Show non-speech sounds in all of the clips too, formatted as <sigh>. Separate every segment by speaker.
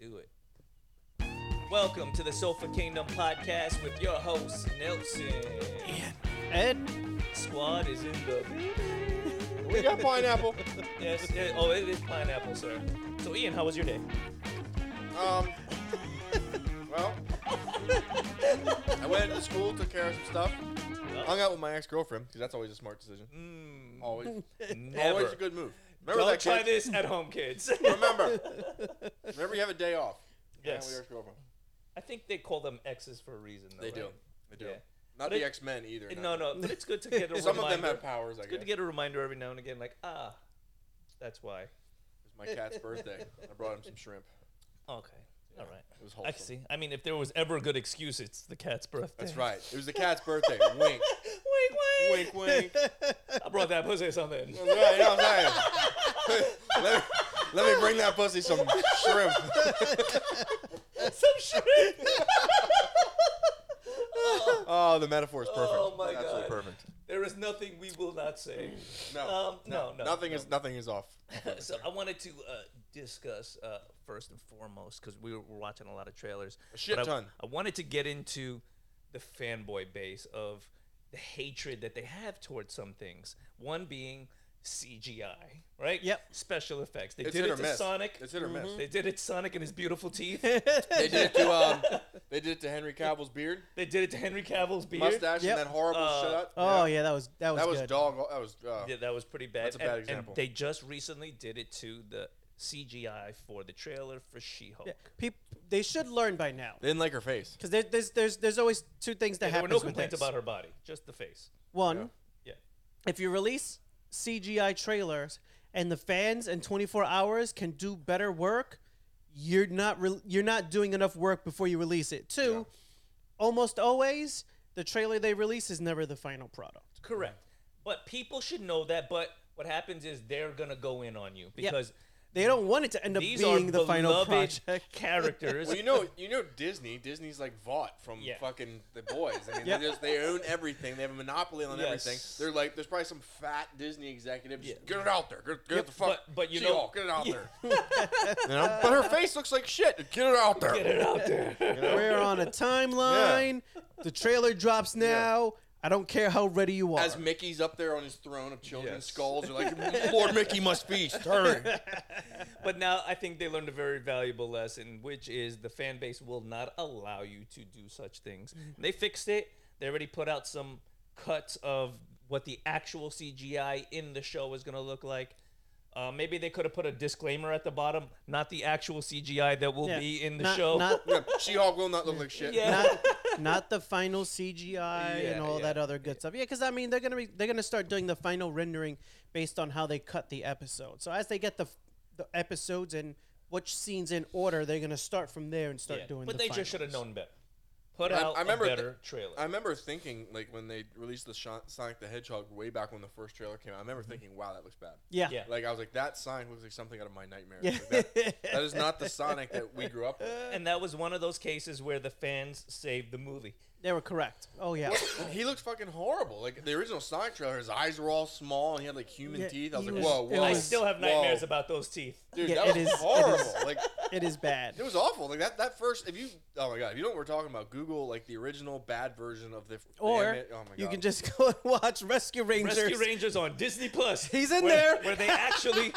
Speaker 1: do it. Welcome to the Sofa Kingdom podcast with your host Nelson.
Speaker 2: Ed,
Speaker 1: Squad is in the
Speaker 3: <laughs> We got pineapple.
Speaker 1: yes. yeah, oh, it is pineapple, sir. So Ian, how was your
Speaker 3: <laughs>
Speaker 1: day?
Speaker 3: Um, well, I went into school, took care of some stuff, hung out with my ex-girlfriend because that's always a smart decision.
Speaker 1: Mm,
Speaker 3: Always,
Speaker 1: never.
Speaker 3: always a good move. Remember
Speaker 1: Don't
Speaker 3: that,
Speaker 1: try
Speaker 3: kid?
Speaker 1: this at home,
Speaker 3: <laughs>
Speaker 1: kids.
Speaker 3: Remember,
Speaker 1: <laughs>
Speaker 3: remember you have a day off. Hang out
Speaker 1: Yes.
Speaker 3: with your ex-girlfriend.
Speaker 1: I think they call them exes for a reason. Though,
Speaker 3: They
Speaker 1: right?
Speaker 3: do. They do.
Speaker 1: Yeah.
Speaker 3: Not
Speaker 1: But
Speaker 3: the
Speaker 1: it-
Speaker 3: X-Men either.
Speaker 1: And
Speaker 3: no.
Speaker 1: No, no, but it's good to
Speaker 3: <laughs>
Speaker 1: get a
Speaker 3: Some
Speaker 1: reminder.
Speaker 3: of them have powers. I
Speaker 1: Good
Speaker 3: guess.
Speaker 1: to get a reminder every now and again, like ah, that's why.
Speaker 3: It's my
Speaker 1: <laughs>
Speaker 3: cat's birthday. I brought him some shrimp.
Speaker 1: Okay, all right.
Speaker 3: It was
Speaker 1: I
Speaker 3: wholesome.
Speaker 1: can see. I mean, if there was ever a good excuse, it's the cat's birthday.
Speaker 3: That's right. It was the cat's birthday. Wink,
Speaker 1: wink,
Speaker 3: wink, wink.
Speaker 1: I brought that pussy
Speaker 3: <laughs>
Speaker 1: something.
Speaker 3: That's right, you know what I'm saying? <laughs> let, me, let me bring that pussy some <laughs> shrimp.
Speaker 1: Some shrimp.
Speaker 3: Oh, the metaphor is perfect.
Speaker 1: Oh, my
Speaker 3: Absolutely
Speaker 1: God.
Speaker 3: perfect.
Speaker 1: There is nothing we will not
Speaker 3: <laughs>
Speaker 1: say.
Speaker 3: No,
Speaker 1: Um, no, no.
Speaker 3: nothing is nothing is off.
Speaker 1: so I wanted to uh, discuss uh, first and foremost because we were were watching a lot of trailers.
Speaker 3: A shit
Speaker 1: but I-
Speaker 3: ton.
Speaker 1: I, wanted to get into the fanboy base of the hatred that they have towards some things. One being CGI, right?
Speaker 2: Yep.
Speaker 1: Special effects. They
Speaker 3: It's
Speaker 1: did
Speaker 3: hit
Speaker 1: it
Speaker 3: or
Speaker 1: to
Speaker 3: miss.
Speaker 1: Sonic.
Speaker 3: It's hit or miss.
Speaker 1: They did it to Sonic and his beautiful
Speaker 3: <laughs>
Speaker 1: teeth.
Speaker 3: They did
Speaker 1: <laughs>
Speaker 3: it to um, they did it to Henry Cavill's beard,
Speaker 1: they did it to Henry Cavill's beard.
Speaker 3: mustache,
Speaker 2: Yep.
Speaker 3: and that horrible
Speaker 1: Uh,
Speaker 3: shut.
Speaker 2: oh yeah, that was that was
Speaker 3: that was
Speaker 2: good.
Speaker 3: dog. That was uh,
Speaker 1: Yeah, that was pretty bad.
Speaker 3: That's a bad
Speaker 1: And-
Speaker 3: example.
Speaker 1: And they just recently did it to the CGI for the trailer for She-Hulk.
Speaker 2: Yeah, peop- they should learn by now
Speaker 3: they didn't like her face.
Speaker 2: because there, there's there's there's always two things that
Speaker 1: And there were
Speaker 2: happen.
Speaker 1: no complaints about her body, just the face.
Speaker 2: One,
Speaker 1: Yeah.
Speaker 2: if you release CGI trailers and the fans in 24 hours can do better work, you're not re- you're not doing enough work before you release it. Two, almost always the trailer they release is never the final product.
Speaker 1: Correct. But people should know that. But what happens is they're gonna go in on you because
Speaker 2: They don't want it to end up
Speaker 1: these are
Speaker 2: being the final
Speaker 1: beloved
Speaker 2: project. <laughs>
Speaker 1: characters.
Speaker 3: Well, you know, you know Disney. Disney's like Vought from
Speaker 1: Yeah.
Speaker 3: fucking the boys.
Speaker 1: <laughs>
Speaker 3: I mean,
Speaker 2: Yeah.
Speaker 3: they just they own everything. They have a monopoly on everything.
Speaker 1: Yes.
Speaker 3: They're like, there's probably some fat Disney executive. Just,
Speaker 1: Yeah.
Speaker 3: Get it out there. Get, get the fuck.
Speaker 1: but- but you
Speaker 3: She-Hulk,
Speaker 1: know-
Speaker 3: get it out there. <laughs> you know, but her face looks like shit. Get it out there.
Speaker 1: Get it out there.
Speaker 2: We're on
Speaker 1: <laughs>
Speaker 2: a timeline. The trailer drops now. I don't care how ready you are.
Speaker 3: As Mickey's up there on his throne of children's
Speaker 1: Yes.
Speaker 3: skulls, you're
Speaker 1: <laughs>
Speaker 3: like, Lord Mickey must feast. Turn.
Speaker 1: But now I think they learned a very valuable lesson, which is the fan base will not allow you to do such things.
Speaker 2: Mm-hmm.
Speaker 1: They fixed it. They already put out some cuts of what the actual CGI in the show was going to look like. Uh, maybe they could have put a disclaimer at the bottom, not the actual CGI that will
Speaker 2: Yeah.
Speaker 1: be in the
Speaker 2: Not-
Speaker 1: show.
Speaker 2: Not,
Speaker 3: <laughs> Yeah, She-Hulk will not look like shit.
Speaker 1: <laughs> Yeah. <laughs>
Speaker 2: not, not the final CGI
Speaker 1: Yeah,
Speaker 2: and all
Speaker 1: yeah.
Speaker 2: that other good stuff. Yeah, because I mean they're gonna be they're gonna start doing the final rendering based on how they cut the episode. So as they get the the episodes and which scenes in order, they're gonna start from there
Speaker 1: <laughs>
Speaker 2: and start
Speaker 1: Yeah.
Speaker 2: doing.
Speaker 1: But
Speaker 2: the
Speaker 1: they just should have
Speaker 2: finals.
Speaker 1: known better. Put
Speaker 3: I-
Speaker 1: out
Speaker 3: I remember
Speaker 1: a
Speaker 3: th-
Speaker 1: better trailer.
Speaker 3: I remember thinking, like, when they released the Sho- Sonic the Hedgehog way back when the first trailer came out, I remember thinking, wow, that looks bad.
Speaker 2: Yeah.
Speaker 1: Yeah.
Speaker 3: Like, I was like, that Sonic looks like something out of my nightmare.
Speaker 2: Yeah.
Speaker 3: Like, that, that is
Speaker 2: <laughs>
Speaker 3: not the Sonic that we grew up with.
Speaker 1: and that was one of those cases where the fans saved the movie.
Speaker 2: They were correct.
Speaker 1: <laughs>
Speaker 2: Oh yeah.
Speaker 3: He looks fucking horrible. Like, the original Sonic trailer, his eyes were all small and he had, like, human
Speaker 2: Yeah,
Speaker 3: teeth. I was
Speaker 2: he
Speaker 3: like,
Speaker 2: was-
Speaker 3: whoa,
Speaker 2: it
Speaker 3: whoa.
Speaker 1: I
Speaker 2: was-
Speaker 1: still have nightmares
Speaker 3: whoa.
Speaker 1: about those teeth.
Speaker 3: Dude,
Speaker 2: Yeah,
Speaker 3: that
Speaker 2: it
Speaker 3: was
Speaker 2: is- it is-
Speaker 3: horrible. Like,
Speaker 2: it is bad.
Speaker 3: It was awful. Like that. That first, if you, oh my god, if you know what we're talking about, Google like the original bad version of the. the
Speaker 2: Or
Speaker 3: anime- oh my god,
Speaker 2: you can just <laughs> go and watch Rescue Rangers.
Speaker 1: Rescue Rangers on Disney Plus.
Speaker 2: He's in
Speaker 1: where-
Speaker 2: there.
Speaker 1: Where they actually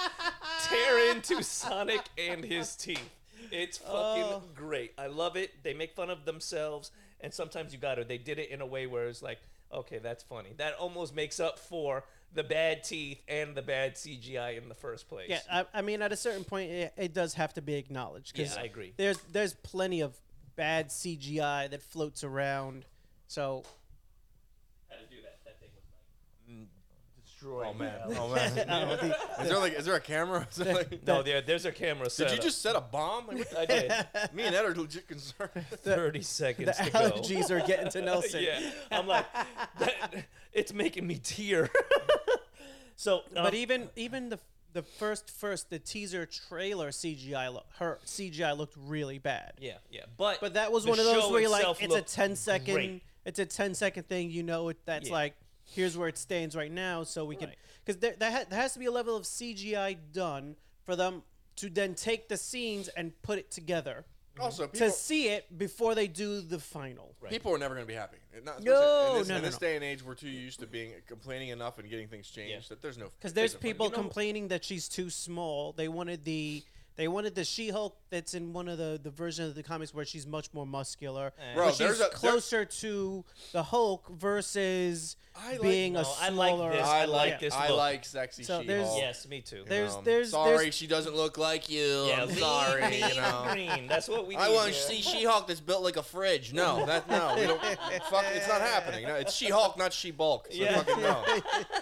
Speaker 1: tear into Sonic and his teeth. It's fucking
Speaker 2: Oh.
Speaker 1: great. I love it. They make fun of themselves, and sometimes you gotta. They did it in a way where it's like, okay, that's funny. That almost makes up for the bad teeth and the bad CGI in the first place.
Speaker 2: Yeah, uh, I, I mean, at a certain point, it, it does have to be acknowledged. 'cause
Speaker 1: Yeah, I agree.
Speaker 2: There's there's plenty of bad CGI that floats around. So
Speaker 1: Had to do that. That thing was like destroying.
Speaker 3: Oh
Speaker 2: <laughs>
Speaker 3: man,
Speaker 1: me.
Speaker 3: oh man. is there like, is there a camera? <laughs> Is there, like,
Speaker 1: No, there, there's a camera.
Speaker 3: did you just set a bomb? Like, what the,
Speaker 1: I did.
Speaker 3: me and Ed are legit
Speaker 2: <laughs>
Speaker 3: concerned.
Speaker 1: Thirty seconds
Speaker 2: the
Speaker 1: to go.
Speaker 2: allergies are getting to
Speaker 1: <laughs>
Speaker 2: Nelson.
Speaker 1: yeah, I'm like, that, it's making me tear. <laughs> so, um,
Speaker 2: But even even the the first first the teaser trailer CGI lo- her CGI looked really bad.
Speaker 1: yeah, yeah, but
Speaker 2: But that was
Speaker 1: the
Speaker 2: one of those
Speaker 1: show
Speaker 2: where you're like,
Speaker 1: itself
Speaker 2: it's a
Speaker 1: looked
Speaker 2: 10 second,
Speaker 1: great.
Speaker 2: it's a 10 second thing. You know, it, that's
Speaker 1: Yeah.
Speaker 2: like, here's where it stands right now. So we can,
Speaker 1: Right.
Speaker 2: because there, there, ha- there has to be a level of CGI done for them to then take the scenes and put it together
Speaker 3: Also,
Speaker 2: to
Speaker 3: people,
Speaker 2: see it before they do the final.
Speaker 1: Right.
Speaker 3: people are never going to be happy. And Not,
Speaker 2: No,
Speaker 3: especially in this,
Speaker 2: no,
Speaker 3: in
Speaker 2: no,
Speaker 3: this
Speaker 2: no.
Speaker 3: day and age, we're too used to being complaining enough and getting things changed
Speaker 1: Yeah.
Speaker 3: that there's no.
Speaker 2: Because
Speaker 3: there's
Speaker 2: there's
Speaker 3: no
Speaker 2: people
Speaker 3: fucking-
Speaker 2: complaining that she's too small. They wanted the they wanted the She-Hulk that's in one of the the version of the comics where she's much more muscular.
Speaker 3: Bro,
Speaker 2: where
Speaker 3: there's
Speaker 2: she's
Speaker 3: a- there-
Speaker 2: closer to the Hulk versus
Speaker 3: I like-
Speaker 2: being a
Speaker 1: No, I like
Speaker 2: smaller.
Speaker 1: this.
Speaker 3: I
Speaker 1: I
Speaker 3: like
Speaker 1: like this
Speaker 3: I
Speaker 1: look.
Speaker 3: like sexy
Speaker 2: So there's-
Speaker 3: She-Hulk.
Speaker 1: Yes, me too.
Speaker 2: There's-
Speaker 3: Um,
Speaker 2: there's-
Speaker 3: sorry,
Speaker 2: there's-
Speaker 3: she doesn't look like you. I'm
Speaker 1: lean,
Speaker 3: sorry,
Speaker 1: lean,
Speaker 3: you know.
Speaker 1: green. That's what we.
Speaker 3: I
Speaker 1: need.
Speaker 3: want to see She-Hulk that's built like a fridge. No, that no, we don't, fuck, it's not happening. No, it's She-Hulk, not She-Bulk. So
Speaker 1: Yeah.
Speaker 3: fucking
Speaker 2: <laughs>
Speaker 3: no.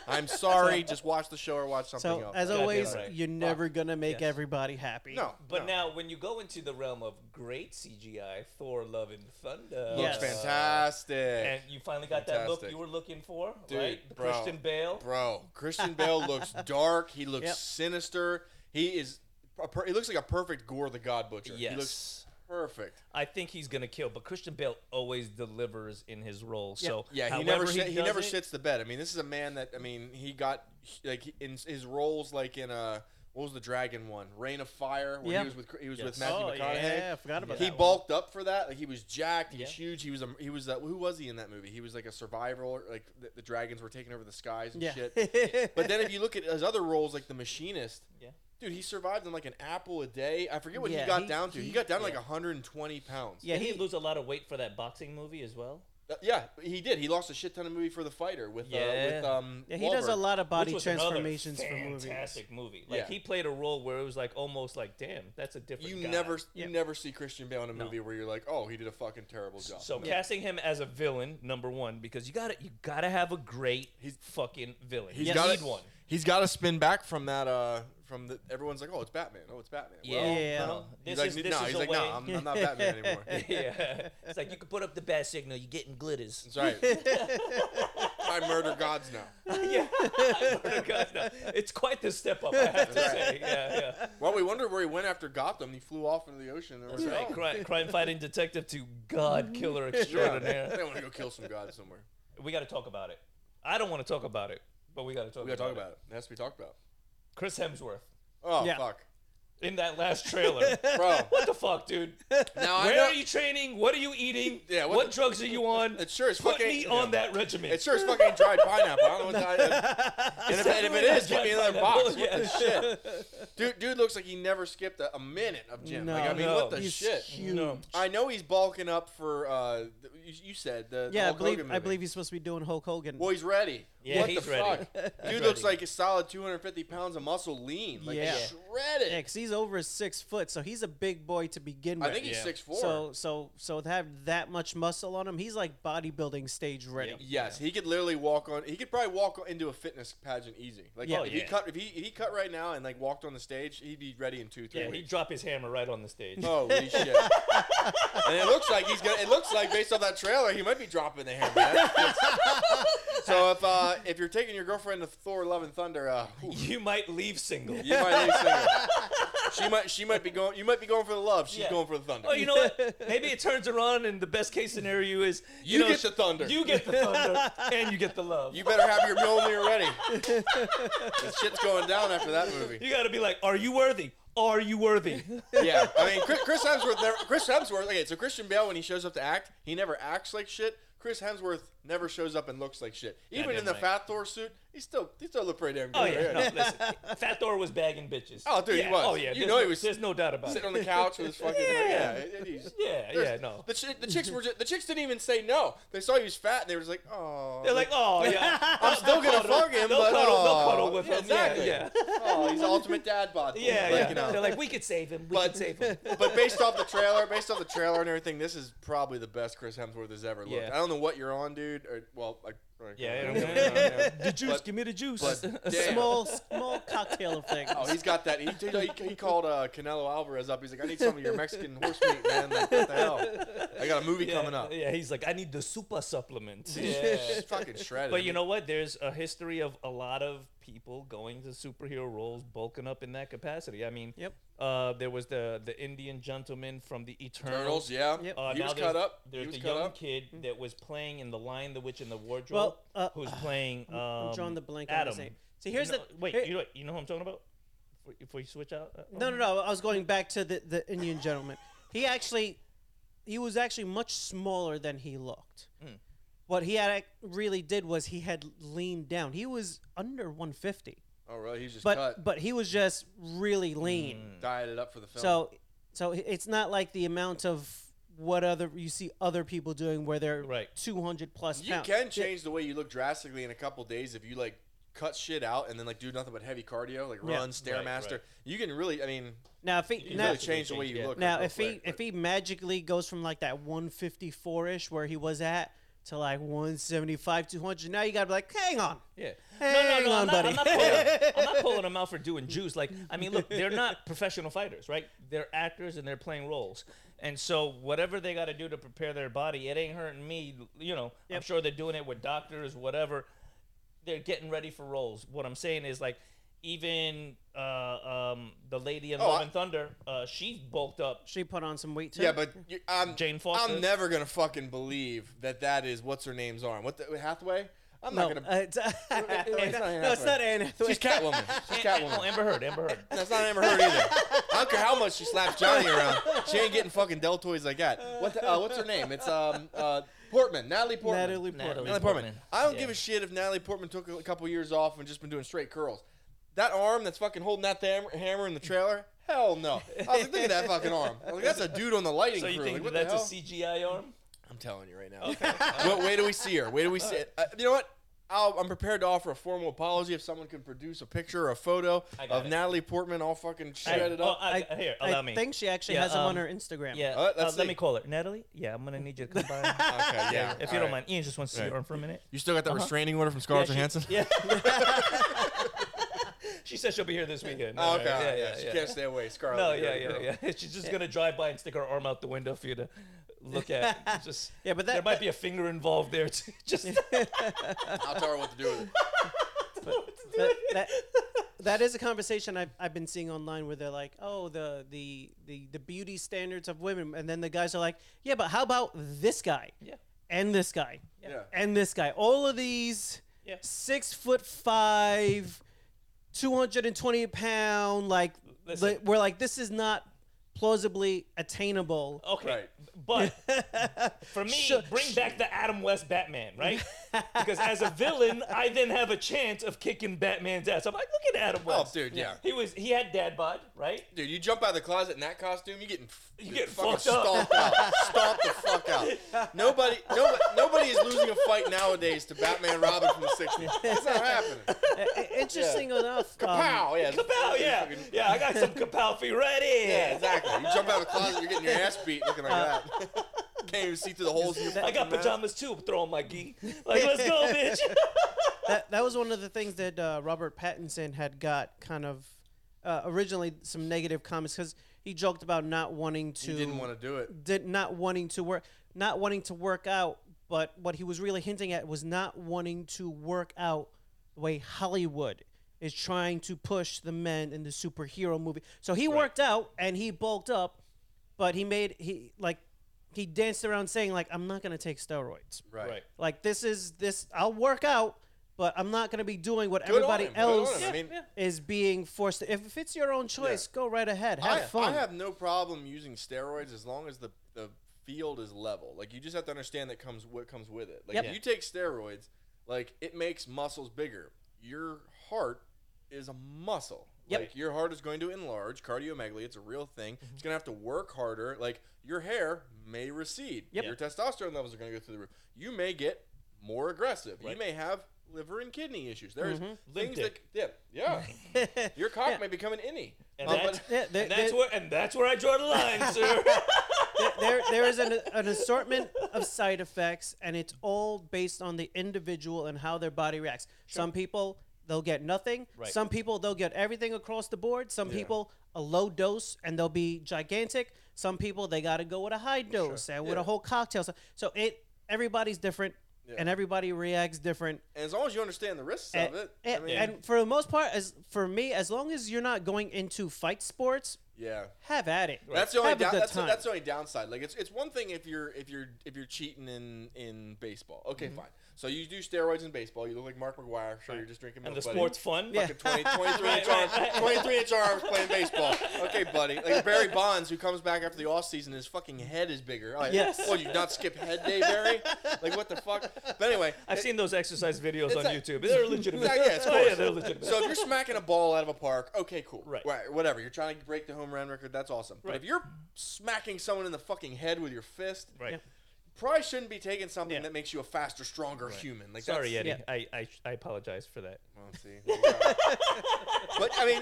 Speaker 3: I'm sorry. just watch the show or watch something
Speaker 2: So
Speaker 3: else.
Speaker 2: as
Speaker 1: Yeah,
Speaker 2: always,
Speaker 1: that's right.
Speaker 2: you're never gonna make
Speaker 1: Yes.
Speaker 2: everybody happy.
Speaker 3: no,
Speaker 1: But
Speaker 3: no.
Speaker 1: now, when you go into the realm of great CGI, Thor: Love and Thunder uh,
Speaker 2: Looks
Speaker 3: looks
Speaker 2: Yes.
Speaker 3: fantastic,
Speaker 1: And you finally got that
Speaker 3: Fantastic.
Speaker 1: look you were looking for,
Speaker 3: Dude,
Speaker 1: right? The
Speaker 3: bro.
Speaker 1: Christian Bale.
Speaker 3: bro. Christian Bale
Speaker 2: <laughs>
Speaker 3: looks dark. He looks
Speaker 2: Yep.
Speaker 3: sinister. He is. a per- He looks like a perfect Gore the God Butcher.
Speaker 1: Yes.
Speaker 3: He looks perfect.
Speaker 1: I think he's gonna kill, but Christian Bale always delivers in his role. So
Speaker 3: Yeah, he
Speaker 1: however
Speaker 3: never sit, he,
Speaker 1: does
Speaker 3: never
Speaker 1: it-
Speaker 3: shits the bed. I mean, this is a man that I mean, he got like he- in his roles like in uh what was the dragon one? Reign of Fire when
Speaker 2: Yeah.
Speaker 3: he was with he was
Speaker 1: Yes.
Speaker 3: with Matthew
Speaker 2: Oh,
Speaker 3: McConaughey.
Speaker 2: yeah, I forgot about
Speaker 3: He
Speaker 2: that one.
Speaker 3: bulked up for that. Like he was jacked. He was
Speaker 1: Yeah.
Speaker 3: huge. He was a he was a, who was he in that movie? He was like a survival. Like the, the dragons were taking over the skies and
Speaker 2: Yeah. <laughs>
Speaker 3: shit. But then if you look at his other roles, like the machinist,
Speaker 1: Yeah.
Speaker 3: dude, he survived on like an apple a day. I forget what
Speaker 2: Yeah,
Speaker 3: he got
Speaker 2: he-
Speaker 3: down to. He,
Speaker 2: he-
Speaker 3: got down to like
Speaker 1: yeah.
Speaker 3: 120 pounds.
Speaker 2: yeah,
Speaker 1: Didn't he,
Speaker 2: he
Speaker 1: lose a lot of weight for that boxing movie as well,
Speaker 3: Uh, yeah, he did. He lost a shit ton of movie for the fighter with uh,
Speaker 1: Yeah.
Speaker 3: with um.
Speaker 2: yeah, he does a
Speaker 3: Wahlberg.
Speaker 2: lot of body
Speaker 1: Which was another
Speaker 2: transformations for movies.
Speaker 3: <laughs>
Speaker 1: Fantastic movie. Like
Speaker 3: Yeah.
Speaker 1: he played a role where it was like almost like, damn, that's a different.
Speaker 3: You
Speaker 1: guy.
Speaker 3: never
Speaker 2: Yeah.
Speaker 3: you never see Christian Bale in a
Speaker 1: No.
Speaker 3: movie where you're like, oh, he did a fucking terrible job.
Speaker 1: So
Speaker 3: No.
Speaker 1: casting him as a villain, number one, because you got to you got to have a great
Speaker 3: He's-
Speaker 1: fucking villain.
Speaker 3: He's
Speaker 1: you
Speaker 3: got
Speaker 1: need
Speaker 3: to
Speaker 1: one.
Speaker 3: He's got to spin back from that. Uh, from the everyone's like, oh, it's Batman. Oh, it's Batman.
Speaker 1: Yeah.
Speaker 3: Well,
Speaker 2: Yeah.
Speaker 3: no.
Speaker 1: This
Speaker 3: he's
Speaker 1: is-
Speaker 3: like,
Speaker 1: this
Speaker 3: no.
Speaker 1: is
Speaker 3: he's
Speaker 1: a
Speaker 3: like,
Speaker 1: way-
Speaker 3: no,
Speaker 1: <laughs>
Speaker 3: I'm, <laughs> I'm not Batman anymore.
Speaker 1: yeah, it's like you can put up the bad signal, you're getting glitters. <laughs>
Speaker 3: <laughs> That's right. I murder gods now.
Speaker 1: yeah, it's quite the step up, I have to say. Yeah, yeah.
Speaker 3: Well, we wondered where he went after Gotham. He flew off into the ocean. That's
Speaker 1: Right,
Speaker 3: <laughs>
Speaker 1: crime, crime fighting detective to God killer
Speaker 3: I
Speaker 1: extraordinaire.
Speaker 3: want to go kill some gods somewhere.
Speaker 1: we got to talk about it. I don't want to talk about it, but we got to talk.
Speaker 3: We gotta talk about it. It has to be talked about.
Speaker 1: it. Chris Hemsworth
Speaker 3: Oh
Speaker 2: Yeah.
Speaker 3: fuck,
Speaker 1: in that last
Speaker 3: <laughs>
Speaker 1: trailer.
Speaker 3: bro.
Speaker 1: what the fuck, dude?
Speaker 3: Now <laughs> I
Speaker 1: Where
Speaker 3: know.
Speaker 1: are you training? What are you eating?
Speaker 3: <laughs> Yeah, what
Speaker 1: what,
Speaker 3: the-
Speaker 1: drugs are you on?
Speaker 3: It sure is
Speaker 1: Put
Speaker 3: fucking.
Speaker 1: me on that regimen.
Speaker 3: It sure is fucking dried pineapple. I don't know what that
Speaker 1: <laughs>
Speaker 3: is. And if, and if it is, give me another box. What
Speaker 1: Yeah.
Speaker 3: the shit?
Speaker 1: <laughs>
Speaker 3: Dude, dude looks like he never skipped a, a minute of gym. like, I mean,
Speaker 1: No.
Speaker 3: what the
Speaker 2: He's
Speaker 3: shit?
Speaker 2: huge.
Speaker 1: No.
Speaker 3: I know he's bulking up for. Uh, th- you, you said the. the
Speaker 2: Yeah, I
Speaker 3: Hulk
Speaker 2: believe
Speaker 3: Hogan
Speaker 2: I
Speaker 3: movie.
Speaker 2: believe he's supposed to be doing Hulk Hogan.
Speaker 3: Well, he's ready.
Speaker 1: Yeah,
Speaker 3: what
Speaker 1: he's
Speaker 3: the
Speaker 1: ready.
Speaker 3: fuck? Dude
Speaker 1: He's
Speaker 3: looks
Speaker 1: ready.
Speaker 3: like a solid 250 pounds of muscle, lean, like
Speaker 2: Yeah.
Speaker 3: shredded.
Speaker 2: yeah, 'cause he's over six foot, so he's a big boy to begin with.
Speaker 3: I think he's
Speaker 1: Yeah.
Speaker 3: six four.
Speaker 2: So so so to have that much muscle on him, he's like bodybuilding stage ready.
Speaker 3: Yes, he could literally walk on. He could probably walk on- into a fitness pageant easy. Like
Speaker 2: Yeah.
Speaker 3: if he
Speaker 1: Yeah.
Speaker 3: cut, if he if he cut right now and like walked on the stage, he'd be ready in two three
Speaker 1: Yeah, he'd
Speaker 3: weeks.
Speaker 1: drop his hammer right on the stage. <laughs>
Speaker 3: Holy shit! and it looks like he's gonna. It looks like based on that trailer, he might be dropping the hammer. That's
Speaker 1: <laughs>
Speaker 3: just- so if uh, if you're taking your girlfriend to Thor: Love and Thunder, uh, ooh,
Speaker 1: You might leave single.
Speaker 3: you might
Speaker 1: <laughs>
Speaker 3: leave single. She might she might be going. You might be going for the love. She's
Speaker 1: Yeah.
Speaker 3: going for the thunder.
Speaker 1: Oh, you know
Speaker 3: <laughs>
Speaker 1: what? Maybe it turns around, and the best case scenario is
Speaker 3: You
Speaker 1: know,
Speaker 3: get the thunder.
Speaker 1: You get the
Speaker 3: <laughs>
Speaker 1: thunder, and you get the love.
Speaker 3: You
Speaker 1: You,
Speaker 3: better have your Mjolnir
Speaker 1: <laughs>
Speaker 3: ready. this shit's going down after that movie.
Speaker 1: got to be like, are you worthy? Are you
Speaker 3: <laughs>
Speaker 1: worthy?
Speaker 3: Yeah, I mean, Chris, Chris Hemsworth. Never, Chris Hemsworth. Okay, so Christian Bale when he shows up to act, he never acts like shit. Chris Hemsworth never shows up and looks like shit. Even
Speaker 1: Goddamn
Speaker 3: in the
Speaker 1: right.
Speaker 3: fat Thor suit, he still he still look pretty damn good.
Speaker 1: Oh yeah, no, listen. Fat Thor was bagging bitches.
Speaker 3: Oh, dude, he
Speaker 1: yeah.
Speaker 3: was.
Speaker 1: Oh yeah,
Speaker 3: You
Speaker 1: there's
Speaker 3: know
Speaker 1: no,
Speaker 3: he was
Speaker 1: There's no doubt about it.
Speaker 3: <laughs> Sitting on the couch with his fucking yeah, and he's-
Speaker 1: Yeah, yeah,
Speaker 3: there's-
Speaker 1: no.
Speaker 3: The, chi- the chicks were just, the chicks didn't even say no. They saw he was fat and they were just like, oh.
Speaker 1: They're like, oh yeah,
Speaker 3: <laughs> I'm still gonna
Speaker 1: cuddle-
Speaker 3: fuck him,
Speaker 1: they'll
Speaker 3: but
Speaker 1: cuddle,
Speaker 3: aw.
Speaker 1: they'll cuddle with
Speaker 3: Yeah,
Speaker 1: him.
Speaker 3: Exactly.
Speaker 1: Yeah,
Speaker 3: <laughs> Oh, he's the ultimate dad bod. thing.
Speaker 1: yeah, yeah.
Speaker 3: Like,
Speaker 1: yeah.
Speaker 3: you know.
Speaker 1: They're like, we could save him. We
Speaker 3: But-
Speaker 1: could
Speaker 3: <laughs>
Speaker 1: save him.
Speaker 3: but based off the trailer, based off the trailer and everything, this is probably the best Chris Hemsworth has ever looked.
Speaker 1: Yeah.
Speaker 3: I don't know what you're on, dude. Or, well, I, I- I
Speaker 1: Yeah,
Speaker 3: don't
Speaker 1: yeah,
Speaker 3: know.
Speaker 1: yeah. <laughs> the juice.
Speaker 3: But-
Speaker 1: give me the juice. <laughs>
Speaker 3: but damn.
Speaker 2: Small small cocktail of things.
Speaker 3: <laughs> Oh, he's got that. He, he, he called uh, Canelo Alvarez up. He's like, I need some of your Mexican horse meat, man. Like, what the hell? I got a movie
Speaker 1: yeah,
Speaker 3: coming up.
Speaker 1: Yeah, he's like, I need the super
Speaker 3: <laughs>
Speaker 1: supplement.
Speaker 3: He's just fucking shredded.
Speaker 1: But you know what? There's a history of a lot of people going to superhero roles, bulking up in that capacity. I mean,
Speaker 2: Yep.
Speaker 1: Uh, there was the the Indian gentleman from the Eternals.
Speaker 3: Turtles, yeah.
Speaker 2: Yep. Mm-hmm.
Speaker 1: Uh,
Speaker 3: he
Speaker 1: now
Speaker 3: was
Speaker 1: there's-
Speaker 3: cut up.
Speaker 1: There's
Speaker 3: he was
Speaker 1: the
Speaker 3: cut
Speaker 1: young
Speaker 3: up.
Speaker 1: kid that was playing in The Lion, the Witch, and the Wardrobe.
Speaker 2: Well, uh, <sighs>
Speaker 1: who's playing? Um,
Speaker 2: I'm drawing the blank on
Speaker 1: Adam.
Speaker 2: his name. See, here's
Speaker 1: You know-
Speaker 2: the
Speaker 1: wait.
Speaker 2: here-
Speaker 1: you know you know who I'm talking about? Before you switch out. uh,
Speaker 2: No, no, no. I was going back to the, the Indian gentleman. He actually, he was actually much smaller than he looked.
Speaker 3: Hmm.
Speaker 2: What he had ac- really did was he had leaned down. He was under 150,
Speaker 3: Oh, really? He's just
Speaker 2: but
Speaker 3: cut. Hmm.
Speaker 2: but he was just really lean.
Speaker 3: Died it up for the film.
Speaker 2: So so it's not like the amount of what other you see other people doing where they're
Speaker 1: Right.
Speaker 2: 200 plus.
Speaker 3: you
Speaker 2: pounds.
Speaker 3: can change the way you look drastically in a couple days if you like cut shit out and then like do nothing but heavy cardio, like
Speaker 2: Yeah.
Speaker 3: run, stairmaster.
Speaker 1: right.
Speaker 3: You can really, I mean,
Speaker 2: Now if he
Speaker 3: you can
Speaker 2: now,
Speaker 3: really change the way you
Speaker 1: Yeah.
Speaker 3: look.
Speaker 2: Now,
Speaker 3: real
Speaker 2: if he
Speaker 3: quick,
Speaker 2: if
Speaker 3: but-
Speaker 2: he magically goes from like that 154 ish where he was at to like 175, 200, now you gotta be like, hang on,
Speaker 1: Yeah.
Speaker 2: Hang
Speaker 1: no, no, no,
Speaker 2: on,
Speaker 1: I'm not,
Speaker 2: buddy.
Speaker 1: I'm not,
Speaker 3: <laughs>
Speaker 1: calling, I'm not calling them out for doing juice. Like, I mean, look, they're not professional fighters, right? They're actors and they're playing roles. And so, whatever they got to do to prepare their body, it ain't hurting me. You know, I'm sure they're doing it with doctors, whatever. They're getting ready for roles. What I'm saying is, like, even uh, um, the lady in
Speaker 3: Oh,
Speaker 1: Love
Speaker 3: I-
Speaker 1: and Thunder, uh, she bulked up.
Speaker 2: she put on some weight too.
Speaker 3: yeah, but you, I'm
Speaker 1: Jane Fonda.
Speaker 3: I'm never gonna fucking believe that that is what's her name's arm. What the Hathaway? I'm
Speaker 2: no,
Speaker 3: not gonna.
Speaker 2: uh, <laughs> it's,
Speaker 3: <laughs> it's not Anne
Speaker 2: no, it's
Speaker 3: Hathaway.
Speaker 2: not Anne Hathaway.
Speaker 3: she's Catwoman.
Speaker 2: <laughs>
Speaker 3: She's Catwoman.
Speaker 1: Oh, Amber Heard, Amber Heard.
Speaker 3: <laughs> That's not Amber Heard either. I don't care how much she slaps Johnny around. She ain't getting fucking deltoids like that. What the, uh, what's her name? It's um uh, Portman, Natalie Portman.
Speaker 2: Natalie Portman.
Speaker 1: Natalie
Speaker 3: Natalie Portman.
Speaker 1: Portman.
Speaker 3: I don't
Speaker 1: Yeah.
Speaker 3: give a shit if Natalie Portman took a couple years off and just been doing straight curls. That arm that's fucking holding that tham- hammer in the trailer. Hell no. I was like, look at that fucking arm. I was like, that's a dude on the lighting
Speaker 1: So, you
Speaker 3: crew.
Speaker 1: think
Speaker 3: Like, what the
Speaker 1: that's a
Speaker 3: hell?
Speaker 1: CGI arm?
Speaker 3: I'm telling you right now. <laughs> Wait, wait till we see her. Wait till we see it. Uh, you know what? I'll, I'm prepared to offer a formal apology if someone can produce a picture or a photo
Speaker 1: I got
Speaker 3: of
Speaker 1: it.
Speaker 3: Natalie Portman all fucking shredded
Speaker 1: oh,
Speaker 3: up.
Speaker 1: I, here, allow
Speaker 2: I
Speaker 1: me.
Speaker 2: think she actually
Speaker 1: Yeah,
Speaker 2: has him on
Speaker 1: um,
Speaker 2: her Instagram.
Speaker 1: Yeah,
Speaker 3: Uh,
Speaker 1: uh,
Speaker 3: let's
Speaker 1: let
Speaker 3: see.
Speaker 1: me call her. Natalie? Yeah, I'm going to need you to come by.
Speaker 3: <laughs> Okay, yeah.
Speaker 1: if you don't
Speaker 3: all right.
Speaker 1: mind. Ian just wants to see
Speaker 3: Right.
Speaker 1: your arm for a minute.
Speaker 3: You still got that restraining order from Scarlett Johansson?
Speaker 1: Yeah.
Speaker 3: <laughs>
Speaker 1: <laughs> she says she'll be here this weekend.
Speaker 3: Oh,
Speaker 1: All
Speaker 3: okay.
Speaker 1: right.
Speaker 3: Yeah, She can't stay away, Scarlett.
Speaker 1: No,
Speaker 3: you're
Speaker 1: yeah,
Speaker 3: the
Speaker 1: yeah,
Speaker 3: girl.
Speaker 1: yeah. <laughs> She's just gonna drive by and stick her arm out the window for you to look
Speaker 3: <laughs>
Speaker 1: at. It's Just
Speaker 2: Yeah, but that-
Speaker 1: there might be a finger involved there. Too. <laughs> Just
Speaker 3: I'll tell her what to
Speaker 1: <laughs>
Speaker 3: do with it.
Speaker 2: That, that, that is a conversation I've, I've been seeing online where they're like, oh, the, the, the, the beauty standards of women. And then the guys are like, yeah, but how about this guy?
Speaker 1: yeah,
Speaker 2: and this guy,
Speaker 3: Yeah.
Speaker 2: and this guy. All of these
Speaker 1: Yeah.
Speaker 2: six foot five, two hundred and twenty pound. Like
Speaker 1: Listen.
Speaker 2: li- we're like this is not plausibly <laughs> attainable.
Speaker 1: okay.
Speaker 3: Right.
Speaker 1: But for me,
Speaker 2: Sure.
Speaker 1: bring back the Adam West Batman,
Speaker 3: <laughs>
Speaker 1: right? because as a villain, I then have a chance of kicking Batman's ass. I'm like, look at Adam West.
Speaker 3: Oh, dude, yeah.
Speaker 1: He was he had dad bod, right?
Speaker 3: Dude, you jump out of the closet in that costume, you getting f-
Speaker 1: You get
Speaker 3: fucking
Speaker 1: fucked up.
Speaker 3: stomped out. Stomped the
Speaker 1: <laughs>
Speaker 3: fuck out. Nobody, no, nobody is losing a fight nowadays to Batman Robin from the '60s. It's not happening.
Speaker 2: I- I- Interesting enough. Um,
Speaker 3: Pow! Yeah. it's- <laughs>
Speaker 1: Kapow, yeah.
Speaker 3: fucking-
Speaker 1: Yeah, I got some kapow for you right here.
Speaker 3: Yeah, exactly. You jump out of the closet, you're getting your ass beat looking like that. Can't even see through the holes in your
Speaker 1: I got
Speaker 3: fucking mask.
Speaker 1: pajamas too. Throw on my gi. Like, let's go,
Speaker 3: <laughs>
Speaker 1: bitch.
Speaker 2: that, that was one of the things that uh, Robert Pattinson had got kind of uh, originally some negative comments because he joked about not wanting to
Speaker 3: You didn't want to do it.
Speaker 2: did not wanting to work not wanting to work out but what he was really hinting at was not wanting to work out the way hollywood is trying to push the men in the superhero movie so he worked out and he bulked up but he made he like he danced around saying like i'm not going to take steroids
Speaker 3: Right.
Speaker 1: <laughs>
Speaker 2: like this is this i'll work out but i'm not going to be doing what
Speaker 3: Good on
Speaker 2: everybody
Speaker 3: him. Good on
Speaker 2: else
Speaker 3: him. I mean,
Speaker 2: is being forced to if it's your own choice go right ahead have
Speaker 3: I,
Speaker 2: fun
Speaker 3: I have no problem using steroids as long as the, the field is level. Like you just have to understand that comes what comes with it. Like
Speaker 2: Yep.
Speaker 3: if you take steroids, like it makes muscles bigger. Your heart is a muscle.
Speaker 2: Yep. Mm-hmm.
Speaker 3: Like your heart is going to enlarge cardiomegaly. It's a real thing. It's gonna have to work harder. Like your hair may recede.
Speaker 2: Yep.
Speaker 3: Your testosterone levels are gonna go through the roof. You may get more aggressive. You may have liver and kidney issues. There's
Speaker 2: Mm-hmm.
Speaker 3: things that
Speaker 1: dick.
Speaker 3: yeah yeah.
Speaker 2: <laughs>
Speaker 3: your cock may become an innie.
Speaker 1: And
Speaker 3: Uh,
Speaker 1: that's,
Speaker 3: but-
Speaker 2: Yeah, there-
Speaker 1: and that's
Speaker 2: there-
Speaker 1: where and that's where I draw the
Speaker 3: <laughs>
Speaker 1: line, sir. <laughs>
Speaker 2: there, there is an, an assortment of side effects, and it's all based on the individual and how their body reacts. Some people they'll get nothing.
Speaker 1: Right.
Speaker 2: Some people they'll get everything across the board. Some people a low dose and they'll be gigantic. Some people they got to go with a high dose and with
Speaker 3: Yeah.
Speaker 2: a whole cocktail. So, so it everybody's different, and everybody reacts different.
Speaker 3: And as long as you understand the risks
Speaker 2: And,
Speaker 3: of it, I
Speaker 2: and-
Speaker 3: mean,
Speaker 2: Eh, and for the most part, as for me, as long as you're not going into fight sports,
Speaker 3: yeah,
Speaker 2: have at it.
Speaker 3: that's the only
Speaker 2: Have a
Speaker 3: down,
Speaker 2: good
Speaker 3: that's, the-
Speaker 2: time.
Speaker 3: that's the only downside. Like it's it's one thing if you're if you're if you're cheating in in baseball. Okay, fine. So you do steroids in baseball. You look like Mark McGuire. Sure, you're just drinking
Speaker 1: and
Speaker 3: milk,
Speaker 1: the
Speaker 3: buddy.
Speaker 1: sport's fun.
Speaker 2: Yeah.
Speaker 3: Fucking 20, 23 inch
Speaker 1: Right,
Speaker 3: arms,
Speaker 1: right, right.
Speaker 3: 23 inch arms playing baseball. Okay, buddy. Like Barry Bonds, who comes back after the off season, his fucking head is bigger. Like,
Speaker 2: Yes.
Speaker 3: Well, you not skip head day, Barry. Like what the fuck? But anyway,
Speaker 1: I've
Speaker 3: it-
Speaker 1: seen those exercise videos
Speaker 3: it's
Speaker 1: on
Speaker 3: like-
Speaker 1: YouTube.
Speaker 3: <laughs>
Speaker 1: They're legitimate.
Speaker 3: Yeah, yeah, of
Speaker 1: Oh, yeah,
Speaker 3: course.
Speaker 1: they're legitimate.
Speaker 3: So if you're smacking a ball out of a park, okay, cool.
Speaker 1: Right.
Speaker 3: Whatever. You're trying to break the home run record. That's awesome. But
Speaker 1: Right.
Speaker 3: if you're smacking someone in the fucking head with your fist,
Speaker 1: right.
Speaker 2: Yeah.
Speaker 3: you probably shouldn't be taking something
Speaker 2: Yeah.
Speaker 3: that makes you a faster, stronger human. Like
Speaker 1: Sorry,
Speaker 3: that's,
Speaker 1: Eddie.
Speaker 2: Yeah.
Speaker 1: I, I I apologize for that.
Speaker 3: Well, see. <laughs> but I mean,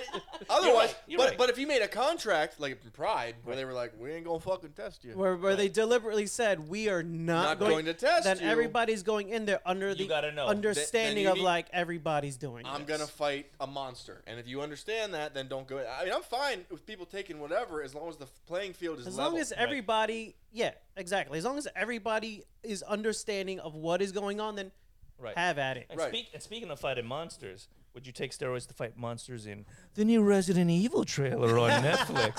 Speaker 3: otherwise,
Speaker 1: right, <laughs> you're
Speaker 3: but
Speaker 1: right.
Speaker 3: but if you made a contract like in Pride, where
Speaker 1: Right.
Speaker 3: they were like, we ain't gonna fucking test you.
Speaker 2: Where, where they deliberately said we are
Speaker 3: Not
Speaker 2: not,
Speaker 3: going to test
Speaker 2: Then
Speaker 3: you."
Speaker 2: everybody's going in there under the
Speaker 1: gotta know.
Speaker 2: understanding
Speaker 3: Then- then you
Speaker 2: of
Speaker 3: need-
Speaker 2: like everybody's doing.
Speaker 3: I'm
Speaker 2: this.
Speaker 3: gonna fight a monster, and if you understand that, then don't go. I mean, I'm fine with people taking whatever as long as the playing field is
Speaker 2: As
Speaker 3: level.
Speaker 2: long as everybody, yeah, exactly. As long as everybody is understanding of what is going on, then
Speaker 1: Right.
Speaker 2: have at it.
Speaker 1: And,
Speaker 3: Right.
Speaker 1: speak, and speaking of fighting monsters, would you take steroids to fight monsters in Oh, the new Resident Evil trailer on <laughs> Netflix?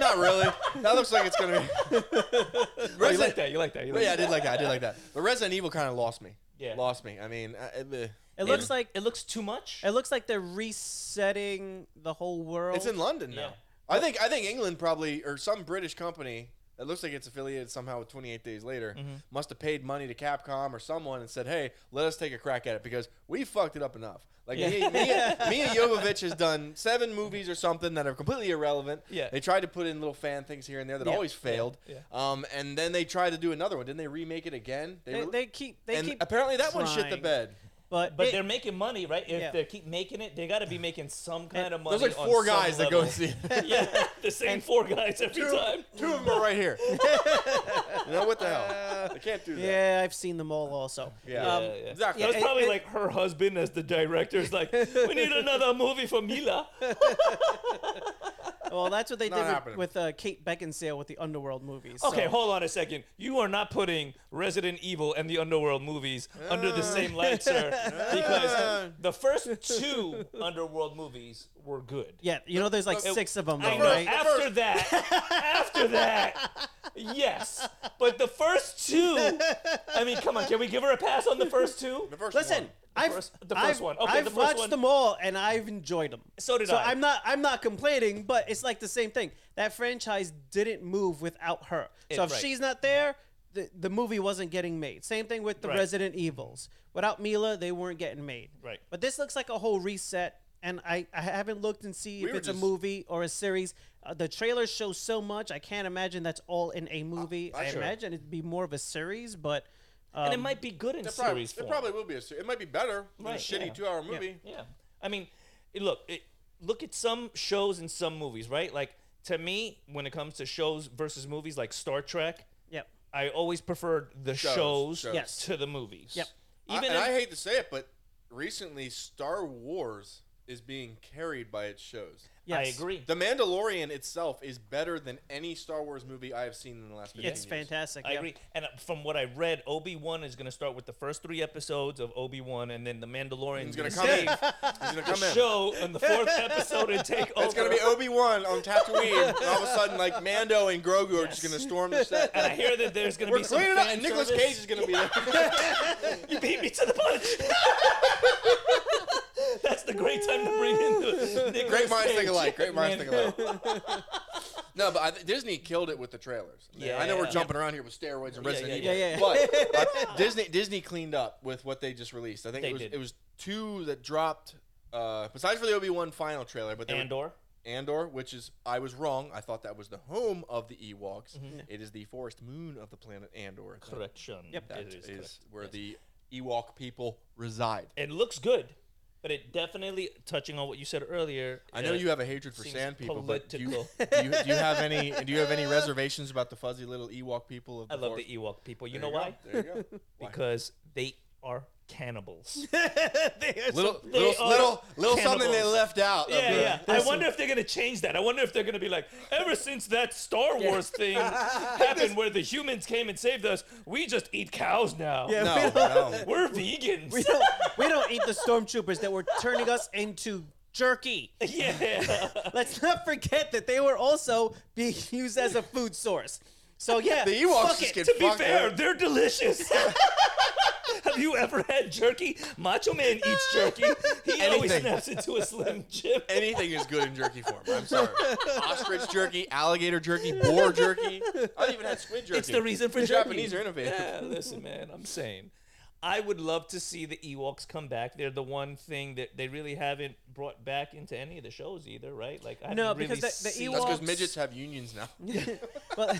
Speaker 3: Not really. That looks like it's gonna be.
Speaker 1: oh, you
Speaker 3: Resident,
Speaker 1: like that? You like that? You like
Speaker 3: yeah, I
Speaker 1: that.
Speaker 3: did like that. I did like that. But Resident Evil kind of lost me.
Speaker 1: Yeah.
Speaker 3: Lost me. I mean, I, it, eh.
Speaker 2: It looks like
Speaker 1: It looks too much.
Speaker 2: it looks like they're resetting the whole world.
Speaker 3: it's in London now.
Speaker 1: Yeah.
Speaker 3: I think I think England probably or some British company. It looks like it's affiliated somehow with 28 Days Later.
Speaker 1: Mm-hmm.
Speaker 3: Must have paid money to Capcom or someone and said, "Hey, let us take a crack at it because we fucked it up enough." Like
Speaker 2: Yeah.
Speaker 3: Mia, Mia, Mia
Speaker 1: <laughs>
Speaker 3: Jovovich has done seven movies or something that are completely irrelevant.
Speaker 1: Yeah.
Speaker 3: they tried to put in little fan things here and there that
Speaker 2: Yeah.
Speaker 3: always failed.
Speaker 1: Yeah.
Speaker 3: Um, and then they tried to do another one. Didn't they remake it again?
Speaker 2: They,
Speaker 3: re-
Speaker 2: they keep they
Speaker 3: and
Speaker 2: keep
Speaker 3: apparently that one shit the
Speaker 2: trying,
Speaker 3: bed.
Speaker 2: But
Speaker 1: But
Speaker 2: it-
Speaker 1: they're making money, right? If
Speaker 2: Yeah.
Speaker 1: they keep making it, they got to be making some kind of money.
Speaker 3: There's like
Speaker 1: on
Speaker 3: four
Speaker 1: some
Speaker 3: guys that go
Speaker 1: level.
Speaker 3: <laughs> and
Speaker 1: <laughs>
Speaker 3: see. it.
Speaker 1: yeah, the same four guys every time.
Speaker 3: Two of them are right here. <laughs> you know what the hell?
Speaker 1: Uh,
Speaker 3: They can't do that.
Speaker 2: yeah, I've seen them all also.
Speaker 3: Yeah.
Speaker 1: Yeah,
Speaker 2: Um,
Speaker 1: yeah.
Speaker 3: exactly.
Speaker 1: That was
Speaker 2: Yeah,
Speaker 1: probably
Speaker 2: it-
Speaker 1: like her husband as the director. Is like, we need another movie for Mila.
Speaker 2: Well, that's what they
Speaker 3: Not
Speaker 2: did with,
Speaker 3: happening.
Speaker 2: with uh, Kate Beckinsale with the Underworld movies. so-
Speaker 1: Okay, hold on a second. You are not putting Resident Evil and the Underworld movies under the same light, sir, because the first two Underworld movies were good.
Speaker 2: Yeah, you know, there's like
Speaker 3: But-
Speaker 2: six of them, though,
Speaker 1: Uh, I know.
Speaker 2: right?
Speaker 1: After that, after that, yes. But the first two, I mean, come on, can we give her a pass on the first two?
Speaker 3: The first
Speaker 2: Listen,
Speaker 3: one.
Speaker 2: I've
Speaker 1: first- the
Speaker 2: I've,
Speaker 1: first one. Okay,
Speaker 2: I've
Speaker 1: the first
Speaker 2: watched
Speaker 1: one.
Speaker 2: them all and I've enjoyed them.
Speaker 1: So did
Speaker 2: so
Speaker 1: I.
Speaker 2: I'm not I'm not complaining, but it's like the same thing. That franchise didn't move without her. so
Speaker 1: It-
Speaker 2: if
Speaker 1: right.
Speaker 2: she's not there, the, the movie wasn't getting made. Same thing with the
Speaker 1: Right.
Speaker 2: Resident Evils. Without Mila, they weren't getting made.
Speaker 1: Right.
Speaker 2: But this looks like a whole reset. And I, I haven't looked and see
Speaker 3: We
Speaker 2: if
Speaker 3: were
Speaker 2: it's a
Speaker 3: just-
Speaker 2: movie or a series. Uh, the trailer shows so much. I can't imagine that's all in a movie. I,
Speaker 3: sure.
Speaker 2: imagine it'd be more of a series, but
Speaker 1: and it might be good in
Speaker 3: It probably,
Speaker 1: series
Speaker 3: it
Speaker 1: form.
Speaker 3: probably will be a series. It might be better than a
Speaker 1: Right,
Speaker 3: shitty
Speaker 1: yeah.
Speaker 3: two-hour movie.
Speaker 1: Yeah, I mean, it, look, it, look at some shows and some movies, right? Like to me, when it comes to shows versus movies, like Star Trek,
Speaker 2: yep.
Speaker 1: I always preferred the
Speaker 3: Shows,
Speaker 1: shows,
Speaker 3: shows.
Speaker 2: Yes.
Speaker 1: to the movies.
Speaker 2: Yep.
Speaker 3: I,
Speaker 1: Even
Speaker 3: and
Speaker 1: if,
Speaker 3: I hate to say it, but recently Star Wars is being carried by its shows.
Speaker 2: Yes.
Speaker 1: I agree.
Speaker 3: The Mandalorian itself is better than any Star Wars movie I have seen in the last. 15
Speaker 2: It's
Speaker 3: years.
Speaker 2: fantastic.
Speaker 1: I
Speaker 2: yeah.
Speaker 1: agree. And uh, from what I read, Obi Wan is going to start with the first three episodes of Obi Wan, and then the Mandalorian is
Speaker 3: He's gonna
Speaker 1: going to
Speaker 3: come in.
Speaker 1: save
Speaker 3: He's gonna
Speaker 1: the
Speaker 3: come in.
Speaker 1: show in the
Speaker 3: <laughs>
Speaker 1: fourth episode and take over.
Speaker 3: It's gonna be Obi Wan on Tatooine. and all of a sudden, like Mando and Grogu are just gonna storm the set.
Speaker 1: and I hear that there's going to
Speaker 3: We're
Speaker 1: be some
Speaker 3: cleaning up,
Speaker 1: fan
Speaker 3: and Nicolas
Speaker 1: service.
Speaker 3: Cage is gonna be there.
Speaker 1: You beat me to the punch. <laughs> That's the great time to bring in the Nicolas
Speaker 3: Great minds
Speaker 1: Cage.
Speaker 3: think alike. Great minds
Speaker 1: Man.
Speaker 3: think alike. No, but I th- Disney killed it with the trailers. Yeah, I know we're
Speaker 1: Yeah.
Speaker 3: jumping around here with steroids and Resident
Speaker 1: yeah,
Speaker 3: Evil.
Speaker 2: yeah.
Speaker 3: But
Speaker 1: <laughs>
Speaker 3: uh, Disney Disney cleaned up with what they just released. I think
Speaker 1: They
Speaker 3: it was
Speaker 1: did.
Speaker 3: it was two that dropped. Uh, besides for the Obi Wan final trailer, but they were-
Speaker 1: Andor.
Speaker 3: Andor, which is I was wrong. I thought that was the home of the Ewoks.
Speaker 1: Mm-hmm.
Speaker 3: It is the forest moon of the planet Andor.
Speaker 1: Correction. Yep.
Speaker 3: That
Speaker 1: it
Speaker 3: is,
Speaker 1: is, correct.
Speaker 3: where the Ewok people reside.
Speaker 1: It looks good, but it definitely touching on what you said earlier.
Speaker 3: I know
Speaker 1: uh,
Speaker 3: you have a hatred for
Speaker 1: seems
Speaker 3: sand people,
Speaker 1: political.
Speaker 3: but do you, do you do you have any
Speaker 1: <laughs>
Speaker 3: do you have any reservations about the fuzzy little Ewok people? Of the
Speaker 1: I love
Speaker 3: forest?
Speaker 1: the Ewok people. You
Speaker 3: There
Speaker 1: know why?
Speaker 3: go. There you go. Why?
Speaker 1: Because they are cannibals.
Speaker 2: They
Speaker 3: <laughs>
Speaker 2: are
Speaker 3: little
Speaker 2: so-
Speaker 1: they
Speaker 3: little
Speaker 1: are
Speaker 3: little, little something they
Speaker 1: cannibals.
Speaker 3: left out. of
Speaker 1: Yeah,
Speaker 3: the-
Speaker 1: yeah. I
Speaker 2: That's-
Speaker 1: wonder if they're gonna change that. I wonder if they're gonna be like, ever since that Star Wars
Speaker 3: <laughs>
Speaker 1: thing happened, where the humans came and saved us, we just eat cows now.
Speaker 2: Yeah.
Speaker 1: <laughs>
Speaker 3: No, no.
Speaker 1: We're vegans.
Speaker 2: we, don't, we don't eat the stormtroopers that were turning us into jerky.
Speaker 1: <laughs> yeah.
Speaker 2: Let's not forget that they were also being used as a food source. So yeah,
Speaker 3: The Ewoks
Speaker 2: fuck
Speaker 3: just
Speaker 2: it.
Speaker 3: get
Speaker 1: to be
Speaker 3: fucked
Speaker 1: fair,
Speaker 3: up. <laughs>
Speaker 1: they're delicious. Have you ever had jerky? Macho Man eats jerky. He always
Speaker 3: Anything.
Speaker 1: snaps into a slim jim.
Speaker 3: Anything is good in jerky form. I'm sorry. Ostrich jerky, alligator jerky, boar jerky. I've even had squid jerky.
Speaker 1: It's the reason for
Speaker 3: The
Speaker 1: jerky.
Speaker 3: Japanese are innovative.
Speaker 1: Yeah, listen, man, I'm saying. I would love to see the Ewoks come back. They're the one thing that they really haven't brought back into any of the shows either, right? Like, I
Speaker 2: No,
Speaker 1: haven't
Speaker 2: because
Speaker 1: really
Speaker 2: the- the
Speaker 1: seen-
Speaker 3: That's because
Speaker 2: Ewoks-
Speaker 3: midgets have unions now.
Speaker 2: <laughs> Well,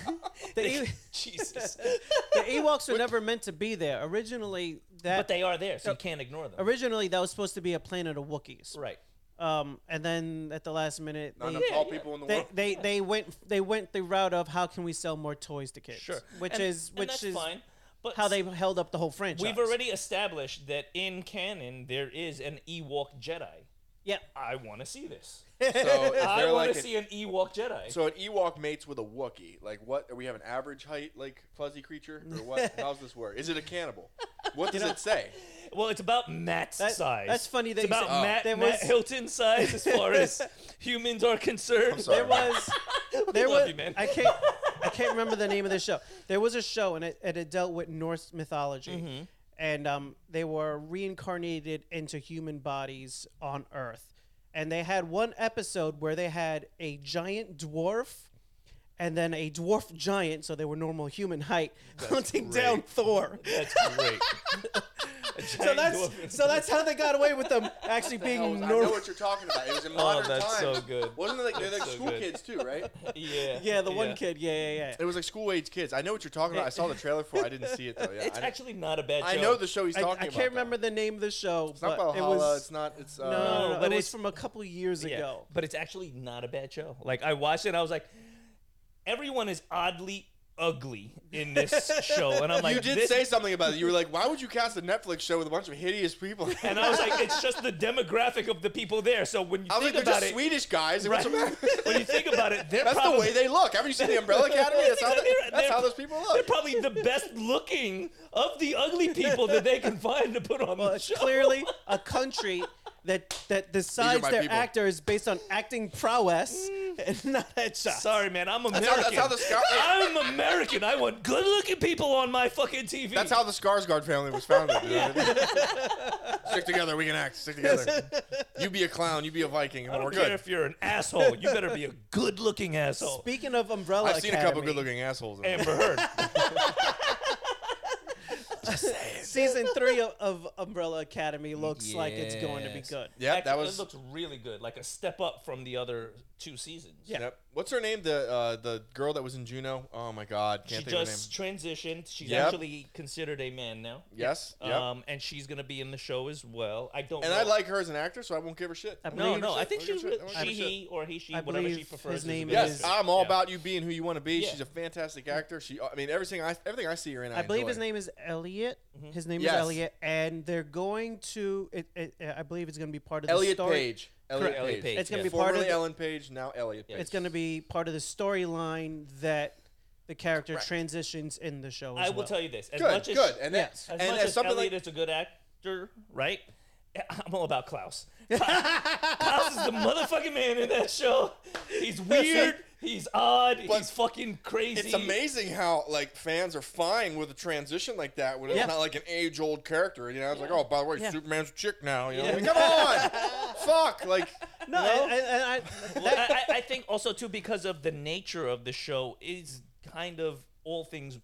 Speaker 2: the, e-
Speaker 1: <laughs>
Speaker 2: <laughs>
Speaker 1: Jesus,
Speaker 2: the Ewoks were never meant to be there originally. That
Speaker 1: but they are there, so you can't ignore them.
Speaker 2: originally that was supposed to be a planet of Wookiees.
Speaker 1: Right.
Speaker 2: Um, and then at the last minute,
Speaker 3: Not
Speaker 2: they,
Speaker 3: enough tall
Speaker 1: yeah.
Speaker 3: people in the
Speaker 1: <laughs>
Speaker 2: they,
Speaker 3: world.
Speaker 2: they they went they went the route of how can we sell more toys to kids?
Speaker 1: Sure.
Speaker 2: which
Speaker 1: And-
Speaker 2: is
Speaker 1: and
Speaker 2: which
Speaker 1: that's
Speaker 2: is
Speaker 1: fine. But
Speaker 2: how they held up the whole franchise.
Speaker 1: we've already established that in canon there is an Ewok Jedi.
Speaker 2: yeah.
Speaker 1: I want to see
Speaker 2: <laughs>
Speaker 1: this.
Speaker 3: So if
Speaker 1: I
Speaker 3: they're
Speaker 1: want
Speaker 3: like
Speaker 1: to
Speaker 3: an,
Speaker 1: see an Ewok Jedi.
Speaker 3: so an Ewok mates with a Wookiee. Like what? Are we have an average height like fuzzy creature
Speaker 1: <laughs>
Speaker 3: or what? How's this work? Is it a cannibal? What does it say?
Speaker 1: Well, it's about Matt's
Speaker 2: That-
Speaker 1: size.
Speaker 2: that's funny that
Speaker 1: it's
Speaker 2: you
Speaker 1: about
Speaker 2: said- Oh.
Speaker 1: Matt,
Speaker 2: There
Speaker 1: Matt
Speaker 2: was-
Speaker 1: Hilton's size as
Speaker 2: <laughs>
Speaker 1: far as humans are concerned.
Speaker 3: sorry.
Speaker 2: There was there
Speaker 1: love
Speaker 2: was
Speaker 1: you, man.
Speaker 2: I can't I can't remember the name of the show. There was a show and it, and it dealt with Norse mythology.
Speaker 3: Mm-hmm.
Speaker 2: And um, they were reincarnated into human bodies on Earth. And they had one episode where they had a giant dwarf and then a dwarf giant, so they were normal human height, hunting down Thor.
Speaker 1: <laughs> That's
Speaker 2: <laughs>
Speaker 1: great.
Speaker 2: So that's so that's how they got away with them
Speaker 3: <laughs>
Speaker 2: actually
Speaker 3: I,
Speaker 2: being
Speaker 3: was, I know
Speaker 2: normal.
Speaker 3: what you're talking about. It was in modern
Speaker 1: Oh, that's so
Speaker 3: times.
Speaker 1: good.
Speaker 3: Wasn't it like they're like
Speaker 1: so
Speaker 3: school
Speaker 1: good.
Speaker 3: kids too, right?
Speaker 1: yeah.
Speaker 2: Yeah, the one kid. Yeah, yeah, yeah.
Speaker 3: It was like school age kids. I know what you're talking about. I saw the trailer for. it. I didn't see it though.
Speaker 1: <laughs>
Speaker 3: Yeah,
Speaker 1: It's
Speaker 3: I,
Speaker 1: actually not a bad
Speaker 3: I
Speaker 1: show.
Speaker 3: know the show he's
Speaker 2: I,
Speaker 3: talking
Speaker 2: I
Speaker 3: about.
Speaker 2: can't
Speaker 3: though.
Speaker 2: remember the name of the show,
Speaker 3: It's
Speaker 2: but
Speaker 3: not Valhalla.
Speaker 2: it was
Speaker 3: it's not. It's uh,
Speaker 2: no, no, no,
Speaker 1: but
Speaker 2: it was
Speaker 1: it's-
Speaker 2: from a couple years
Speaker 1: Yeah,
Speaker 2: ago.
Speaker 1: But it's actually not a bad show. Like I watched it and I was like, everyone is oddly ugly in this
Speaker 3: <laughs>
Speaker 1: show. And I'm like,
Speaker 3: You did
Speaker 1: this-
Speaker 3: say something about it. You were like, "Why would you cast a Netflix show with a bunch of hideous people?"
Speaker 1: <laughs> and I was like, it's just the demographic of the people there. So when you
Speaker 3: I was
Speaker 1: think
Speaker 3: like, "They're
Speaker 1: about <laughs>
Speaker 3: just
Speaker 1: it,
Speaker 3: Swedish guys." What's
Speaker 1: right,
Speaker 3: the matter?
Speaker 1: <laughs> when you think about it, they're
Speaker 3: That's
Speaker 1: probably
Speaker 3: the way they look. Haven't you seen
Speaker 1: <laughs>
Speaker 3: the Umbrella Academy? That's, how,
Speaker 1: exactly right.
Speaker 3: that's how
Speaker 1: They're-
Speaker 3: those people
Speaker 1: They're
Speaker 3: look.
Speaker 1: probably the best looking of the ugly people that they can find to put on the
Speaker 2: <laughs> But
Speaker 1: show.
Speaker 2: clearly, a country that that decides
Speaker 3: my
Speaker 2: their
Speaker 3: people.
Speaker 2: actors based on acting prowess and not headshots.
Speaker 1: <laughs> Sorry, man, I'm American.
Speaker 3: That's how, that's how the Scar-
Speaker 1: I'm American. I want good looking people on my fucking TV.
Speaker 3: that's how the Skarsgård family was founded. you know what I mean? Stick together. We can act.
Speaker 1: <laughs>
Speaker 3: Stick together. You be a clown. You be a Viking, and
Speaker 1: I
Speaker 3: we're
Speaker 1: don't care
Speaker 3: good.
Speaker 1: if you're an asshole. You better be a good looking asshole.
Speaker 2: Speaking of Umbrella
Speaker 3: I've seen a couple
Speaker 2: Academy,
Speaker 3: good-looking assholes. In
Speaker 1: Amber Heard.
Speaker 2: season three of, of Umbrella Academy looks like it's going to be
Speaker 1: Yes.
Speaker 2: good.
Speaker 3: <laughs> Yep, that
Speaker 1: Actually,
Speaker 3: was.
Speaker 1: It looks really good. Like a step up from the other two seasons.
Speaker 2: Yeah.
Speaker 3: Yep. What's her name? The uh, the girl that was in Juno. Oh my God, can't
Speaker 1: She
Speaker 3: think
Speaker 1: just
Speaker 3: of
Speaker 1: transitioned. She's
Speaker 3: Yep.
Speaker 1: actually considered a man now.
Speaker 3: her name. Yes. Yep.
Speaker 1: Um, and she's gonna be in the show as well. I don't.
Speaker 3: and
Speaker 1: know.
Speaker 3: I like her as an actor, so I won't give her shit.
Speaker 2: believe-
Speaker 1: No,
Speaker 2: Leave
Speaker 1: no.
Speaker 2: her
Speaker 1: I think
Speaker 3: shit. Leave
Speaker 1: she's
Speaker 3: her
Speaker 1: re-
Speaker 3: shit. I don't
Speaker 1: she,
Speaker 3: give a
Speaker 1: he, or he, she,
Speaker 2: I
Speaker 1: whatever she
Speaker 2: believe
Speaker 1: prefers.
Speaker 2: his
Speaker 1: is
Speaker 2: name
Speaker 1: a-
Speaker 2: is-
Speaker 3: Yes, I'm all
Speaker 1: Yeah.
Speaker 3: about you being who you want to be.
Speaker 1: Yeah.
Speaker 3: She's a fantastic actor. She, I mean, everything I everything I see her in, I,
Speaker 2: I believe
Speaker 3: enjoy.
Speaker 2: his name is Elliot. His name
Speaker 3: Yes.
Speaker 2: is Elliot, and they're going to. It, it, uh, I believe it's going to be part of
Speaker 3: Elliot
Speaker 2: the story.
Speaker 3: Page. Elliot
Speaker 1: Correct. Elliot
Speaker 3: Page.
Speaker 1: Page,
Speaker 2: It's gonna
Speaker 1: yeah.
Speaker 2: be part of
Speaker 3: Formerly
Speaker 2: the-
Speaker 3: Ellen Page, now Elliot Page.
Speaker 2: It's going to be part of the storyline that the character transitions in the show. As
Speaker 1: I
Speaker 2: well.
Speaker 1: will tell you this. As
Speaker 3: good,
Speaker 1: much as
Speaker 3: good, and
Speaker 2: yes.
Speaker 3: that's
Speaker 1: As
Speaker 3: and
Speaker 1: much
Speaker 3: as
Speaker 1: as
Speaker 3: something
Speaker 1: Elliot
Speaker 3: like
Speaker 1: is a good actor, right? I'm all about
Speaker 3: <laughs>
Speaker 1: Klaus. Klaus is the motherfucking man in that show. He's weird. He's odd. he's fucking crazy.
Speaker 3: it's amazing how like fans are fine with a transition like that when it's
Speaker 2: Yeah.
Speaker 3: not like an age old character. You know, it's like oh by the way,
Speaker 2: Yeah.
Speaker 3: Superman's a chick now. You know,
Speaker 1: Yeah.
Speaker 3: I mean, come
Speaker 2: <laughs>
Speaker 3: on, fuck, like
Speaker 2: No,
Speaker 3: you know?
Speaker 2: and, and I,
Speaker 1: Well,
Speaker 2: that-
Speaker 1: I, I- I think also too because of the nature of the show is kind of all things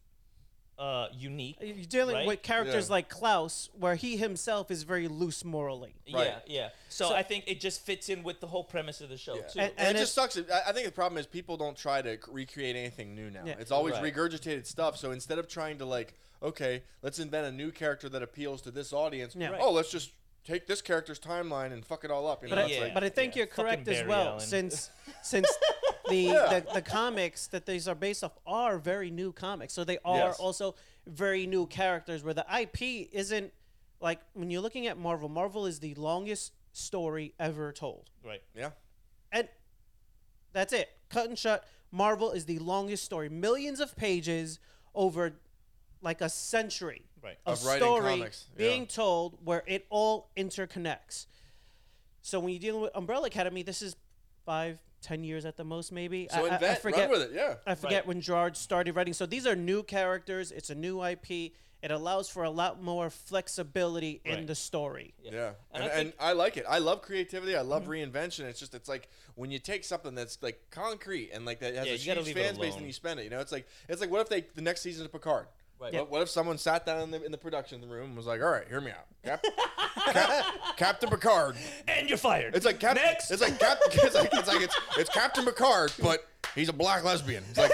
Speaker 1: uh, unique.
Speaker 2: you're dealing
Speaker 1: Right?
Speaker 2: with characters
Speaker 3: Yeah.
Speaker 2: like Klaus, where he himself is very loose morally.
Speaker 1: Yeah,
Speaker 3: Right.
Speaker 1: yeah. So, I think it just fits in with the whole premise of the show too.
Speaker 3: Yeah.
Speaker 2: And-
Speaker 3: And,
Speaker 2: and
Speaker 3: it just
Speaker 2: it's-
Speaker 3: sucks. I, I think the problem is people don't try to c- recreate anything new now.
Speaker 2: Yeah.
Speaker 3: It's always
Speaker 1: Right.
Speaker 3: regurgitated stuff. So instead of trying to like, okay, let's invent a new character that appeals to this audience.
Speaker 2: Yeah. Right.
Speaker 3: Oh, let's just take this character's timeline and fuck it all up. You know,
Speaker 2: But,
Speaker 3: it's
Speaker 1: Yeah.
Speaker 2: I,
Speaker 3: like-
Speaker 2: but I think
Speaker 1: yeah.
Speaker 2: you're correct
Speaker 1: Fucking
Speaker 2: as
Speaker 1: Barry
Speaker 2: well,
Speaker 1: Allen. <laughs>
Speaker 2: since since the, the the comics that these are based off are very new comics, so they are
Speaker 3: Yes.
Speaker 2: also very new characters. Where the IP isn't like when you're looking at Marvel. Marvel is the longest story ever told,
Speaker 1: Right.
Speaker 3: yeah,
Speaker 2: and that's it. Cut and shut. Marvel is the longest story, millions of pages over like a century
Speaker 1: Right.
Speaker 2: of
Speaker 3: Of writing
Speaker 2: story
Speaker 3: comics, yeah.
Speaker 2: being told where it all interconnects. So when you're dealing with Umbrella Academy, this is five, ten years at the most, maybe.
Speaker 3: So
Speaker 2: I- I, I
Speaker 3: invent,
Speaker 2: forget,
Speaker 3: run with it. Yeah.
Speaker 2: I forget
Speaker 1: Right.
Speaker 2: when Gerard started writing. So these are new characters. It's a new IP. It allows for a lot more flexibility in
Speaker 1: Right. <laughs>
Speaker 2: the story.
Speaker 1: Yeah.
Speaker 3: Yeah, and,
Speaker 1: And
Speaker 3: and,
Speaker 1: I
Speaker 3: I,
Speaker 1: think-
Speaker 3: like it. I love creativity. I love reinvention. It's just it's like when you take something that's like concrete and like that has
Speaker 1: Yeah,
Speaker 3: a
Speaker 1: you gotta
Speaker 3: huge
Speaker 1: leave it
Speaker 3: fan base and
Speaker 1: alone.
Speaker 3: you spend it. You know, it's like it's like what if they the next season of Picard.
Speaker 1: Right.
Speaker 3: What, what if someone sat down in the, in the production room and was like, "All right, hear me out,
Speaker 1: <laughs>
Speaker 3: Cap, Cap, Captain Picard."
Speaker 1: And you're fired.
Speaker 3: It's like Cap,
Speaker 1: Next.
Speaker 3: It's like Cap, <laughs> it's like it's like it's, it's Captain Picard, but he's a black lesbian. It's like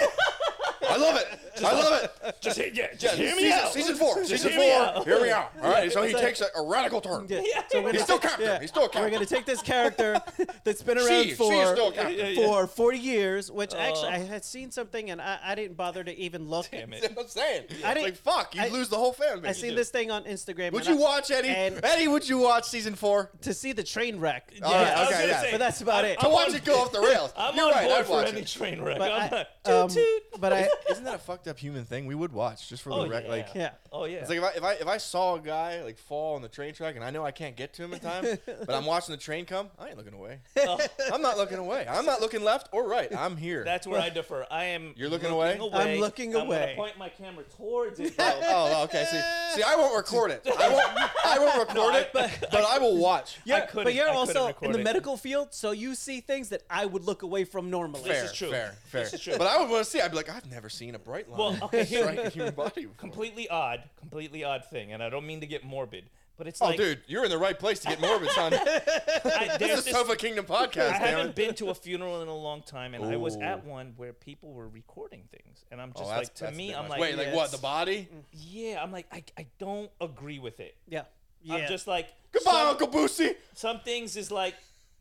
Speaker 3: I love it. I love it.
Speaker 1: just hear, yeah,
Speaker 3: Yeah,
Speaker 1: just hear me
Speaker 3: season,
Speaker 1: out.
Speaker 3: Season four. season
Speaker 1: hear me
Speaker 3: four.
Speaker 1: out.
Speaker 3: Hear me out. All right. So he
Speaker 2: It's like-
Speaker 3: takes a, a radical turn.
Speaker 2: Yeah. So we're gonna
Speaker 3: He's still
Speaker 2: take-
Speaker 3: captain. He's still
Speaker 2: We're
Speaker 3: captain.
Speaker 2: gonna take
Speaker 3: <laughs>
Speaker 2: this character that's been around
Speaker 3: She, she is
Speaker 2: for
Speaker 3: still captain.
Speaker 1: <laughs> Yeah, yeah, yeah.
Speaker 2: for 40 years, which actually
Speaker 1: Oh.
Speaker 2: I had seen something and I, I didn't bother to even look.
Speaker 1: Damn
Speaker 3: That's
Speaker 1: it.
Speaker 3: what I'm saying. I
Speaker 2: didn't-
Speaker 3: like fuck, you
Speaker 2: I-
Speaker 3: lose the whole fan
Speaker 2: I
Speaker 3: base.
Speaker 2: seen this thing on Instagram.
Speaker 3: Would
Speaker 2: and
Speaker 3: you
Speaker 2: I-
Speaker 3: watch Eddie?
Speaker 2: and-
Speaker 3: Eddie, would you watch season four?
Speaker 2: to see the train wreck?
Speaker 1: Yeah,
Speaker 3: right,
Speaker 1: I was
Speaker 3: okay,
Speaker 1: gonna
Speaker 3: yeah.
Speaker 1: say,
Speaker 2: But that's about
Speaker 1: I'm-
Speaker 2: it.
Speaker 3: I
Speaker 1: I'm
Speaker 3: watch
Speaker 1: on-
Speaker 3: it go off the rails.
Speaker 1: <laughs> I'm
Speaker 3: You're
Speaker 1: on
Speaker 3: right, I'd
Speaker 1: board for
Speaker 3: watch
Speaker 1: any
Speaker 3: it.
Speaker 1: train wreck.
Speaker 2: But
Speaker 1: I'm
Speaker 2: I,
Speaker 1: not,
Speaker 2: um,
Speaker 1: toot toot.
Speaker 2: but I
Speaker 3: Isn't that a fucked up human thing? We would watch just for
Speaker 1: Oh
Speaker 3: the wreck.
Speaker 1: yeah.
Speaker 3: Like
Speaker 2: Yeah.
Speaker 1: Oh yeah.
Speaker 3: it's like if I, if I if I saw a guy like fall on the train track and I know I can't get to him in time,
Speaker 1: <laughs>
Speaker 3: but I'm watching the train come, I ain't looking away.
Speaker 1: Oh,
Speaker 3: I'm not looking away. I'm not looking left or right. I'm here.
Speaker 1: that's where I defer. I am.
Speaker 3: You're looking away?
Speaker 2: I'm looking
Speaker 1: I'm gonna
Speaker 2: away.
Speaker 1: point my camera towards it.
Speaker 3: Oh,
Speaker 2: <laughs>
Speaker 1: Though.
Speaker 3: oh, okay. See, see, I won't record it. I won't. I won't record
Speaker 1: I-
Speaker 3: it,
Speaker 1: <laughs>
Speaker 3: but, I will watch.
Speaker 2: You're-
Speaker 1: couldn't-
Speaker 2: but you're
Speaker 1: <laughs> I couldn't
Speaker 2: also in
Speaker 1: record
Speaker 2: the
Speaker 1: it.
Speaker 2: medical field, so you see things that I would look away from normally.
Speaker 1: This
Speaker 3: Fair,
Speaker 1: is true.
Speaker 3: fair, fair.
Speaker 1: This is true.
Speaker 3: But I would want to see. I'd be like, I've never seen a bright line
Speaker 1: Well, okay, here-
Speaker 3: strike a
Speaker 1: <laughs>
Speaker 3: human body. Before.
Speaker 1: completely odd, completely odd thing, and I don't mean to get morbid, but it's
Speaker 3: Oh,
Speaker 1: like
Speaker 3: dude, you're in the right place to get
Speaker 1: <laughs>
Speaker 3: morbid, son.
Speaker 1: I,
Speaker 3: this
Speaker 1: there's
Speaker 3: is
Speaker 1: this-
Speaker 3: Sofa Kingdom
Speaker 1: I
Speaker 3: podcast, damn
Speaker 1: haven't
Speaker 3: it.
Speaker 1: been to a funeral in a long time, and I was
Speaker 3: Ooh.
Speaker 1: at one where people were recording things, and I'm
Speaker 3: Oh,
Speaker 1: just
Speaker 3: that's-
Speaker 1: like, to
Speaker 3: that's a
Speaker 1: me,
Speaker 3: bit
Speaker 1: I'm
Speaker 3: much.
Speaker 1: like, Mm.
Speaker 3: wait, like what?
Speaker 2: yes.
Speaker 3: The body?
Speaker 1: yeah, I'm like, I, I don't agree with it.
Speaker 2: Yeah. Yeah.
Speaker 1: I'm just like,
Speaker 3: Goodbye,
Speaker 1: some,
Speaker 3: Uncle Boosie.
Speaker 1: some things is like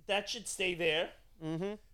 Speaker 1: that should stay there.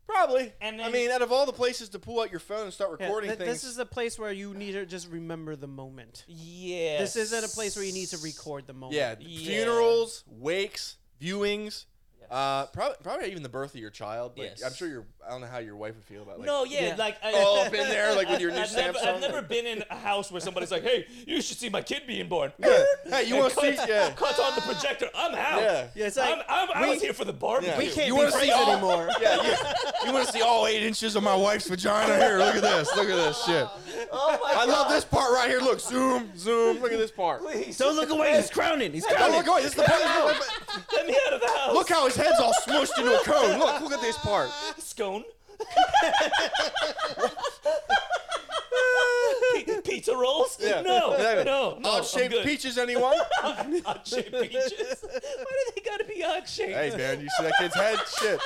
Speaker 3: Probably.
Speaker 1: And
Speaker 3: I
Speaker 1: then-
Speaker 3: mean, out of all the places to pull out your phone and start
Speaker 2: Yeah,
Speaker 3: recording
Speaker 2: th-
Speaker 3: things,
Speaker 2: This is a place where you need to just remember the moment.
Speaker 1: Yeah.
Speaker 2: This isn't a place where you need to record the moment.
Speaker 3: yeah,
Speaker 1: Yeah.
Speaker 3: funerals, wakes, viewings.
Speaker 1: Yes.
Speaker 3: Uh, probably, probably even the birth of your child. Like,
Speaker 1: Yes.
Speaker 3: I'm sure your. I don't know how your wife would feel about. Like,
Speaker 1: no, yeah,
Speaker 2: Yeah.
Speaker 1: like I,
Speaker 3: Oh, up in
Speaker 1: <laughs>
Speaker 3: there, like, with your new
Speaker 1: I've never,
Speaker 3: Samsung?
Speaker 1: I've never been in a house where somebody's like, "Hey, you should see my kid being born."
Speaker 3: Yeah. Hey, you
Speaker 1: And <laughs>
Speaker 3: want to see?
Speaker 1: cuts-
Speaker 3: Yeah.
Speaker 1: cuts on the projector. I'm out.
Speaker 3: Yeah.
Speaker 2: Yeah, it's like,
Speaker 1: I'm, I'm, I
Speaker 2: we-
Speaker 1: was here for the barbecue.
Speaker 3: Yeah.
Speaker 2: We can't
Speaker 3: You
Speaker 2: be
Speaker 3: wanna see
Speaker 2: friends
Speaker 3: all-
Speaker 2: anymore.
Speaker 3: <laughs> Yeah, you, want to see all eight inches of my wife's vagina here? Look at this. Look at this shit.
Speaker 1: Oh my
Speaker 3: I love this part right here. Look, zoom, zoom. Look at this part.
Speaker 1: Please
Speaker 2: Don't look away. He's crowning.
Speaker 1: <laughs>
Speaker 2: He's
Speaker 3: Oh,
Speaker 2: crowning.
Speaker 3: look, wait, this is the part. Look,
Speaker 1: let me out of the house.
Speaker 3: look how his head's all smushed into a cone. Look, look at this part. <laughs>
Speaker 1: scone. P- pizza rolls?
Speaker 3: Yeah,
Speaker 1: No,
Speaker 3: exactly.
Speaker 1: no, no.
Speaker 3: Odd shaped
Speaker 1: I'm good.
Speaker 3: peaches, anyone?
Speaker 1: Odd shaped
Speaker 2: <laughs>
Speaker 1: peaches. Why do they gotta be odd shaped?
Speaker 3: hey, man, you see that kid's head? Shit.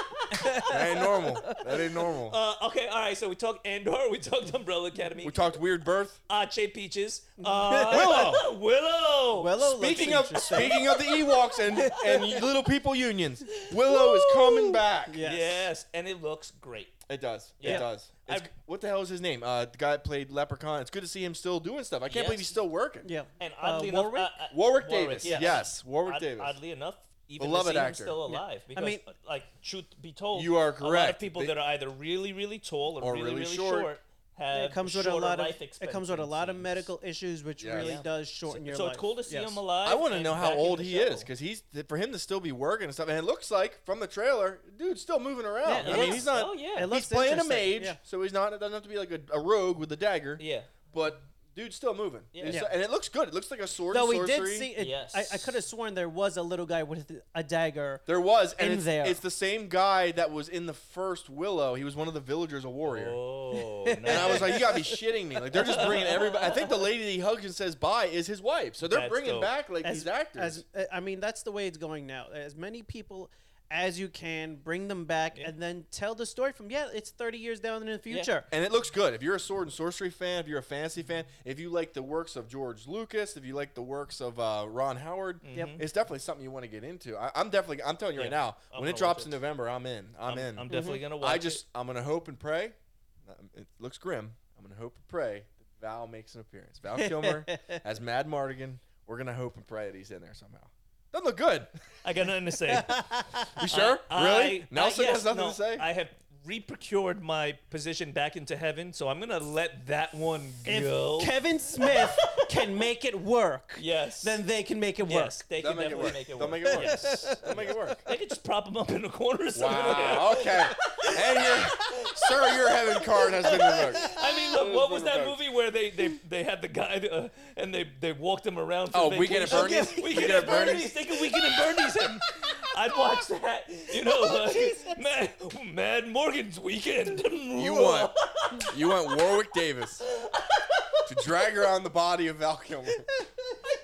Speaker 3: That ain't normal. That ain't normal.
Speaker 1: Uh, okay, all right. So we talked Andor. We talked Umbrella Academy.
Speaker 3: we talked weird birth.
Speaker 1: odd shaped peaches.
Speaker 2: <laughs>
Speaker 1: Uh, <laughs>
Speaker 3: Willow.
Speaker 1: Willow.
Speaker 2: Willow looks
Speaker 3: Speaking of
Speaker 2: interesting.
Speaker 3: speaking of the Ewoks and, and little people unions, Willow is coming back.
Speaker 2: Yes.
Speaker 1: Yes, and it looks great.
Speaker 3: It does.
Speaker 1: Yeah.
Speaker 3: It does.
Speaker 1: I-
Speaker 3: It's, what the hell is his name? Uh, the guy that played Leprechaun. It's good to see him still doing stuff. I can't believe
Speaker 1: Yes.
Speaker 3: he's still working.
Speaker 2: Yeah.
Speaker 1: And
Speaker 2: Uh,
Speaker 1: oddly enough,
Speaker 2: Warwick?
Speaker 1: uh, uh,
Speaker 3: Warwick, Davis.
Speaker 1: yeah.
Speaker 3: Yes, Warwick
Speaker 1: Odd-
Speaker 3: Davis.
Speaker 1: Oddly enough, even
Speaker 3: Beloved
Speaker 1: to see him
Speaker 3: actor.
Speaker 1: still alive. Because,
Speaker 2: mean-
Speaker 1: uh, like, truth be told,
Speaker 3: You are
Speaker 1: A lot
Speaker 3: correct.
Speaker 1: of people
Speaker 3: They-
Speaker 1: that are either really, really tall or,
Speaker 3: Or
Speaker 1: really,
Speaker 3: really
Speaker 1: really,
Speaker 3: short.
Speaker 1: short, have
Speaker 2: It comes with a lot of
Speaker 1: uh, life
Speaker 2: it comes with a lot of
Speaker 1: expectancies.
Speaker 2: medical issues, which
Speaker 3: Yeah.
Speaker 2: really
Speaker 3: Yeah.
Speaker 2: does shorten your
Speaker 1: So
Speaker 2: life.
Speaker 1: it's cool to see
Speaker 2: Yes.
Speaker 1: him alive.
Speaker 3: I want to
Speaker 1: and
Speaker 3: know how
Speaker 1: back in
Speaker 3: old
Speaker 1: the
Speaker 3: he is
Speaker 1: show.
Speaker 3: because he's th- for him to still be working and stuff. And it looks like from the trailer, dude's still moving around.
Speaker 1: Yeah,
Speaker 3: I
Speaker 1: it
Speaker 3: mean,
Speaker 1: looks-
Speaker 3: he's not.
Speaker 1: Oh yeah.
Speaker 2: it looks-
Speaker 3: he's playing a
Speaker 2: interesting.
Speaker 3: mage,
Speaker 2: Yeah.
Speaker 3: so he's not. It doesn't have to be like a, a rogue with a dagger.
Speaker 1: yeah.
Speaker 3: But dude's still moving.
Speaker 1: Yeah.
Speaker 3: He's-
Speaker 2: Yeah.
Speaker 3: And it looks good. It looks like a sword.
Speaker 2: Though
Speaker 3: and
Speaker 2: we did
Speaker 3: sorcery.
Speaker 2: see, it,
Speaker 1: Yes.
Speaker 2: I, I could have sworn there was a little guy with a dagger.
Speaker 3: There was,
Speaker 2: in
Speaker 3: and it's,
Speaker 2: there.
Speaker 3: it's the same guy that was in the first Willow. He was one of the villagers, a warrior.
Speaker 1: <laughs> Oh.
Speaker 3: And I was like, you gotta be shitting me! Like they're just bringing everybody. I think the lady that he hugs and says bye is his wife. So they're
Speaker 1: That's
Speaker 3: bringing
Speaker 1: dope.
Speaker 3: back like these actors.
Speaker 2: As, uh, I mean, that's the way it's going now. As many people as you can, bring them back, and then tell the story from yeah, it's thirty years down in the future.
Speaker 3: and it looks good. If you're a sword and sorcery fan, if you're a fantasy fan, if you like the works of George Lucas, if you like the works of uh, Ron Howard,
Speaker 2: Yep.
Speaker 3: it's definitely something you want to get into. I, I'm definitely. I'm telling you right
Speaker 1: Mm-hmm. Yeah.
Speaker 3: now,
Speaker 1: I'm
Speaker 3: when it
Speaker 1: gonna
Speaker 3: drops
Speaker 1: watch
Speaker 3: in
Speaker 1: it.
Speaker 3: November, I'm in. I'm,
Speaker 1: I'm,
Speaker 3: in.
Speaker 1: I'm definitely gonna watch.
Speaker 3: I
Speaker 1: it.
Speaker 3: just. I'm gonna hope and pray. Um, It looks grim. I'm gonna hope and pray that Val makes an appearance.
Speaker 1: <laughs>
Speaker 3: Val Kilmer as Mad Mardigan. We're gonna hope and pray that he's in there somehow.
Speaker 1: <laughs>
Speaker 3: Doesn't look good.
Speaker 1: I got nothing to say.
Speaker 3: You <laughs> sure?
Speaker 1: I-
Speaker 3: really?
Speaker 1: I-
Speaker 3: Nelson
Speaker 1: yes,
Speaker 3: has nothing
Speaker 1: no,
Speaker 3: to say.
Speaker 1: I have reprocured my position back into heaven, so I'm gonna let that one <laughs>
Speaker 2: If
Speaker 1: go.
Speaker 2: Kevin Smith can make it work,
Speaker 1: yes.
Speaker 2: then they can make it work.
Speaker 1: yes, they
Speaker 3: They'll
Speaker 1: can
Speaker 3: make it
Speaker 1: definitely
Speaker 3: work.
Speaker 1: make it
Speaker 3: They'll
Speaker 1: work.
Speaker 3: make it work.
Speaker 1: Yes.
Speaker 3: Don't make it work.
Speaker 1: they could just prop him up in a corner or something.
Speaker 3: <laughs>
Speaker 1: <laughs>
Speaker 3: Wow. Okay. And your sir, your heaven card has been revoked.
Speaker 1: I mean, look, what was that
Speaker 3: Revoked.
Speaker 1: movie where they they, they had the guy uh, and they they walked him around? For
Speaker 3: Oh,
Speaker 1: vacation?
Speaker 3: Weekend at Bernie's?
Speaker 1: Yeah, Weekend
Speaker 3: Weekend
Speaker 1: at
Speaker 3: at
Speaker 1: Bernie's.
Speaker 3: Bernie's?
Speaker 1: They could Weekend at Bernie's him. I'd watch that.
Speaker 3: <laughs>
Speaker 1: You know,
Speaker 3: Oh,
Speaker 1: like, Mad, Mad Morgan's Weekend.
Speaker 3: You want you want Warwick Davis to drag around the body of Val Kilmer,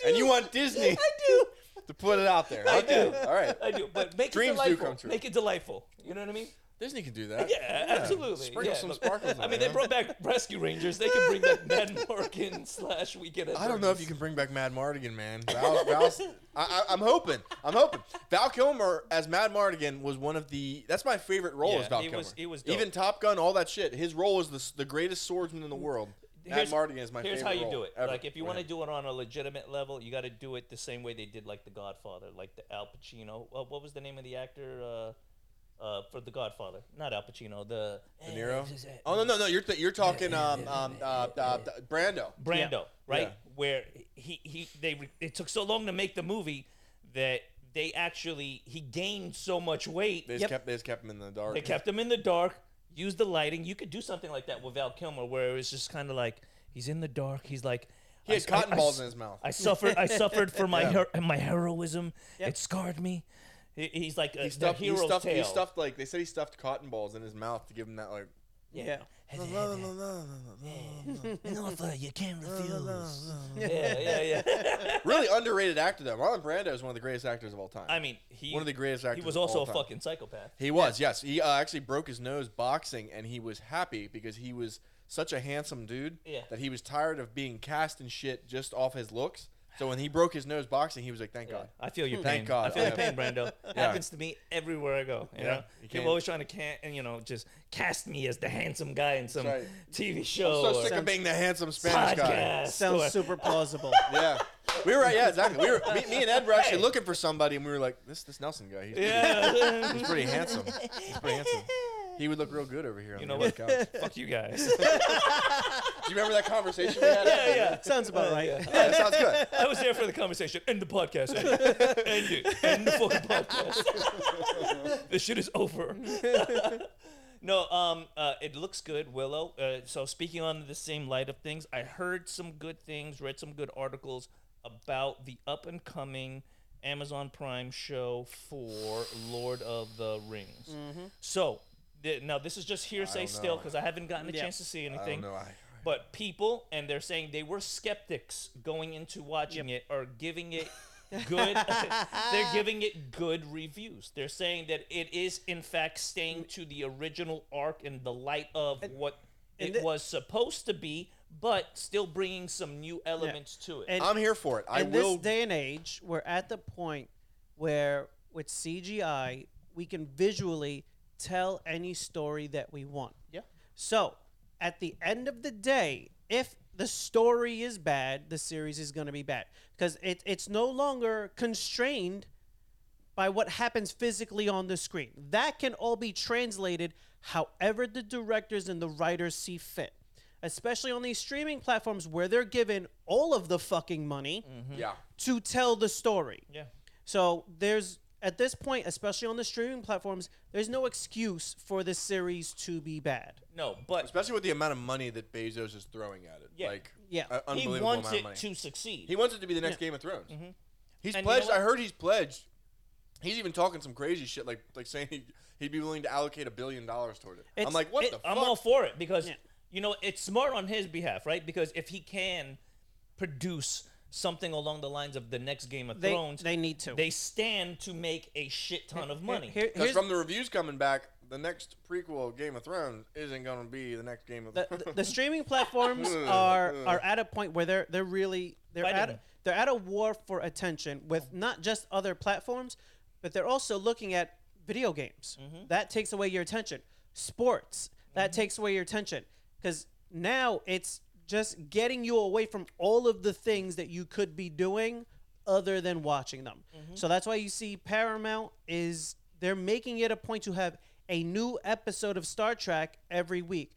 Speaker 3: and you want Disney
Speaker 2: <laughs> do.
Speaker 3: to put it out there. I
Speaker 1: do.
Speaker 3: All right.
Speaker 1: I do, but make it
Speaker 3: Dreams do
Speaker 1: delightful.
Speaker 3: come true.
Speaker 1: Make it delightful. You know what I mean?
Speaker 3: Disney can do that.
Speaker 1: Yeah, absolutely.
Speaker 3: Sprinkle
Speaker 1: yeah,
Speaker 3: some
Speaker 1: look,
Speaker 3: sparkles.
Speaker 1: I mean, they brought back Rescue Rangers. They can bring back <laughs> Mad Morgan slash Weekend at
Speaker 3: I don't know if you can bring back Mad Mardigan,
Speaker 1: <laughs>
Speaker 3: man. Val, Val's, I, I, I'm hoping. I'm hoping. Val Kilmer as Mad Mardigan was one of the. That's my favorite role
Speaker 1: Yeah,
Speaker 3: as Val
Speaker 1: he
Speaker 3: Kilmer.
Speaker 1: was- he was dope.
Speaker 3: Even Top Gun, all that shit. His role was the, s- the greatest swordsman in the world.
Speaker 1: Here's-
Speaker 3: Mad Mardigan is my
Speaker 1: here's
Speaker 3: favorite
Speaker 1: how you
Speaker 3: role
Speaker 1: do it.
Speaker 3: ever
Speaker 1: Like if you
Speaker 3: for
Speaker 1: want to
Speaker 3: him.
Speaker 1: do it on a legitimate level, you got to do it the same way they did like The Godfather, like the Al Pacino. Uh, what was the name of the actor uh, uh, for The Godfather? Not Al Pacino. The Eh,
Speaker 3: De Niro. Oh no no no! You're th- you're talking um um uh, uh, Brando.
Speaker 1: Brando, right?
Speaker 3: Yeah.
Speaker 1: Where he he they re- it took so long to make the movie that they actually he gained so much weight.
Speaker 3: They just
Speaker 2: Yep.
Speaker 3: kept they just kept him in the dark.
Speaker 1: They kept him in the dark, used the lighting. You could do something like that with Val Kilmer, where it was just kind of like he's in the dark. He's like
Speaker 3: He had
Speaker 1: I-
Speaker 3: cotton
Speaker 1: I- I
Speaker 3: balls
Speaker 1: s-
Speaker 3: in his mouth.
Speaker 1: I suffered. I suffered for my
Speaker 3: <laughs> Yeah.
Speaker 1: her- my heroism. It scarred me. He- He's like a,
Speaker 3: He stuffed,
Speaker 1: the
Speaker 3: he
Speaker 1: hero's
Speaker 3: stuffed,
Speaker 1: tale.
Speaker 3: he stuffed like they said he stuffed cotton balls in his mouth to give him that like.
Speaker 2: Yeah.
Speaker 1: <laughs> you
Speaker 3: <laughs>
Speaker 1: can't refuse. yeah, yeah, yeah. <laughs>
Speaker 3: really underrated actor though. Marlon Brando is one of the greatest actors of all time.
Speaker 1: I mean, he
Speaker 3: one of the greatest actors.
Speaker 1: he was
Speaker 3: of
Speaker 1: also
Speaker 3: all
Speaker 1: a
Speaker 3: time.
Speaker 1: fucking psychopath.
Speaker 3: He was yes. He uh, actually broke his nose boxing, and he was happy because he was such a handsome dude
Speaker 1: Yeah.
Speaker 3: that he was tired of being cast and shit just off his looks. So when he broke his nose boxing, he was like, "Thank
Speaker 1: Yeah,
Speaker 3: God."
Speaker 1: I feel your pain.
Speaker 3: Hmm. Thank God,
Speaker 1: I feel
Speaker 3: I
Speaker 1: your pain,
Speaker 3: am. <laughs>
Speaker 1: Brando. Happens to me everywhere I go. You
Speaker 3: Yeah,
Speaker 1: know,
Speaker 3: you
Speaker 1: you're
Speaker 3: can't-
Speaker 1: always trying to can and you know just cast me as the handsome guy in some
Speaker 3: That's right.
Speaker 1: TV show
Speaker 3: So
Speaker 1: or
Speaker 3: sick of
Speaker 2: Sounds-
Speaker 3: being the handsome Spanish guy.
Speaker 1: Oh, podcast.
Speaker 2: Sounds
Speaker 1: or-
Speaker 2: super plausible.
Speaker 3: Yeah. We were yeah exactly. We were me, me and Ed were actually looking for somebody, and we were like, "This this Nelson guy,
Speaker 1: <laughs>
Speaker 3: he's,
Speaker 1: Yeah.
Speaker 3: he's pretty handsome. He's pretty handsome. He would look real good over here." On
Speaker 1: You
Speaker 3: you
Speaker 1: know
Speaker 3: know
Speaker 1: what?
Speaker 3: couch. Do
Speaker 1: Fuck you guys.
Speaker 2: <laughs>
Speaker 3: you remember
Speaker 1: <laughs>
Speaker 3: that conversation we had?
Speaker 1: Yeah, yeah.
Speaker 2: Sounds about right. <laughs>
Speaker 3: Yeah, that sounds good.
Speaker 1: I was there for the conversation. End the podcast. End
Speaker 3: <laughs>
Speaker 1: it. End, it. End the fucking podcast. <laughs> this shit is over. no, um, uh, it looks good, Willow. Uh, so speaking on the same light of things, I heard some good things, read some good articles about the up and coming Amazon Prime show for Lord of the Rings. So. th- Now this is just hearsay
Speaker 3: Mm-hmm. don't
Speaker 1: still
Speaker 3: know.
Speaker 1: because I haven't gotten a
Speaker 2: Yeah.
Speaker 1: chance to see
Speaker 3: <laughs> I
Speaker 1: anything.
Speaker 3: don't know. I,
Speaker 1: But people, and they're saying they were skeptics going into watching it, are giving it good. <laughs> they're giving it good reviews. They're saying that it is in fact staying to the original arc in the light of what
Speaker 2: and
Speaker 1: it
Speaker 2: thi-
Speaker 1: was supposed to be, but still bringing some new elements to it.
Speaker 2: And
Speaker 3: I'm here for it. I
Speaker 2: in
Speaker 3: will.
Speaker 2: this day and age, we're at the point where with CGI, we can visually tell any story that we want.
Speaker 1: Yeah.
Speaker 2: So, at the end of the day, if the story is bad, the series is going to be bad because it, it's no longer constrained by what happens physically on the screen. That can all be translated however the directors and the writers see fit. Especially on these streaming platforms where they're given all of the fucking money
Speaker 3: yeah.
Speaker 2: to tell the story.
Speaker 1: yeah.
Speaker 2: So there's at this point, especially on the streaming platforms, there's no excuse for this series to be bad.
Speaker 1: No, but
Speaker 3: Especially with the amount of money that Bezos is throwing at it.
Speaker 1: Yeah.
Speaker 3: Like,
Speaker 2: Yeah.
Speaker 3: a-
Speaker 1: he
Speaker 3: unbelievable
Speaker 1: wants
Speaker 3: amount
Speaker 1: it
Speaker 3: of money.
Speaker 1: to succeed.
Speaker 3: he wants it to be the next Game of Thrones.
Speaker 2: Mm-hmm.
Speaker 3: He's
Speaker 1: And you know
Speaker 3: pledged.
Speaker 1: what?
Speaker 3: I heard he's pledged. He's even talking some crazy shit, like like saying he, he'd be willing to allocate a billion dollars toward it. I'm
Speaker 2: It's-
Speaker 3: like, what
Speaker 2: it-
Speaker 3: the fuck?
Speaker 1: I'm all for it because
Speaker 2: Yeah.
Speaker 1: you know it's smart on his behalf, right? Because if he can produce something along the lines of the next Game of
Speaker 2: They-
Speaker 1: Thrones,
Speaker 2: they need to.
Speaker 1: They stand to make a shit ton of money.
Speaker 2: Here-
Speaker 3: Because
Speaker 2: here's-
Speaker 3: from the reviews coming back, the next prequel of Game of Thrones isn't going to be the next Game of
Speaker 2: the,
Speaker 3: Thrones. <laughs>
Speaker 2: the- the streaming platforms are are at a point where they're they're really they're
Speaker 1: Fighting.
Speaker 2: at they're at a war for attention with not just other platforms, but they're also looking at video games. That takes away your attention. Sports that takes away your attention because now it's just getting you away from all of the things that you could be doing other
Speaker 3: Mm-hmm.
Speaker 2: than watching them. So that's why you see Paramount is they're making it a point to have a new episode of Star Trek every week.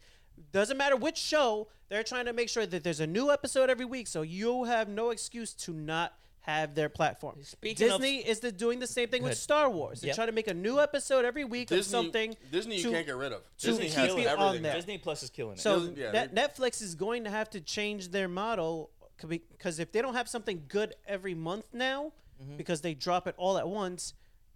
Speaker 2: Doesn't matter which show, they're trying to make sure that there's a new episode every week, so you'll have no excuse to not have their platform.
Speaker 1: Speaking of-
Speaker 2: Disney is the, doing the same thing with
Speaker 1: ahead.
Speaker 2: Star Wars. They
Speaker 1: Yep.
Speaker 2: try to make a new episode every week of something.
Speaker 3: Disney you
Speaker 2: to-
Speaker 3: can't get rid of.
Speaker 2: to
Speaker 3: Disney
Speaker 2: keep
Speaker 3: has
Speaker 2: it on
Speaker 3: everything.
Speaker 2: there.
Speaker 1: Disney Plus is killing it.
Speaker 2: So
Speaker 3: Those- yeah,
Speaker 2: Net- Netflix is going to have to change their model because if they don't have something good every month now, because they drop it all at once,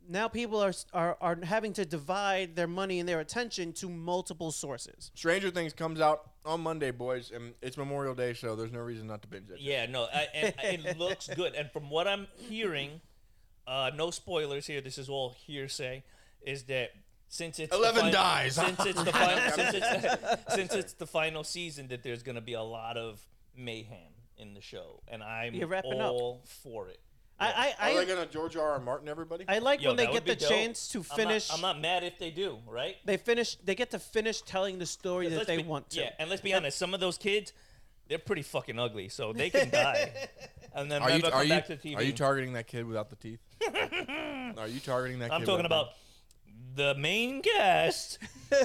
Speaker 2: now people are, are are having to divide their money and their attention to multiple sources.
Speaker 3: Stranger Things comes out on Monday, boys, and it's Memorial Day, so there's no reason not to binge it.
Speaker 1: Yeah, no, I, and it looks good. And from what I'm hearing, uh, no spoilers here. This is all hearsay. Is that since it's the
Speaker 3: 11
Speaker 1: fin-
Speaker 3: dies.
Speaker 1: Since it's
Speaker 3: <laughs>
Speaker 1: the final, since, it's the, since it's <laughs> the final season, that there's going to be a lot of mayhem in the show, and I'm
Speaker 2: You're wrapping up.
Speaker 1: all for it.
Speaker 2: I I,
Speaker 3: Are they
Speaker 2: I,
Speaker 3: gonna George R. R. Martin everybody?
Speaker 2: I like
Speaker 1: Yo,
Speaker 2: when they
Speaker 1: that
Speaker 2: get
Speaker 1: would
Speaker 2: the
Speaker 1: be dope.
Speaker 2: chance to
Speaker 1: I'm not-
Speaker 2: finish.
Speaker 1: I'm not, mad if they do, right?
Speaker 2: They finish. They get to finish telling the story that
Speaker 1: Let's
Speaker 2: they
Speaker 1: be-
Speaker 2: want to.
Speaker 1: Yeah, and let's be honest, some of those kids, they're pretty fucking ugly, so they can
Speaker 2: <laughs>
Speaker 1: die. And then
Speaker 3: are you
Speaker 1: never
Speaker 3: are
Speaker 1: come
Speaker 3: you
Speaker 1: back to TV.
Speaker 3: are you targeting that kid without
Speaker 1: <laughs>
Speaker 3: the teeth? are you targeting that?
Speaker 1: I'm
Speaker 3: kid
Speaker 1: talking
Speaker 3: without
Speaker 1: about the main cast. <laughs>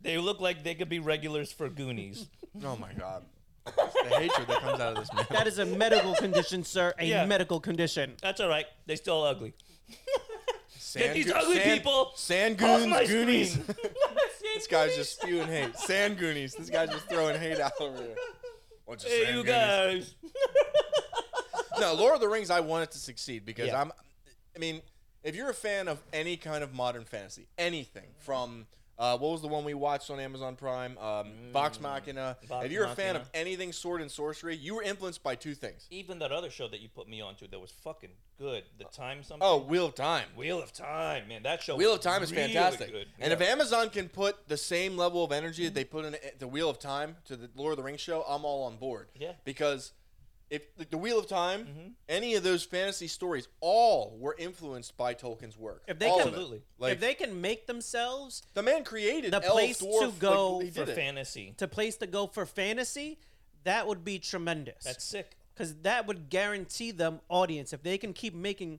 Speaker 1: they look like they could be regulars for Goonies.
Speaker 3: the- Oh my god, the hatred that comes out of this man.
Speaker 2: That is a medical condition, sir. A
Speaker 1: Yeah.
Speaker 2: medical condition.
Speaker 1: That's all right. They still ugly.
Speaker 3: Sand
Speaker 1: these
Speaker 3: goo-
Speaker 1: ugly
Speaker 3: sand-
Speaker 1: people
Speaker 3: Sand
Speaker 1: Off
Speaker 3: goons,
Speaker 1: my
Speaker 3: goonies.
Speaker 1: screen.
Speaker 3: <laughs> This guy's just spewing hate. Sand goonies. This guy's just throwing hate out over here. Bunch of
Speaker 1: Hey,
Speaker 3: sand
Speaker 1: you
Speaker 3: goonies.
Speaker 1: guys.
Speaker 3: no, Lord of the Rings, I want it to succeed because
Speaker 1: Yeah.
Speaker 3: I'm. I mean, if you're a fan of any kind of modern fantasy, anything from uh, what was the one we watched on Amazon Prime, um, Vox Machina.
Speaker 1: Mm. Vox
Speaker 3: if you're a fan of
Speaker 1: Machina.
Speaker 3: anything sword and sorcery, you were influenced by two things.
Speaker 1: Even that other show that you put me onto that was fucking good. The Time something.
Speaker 3: Oh, Wheel of Time.
Speaker 1: Wheel of Time, man. That show.
Speaker 3: Wheel
Speaker 1: was
Speaker 3: of Time is
Speaker 1: really
Speaker 3: fantastic.
Speaker 1: good.
Speaker 3: And
Speaker 1: Yeah.
Speaker 3: if Amazon can put the same level of energy that they put in the Wheel of Time to the Lord of the Rings show, I'm all on board.
Speaker 1: Yeah.
Speaker 3: Because if like, the Wheel of Time,
Speaker 2: Mm-hmm.
Speaker 3: any of those fantasy stories, all were influenced by Tolkien's work.
Speaker 2: If they
Speaker 3: all
Speaker 2: can-
Speaker 3: of it.
Speaker 1: Absolutely.
Speaker 3: Like
Speaker 2: if they can make themselves
Speaker 3: the man created
Speaker 2: the
Speaker 3: elf,
Speaker 2: place to
Speaker 3: dwarf, like,
Speaker 2: go
Speaker 3: he
Speaker 1: for
Speaker 3: did it.
Speaker 1: fantasy,
Speaker 2: to place to go for fantasy, that would be
Speaker 1: that's
Speaker 2: tremendous.
Speaker 1: sick.
Speaker 2: Because that would guarantee them audience if they can keep making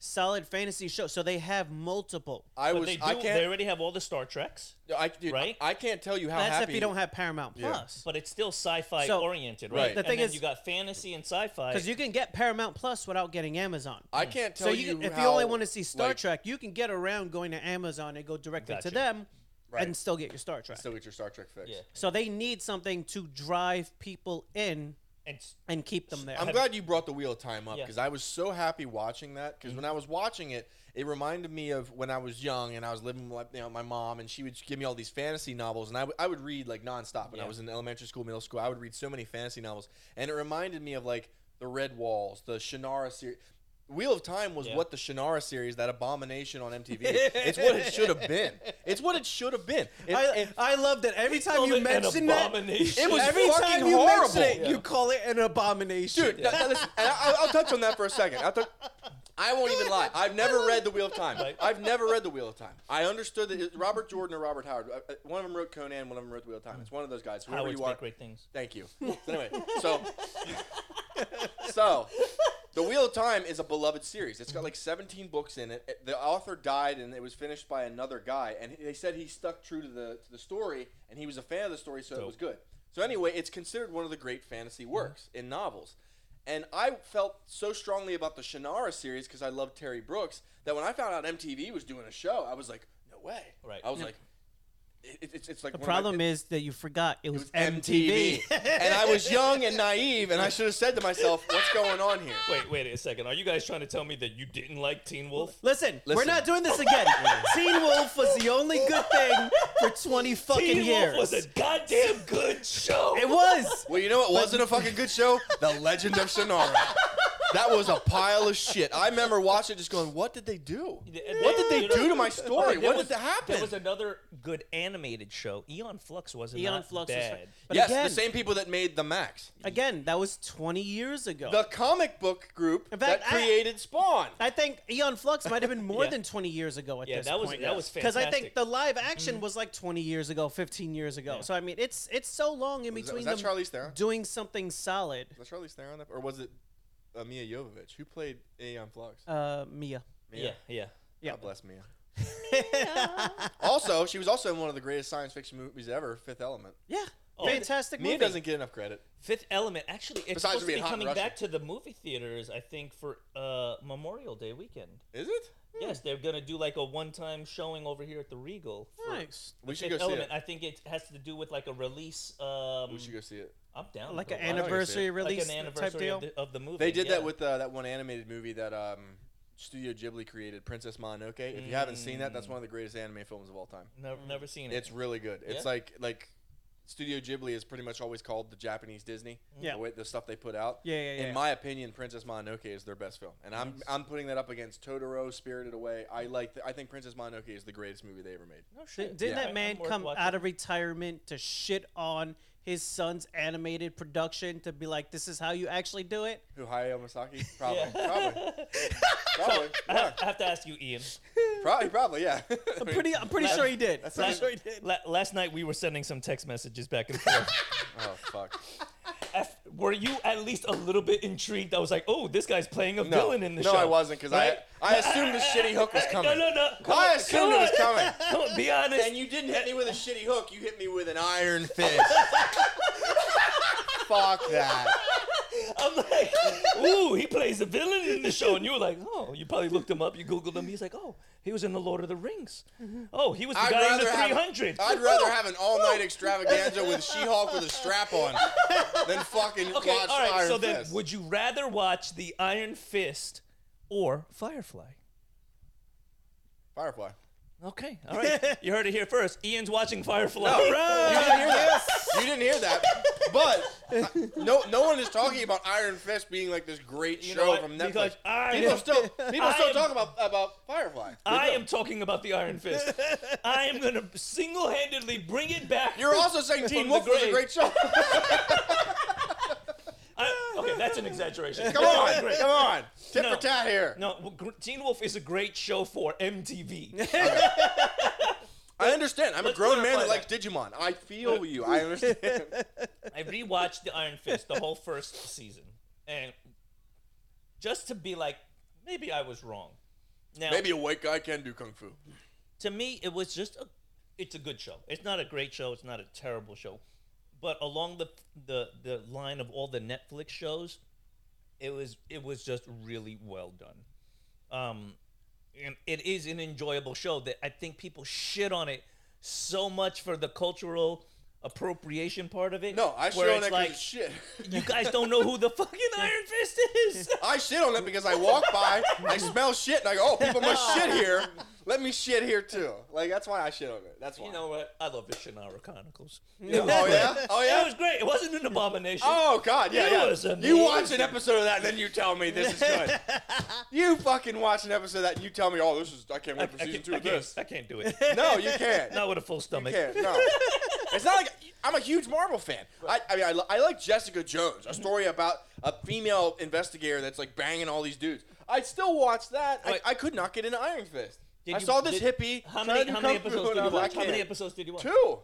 Speaker 2: solid fantasy shows. So they have multiple.
Speaker 3: I
Speaker 1: But
Speaker 3: was.
Speaker 1: they do.
Speaker 3: I
Speaker 1: They
Speaker 3: can't.
Speaker 1: already have all the Star Treks,
Speaker 3: I, dude,
Speaker 1: right?
Speaker 3: I can't tell you how
Speaker 2: That's
Speaker 3: happy.
Speaker 2: if you don't have Paramount Plus.
Speaker 1: but it's still sci-fi
Speaker 2: So-
Speaker 1: oriented,
Speaker 3: Right.
Speaker 1: right?
Speaker 3: The
Speaker 1: and
Speaker 2: thing
Speaker 1: then
Speaker 2: is-
Speaker 1: you got fantasy and sci-fi.
Speaker 2: Because you can get Paramount Plus without getting Amazon.
Speaker 3: I can't tell
Speaker 2: so you, can- if
Speaker 3: how,
Speaker 2: you only want to see Star
Speaker 3: like,
Speaker 2: Trek, you can get around going to Amazon and go directly
Speaker 1: Gotcha.
Speaker 2: to them,
Speaker 3: Right.
Speaker 2: and still get your Star Trek.
Speaker 3: still get your Star Trek fix.
Speaker 1: Yeah.
Speaker 2: so they need something to drive people in
Speaker 1: and s-
Speaker 2: and keep them
Speaker 1: <laughs>
Speaker 2: there.
Speaker 3: I'm glad you brought the Wheel of Time up
Speaker 1: Yeah. Mm-hmm.
Speaker 3: because I was so happy watching that. Because when I was watching it, it reminded me of when I was young and I was living with you know, my mom, and she would give me all these fantasy novels, and I would- I would read like nonstop. When I
Speaker 1: Yeah.
Speaker 3: was in elementary school, middle school, I would read so many fantasy novels, and it reminded me of like the Red Walls, the Shannara series. Wheel of Time was
Speaker 1: Yeah.
Speaker 3: what the Shannara series, that abomination on
Speaker 1: <laughs>
Speaker 3: MTV. it's what it should have been. It's what it should have been. It-
Speaker 2: I,
Speaker 3: it-
Speaker 2: I love that every time
Speaker 1: called
Speaker 2: you
Speaker 1: it an
Speaker 2: mention that,
Speaker 1: abomination.
Speaker 3: It was
Speaker 2: every
Speaker 3: fucking
Speaker 2: time you mention it,
Speaker 3: horrible.
Speaker 2: you call it an abomination.
Speaker 3: Dude, no, no, listen, and I, I'll touch on that for a second. I'll touch, I won't even lie. I've never read The Wheel of Time.
Speaker 1: Right.
Speaker 3: I've never read The Wheel of Time. I understood that it- Robert Jordan or Robert Howard. uh, uh, One of them wrote Conan. One of them wrote The Wheel of Time. It's one of those guys. Whoever
Speaker 1: Howard's
Speaker 3: you are.
Speaker 1: make great things.
Speaker 3: Thank you. So anyway, so <laughs> so The Wheel of Time is a beloved series. It's got like 17 books in it. It- The author died and it was finished by another guy and they said he stuck true to the to the story and he was a fan of the story so
Speaker 1: Dope.
Speaker 3: it
Speaker 1: Mm-hmm.
Speaker 3: was good. So anyway, it's considered one of the great fantasy works in novels. And I felt so strongly about the Shannara series because I love Terry Brooks that when I found out MTV was doing a show, I was like, no way.
Speaker 1: Right.
Speaker 3: I was like, it, it- it's, it's like
Speaker 2: The problem is that you forgot it was,
Speaker 3: MTV.
Speaker 2: MTV.
Speaker 3: and I was young and naive, and I should have said to myself, "What's going on here?"
Speaker 1: Wait, wait a second. Are you guys trying to tell me that you didn't like Teen Wolf?
Speaker 2: <laughs> Listen, we're
Speaker 3: Listen.
Speaker 2: not doing
Speaker 1: <laughs>
Speaker 2: this again. Teen Wolf was the only good thing for 20 fucking
Speaker 1: Teen
Speaker 2: years.
Speaker 1: Wolf was a goddamn good show.
Speaker 2: it was.
Speaker 3: Well, you know what wasn't a fucking good show? The Legend of Shannara. That was a pile of shit. I remember watching it, just going, "What did they do? What did they do to my
Speaker 1: <laughs>
Speaker 3: story?
Speaker 1: There
Speaker 3: What
Speaker 1: was-
Speaker 3: did that
Speaker 1: There was
Speaker 3: happen?"
Speaker 1: another good animated show. Eon Flux wasn't
Speaker 2: Eon
Speaker 1: not
Speaker 2: Flux was
Speaker 1: bad.
Speaker 2: fine. But
Speaker 3: Yes,
Speaker 2: again,
Speaker 3: the same people that made the Max,
Speaker 2: again, that was 20 years ago.
Speaker 3: the comic book group
Speaker 2: In fact,
Speaker 3: that
Speaker 2: I-
Speaker 3: created Spawn.
Speaker 2: I think Eon Flux might have been more
Speaker 1: Yeah.
Speaker 2: than 20 years ago at
Speaker 1: Yeah,
Speaker 2: this
Speaker 1: that was-
Speaker 2: point.
Speaker 1: that was
Speaker 2: Because I think
Speaker 1: fantastic. Mm-hmm.
Speaker 2: the live action was like 20 years ago, 15 years ago. So I mean, it's it's so long in
Speaker 3: Was that,
Speaker 2: between
Speaker 3: was that
Speaker 2: them
Speaker 3: Charlize Theron?
Speaker 2: doing something solid.
Speaker 3: Was that Charlize Theron, or was it uh, Mia Jovovich? Who played Aeon Flux?
Speaker 2: Uh, Mia.
Speaker 1: Yeah, yeah.
Speaker 2: Yeah.
Speaker 3: God bless Mia. Also, she was also in one of the greatest science fiction movies ever, Fifth Element.
Speaker 2: yeah,
Speaker 1: Oh.
Speaker 2: fantastic
Speaker 3: Mia
Speaker 2: movie.
Speaker 3: doesn't get enough credit.
Speaker 1: Fifth Element. Actually, it's
Speaker 3: Besides
Speaker 1: supposed to
Speaker 3: being
Speaker 1: be
Speaker 3: hot in
Speaker 1: coming
Speaker 3: Russia.
Speaker 1: back to the movie theaters. I think for uh, Memorial Day weekend.
Speaker 3: Is it?
Speaker 1: Yes, they're gonna do like a one-time showing over here at the Regal. for
Speaker 2: Nice.
Speaker 3: We
Speaker 1: Fifth
Speaker 3: should go see
Speaker 1: Element.
Speaker 3: it.
Speaker 1: I think it has to do with like a release. Um,
Speaker 3: We should go see it.
Speaker 1: I'm down.
Speaker 2: Like
Speaker 1: to
Speaker 2: an
Speaker 1: go watch it.
Speaker 2: anniversary
Speaker 1: Like
Speaker 2: release
Speaker 1: an
Speaker 2: type
Speaker 1: anniversary
Speaker 2: deal.
Speaker 1: of the, of the movie.
Speaker 3: They
Speaker 1: um,
Speaker 3: did
Speaker 1: yeah.
Speaker 3: that with uh, that one animated movie that um, Studio Ghibli created, Princess Mononoke. If you haven't seen that, that's one of the greatest anime films of all time.
Speaker 1: Never, never seen it.
Speaker 3: It's really good. It's
Speaker 1: Yeah?
Speaker 3: like like Studio Ghibli is pretty much always called the Japanese Disney.
Speaker 1: Mm-hmm.
Speaker 2: Yeah.
Speaker 3: The, way, the stuff they put out.
Speaker 2: Yeah, yeah, yeah,
Speaker 3: In
Speaker 2: yeah.
Speaker 3: my opinion, Princess Mononoke is their best film, and I'm I'm putting that up against Totoro, Spirited Away. I like. The, I think Princess Mononoke is the greatest movie they ever made.
Speaker 1: no shit.
Speaker 2: Did, didn't
Speaker 3: Yeah.
Speaker 2: that man come out of retirement to shit on his son's animated production to be like, this is how you actually do it?
Speaker 3: Who
Speaker 1: <laughs>
Speaker 3: Hayao Masaki? Probably.
Speaker 1: Yeah.
Speaker 3: Probably.
Speaker 1: <laughs>
Speaker 3: Probably. Yeah.
Speaker 1: I have to ask you, Ian.
Speaker 3: Probably. Probably. Yeah. I
Speaker 2: I'm
Speaker 3: mean, <laughs>
Speaker 2: pretty, I'm pretty sure he did.
Speaker 3: that's
Speaker 2: I'm
Speaker 3: like-
Speaker 2: sure he did.
Speaker 1: La- last night we were sending some text messages back and
Speaker 3: <laughs>
Speaker 1: forth. <laughs>
Speaker 3: Oh fuck.
Speaker 1: F- were you at least a little bit intrigued? I was like, oh, this guy's playing a
Speaker 3: No.
Speaker 1: villain in the
Speaker 3: No,
Speaker 1: show.
Speaker 3: I wasn't because
Speaker 1: Right?
Speaker 3: I I assumed the shitty hook was coming.
Speaker 1: <laughs> No, no, no. Come
Speaker 3: I
Speaker 1: on, come
Speaker 3: assumed it was
Speaker 1: on.
Speaker 3: coming.
Speaker 1: <laughs> Come on, be honest.
Speaker 3: And you didn't hit me with a shitty hook. You hit me with an iron fist. Fuck that.
Speaker 1: I'm like, ooh, he plays a villain in the show. And you were like, oh, you probably looked him up. You Googled him. He's like, oh, he was in The Lord of the Rings. Oh, he was the
Speaker 3: Mm-hmm. I'd
Speaker 1: guy in the
Speaker 3: rather have-
Speaker 1: 300.
Speaker 3: I'd rather have an all-night extravaganza with She-Hulk with a strap on than fucking
Speaker 1: Okay,
Speaker 3: watch
Speaker 1: all right.
Speaker 3: Iron
Speaker 1: so
Speaker 3: Fist.
Speaker 1: then, would you rather watch The Iron Fist or Firefly?
Speaker 3: Firefly.
Speaker 1: Okay, all right. <laughs> you heard it here first. Ian's watching Firefly.
Speaker 3: No,
Speaker 1: Right.
Speaker 3: you didn't hear that. You didn't hear that. But I- no, no one is talking about Iron Fist being like this great
Speaker 1: You know
Speaker 3: show
Speaker 1: what?
Speaker 3: from Netflix.
Speaker 1: Because I
Speaker 3: People
Speaker 1: am-
Speaker 3: still, people
Speaker 1: I
Speaker 3: still
Speaker 1: am-
Speaker 3: talk about about Firefly.
Speaker 1: I am talking about the Iron
Speaker 3: <laughs>
Speaker 1: Fist. I am going to single-handedly bring it back.
Speaker 3: You're also saying Teen
Speaker 1: the
Speaker 3: Wolf was a
Speaker 1: grave. <laughs>
Speaker 3: great show.
Speaker 1: I- okay, that's an exaggeration.
Speaker 3: Come on,
Speaker 1: Great.
Speaker 3: come on. Tip
Speaker 1: No.
Speaker 3: for tat here.
Speaker 1: No, well, Gr- Teen Wolf is a great show for MTV.
Speaker 3: I understand. I'm a
Speaker 1: Let's
Speaker 3: grown man that
Speaker 1: clarify
Speaker 3: likes Digimon.
Speaker 1: <laughs>
Speaker 3: I feel you. I understand.
Speaker 1: I rewatched The Iron Fist, the whole first season, and just to be like, maybe I was wrong. Now,
Speaker 3: Maybe a white guy can do kung fu.
Speaker 1: to me, it was just a, it's a good show. It's not a great show. It's not a terrible show, but along the the the line of all the Netflix shows, it was it was just really well done. Um, and it is an enjoyable show that I think people shit on it so much for the cultural appropriation part of it.
Speaker 3: No, I shit
Speaker 1: where
Speaker 3: on
Speaker 1: it's
Speaker 3: that
Speaker 1: like
Speaker 3: like, shit.
Speaker 1: you guys don't know who the fucking Iron Fist is.
Speaker 3: <laughs> I shit on it because I walk by, I smell shit, and I go, "Oh,
Speaker 1: <laughs>
Speaker 3: people must shit here. Let me shit here too." Like that's why I shit on it. That's why.
Speaker 1: you know what? I love the Shannara Chronicles.
Speaker 3: <laughs> oh yeah.
Speaker 1: <laughs>
Speaker 3: Oh
Speaker 1: It
Speaker 3: yeah.
Speaker 1: was great. It wasn't an abomination.
Speaker 3: Oh god, yeah,
Speaker 1: It
Speaker 3: yeah.
Speaker 1: was
Speaker 3: you watch
Speaker 1: amazing.
Speaker 3: an episode of that, and then you tell me this is
Speaker 1: <laughs>
Speaker 3: good. you fucking watch an episode of that, and you tell me, "Oh, this is I can't wait for
Speaker 1: I
Speaker 3: season
Speaker 1: can't,
Speaker 3: two
Speaker 1: I
Speaker 3: of
Speaker 1: can't-
Speaker 3: this."
Speaker 1: I can't do it.
Speaker 3: <laughs> No, you can't.
Speaker 1: Not with a full stomach.
Speaker 3: can't.
Speaker 1: <laughs>
Speaker 3: No. It's not like I'm a huge Marvel fan. I, I mean, I, li- I like Jessica Jones, a story about a female investigator that's like banging all these dudes. I still watch that. I,
Speaker 1: Wait.
Speaker 3: I could not get into Iron Fist.
Speaker 1: Did
Speaker 3: I
Speaker 1: you-
Speaker 3: saw this
Speaker 1: did-
Speaker 3: hippie.
Speaker 1: How
Speaker 3: trying
Speaker 1: many,
Speaker 3: to do
Speaker 1: how many
Speaker 3: kung fu
Speaker 1: episodes
Speaker 3: and
Speaker 1: did you
Speaker 3: I was like,
Speaker 1: watch? How
Speaker 3: "I
Speaker 1: many
Speaker 3: can't."
Speaker 1: episodes did you watch?
Speaker 3: Two.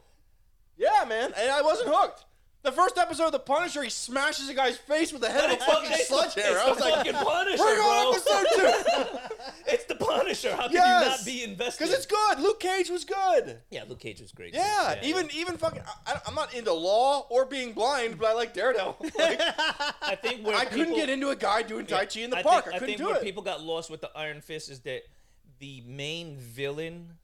Speaker 3: Yeah, man. And I wasn't hooked. The first episode of The Punisher, he smashes a guy's face with the
Speaker 1: <laughs>
Speaker 3: head of a
Speaker 1: It's the-
Speaker 3: fucking
Speaker 1: it's the-
Speaker 3: sledgehammer.
Speaker 1: it's
Speaker 3: I was
Speaker 1: the
Speaker 3: like,
Speaker 1: fucking Punisher,
Speaker 3: we're
Speaker 1: bro.
Speaker 3: on episode
Speaker 1: <laughs>
Speaker 3: two.
Speaker 1: It's the Punisher. How can
Speaker 3: Yes.
Speaker 1: you not be invested?
Speaker 3: Because it's good. Luke Cage was good.
Speaker 1: yeah, Luke Cage was great.
Speaker 3: Yeah, even even fucking. I- I, I'm not into law or being blind, but I like Daredevil. <laughs> Like,
Speaker 1: I think where
Speaker 3: I
Speaker 1: people,
Speaker 3: couldn't get into a guy doing Tai Chi in the
Speaker 1: I
Speaker 3: park.
Speaker 1: Think,
Speaker 3: I couldn't
Speaker 1: think
Speaker 3: do
Speaker 1: where
Speaker 3: it.
Speaker 1: people got lost with the Iron Fist is that the main villain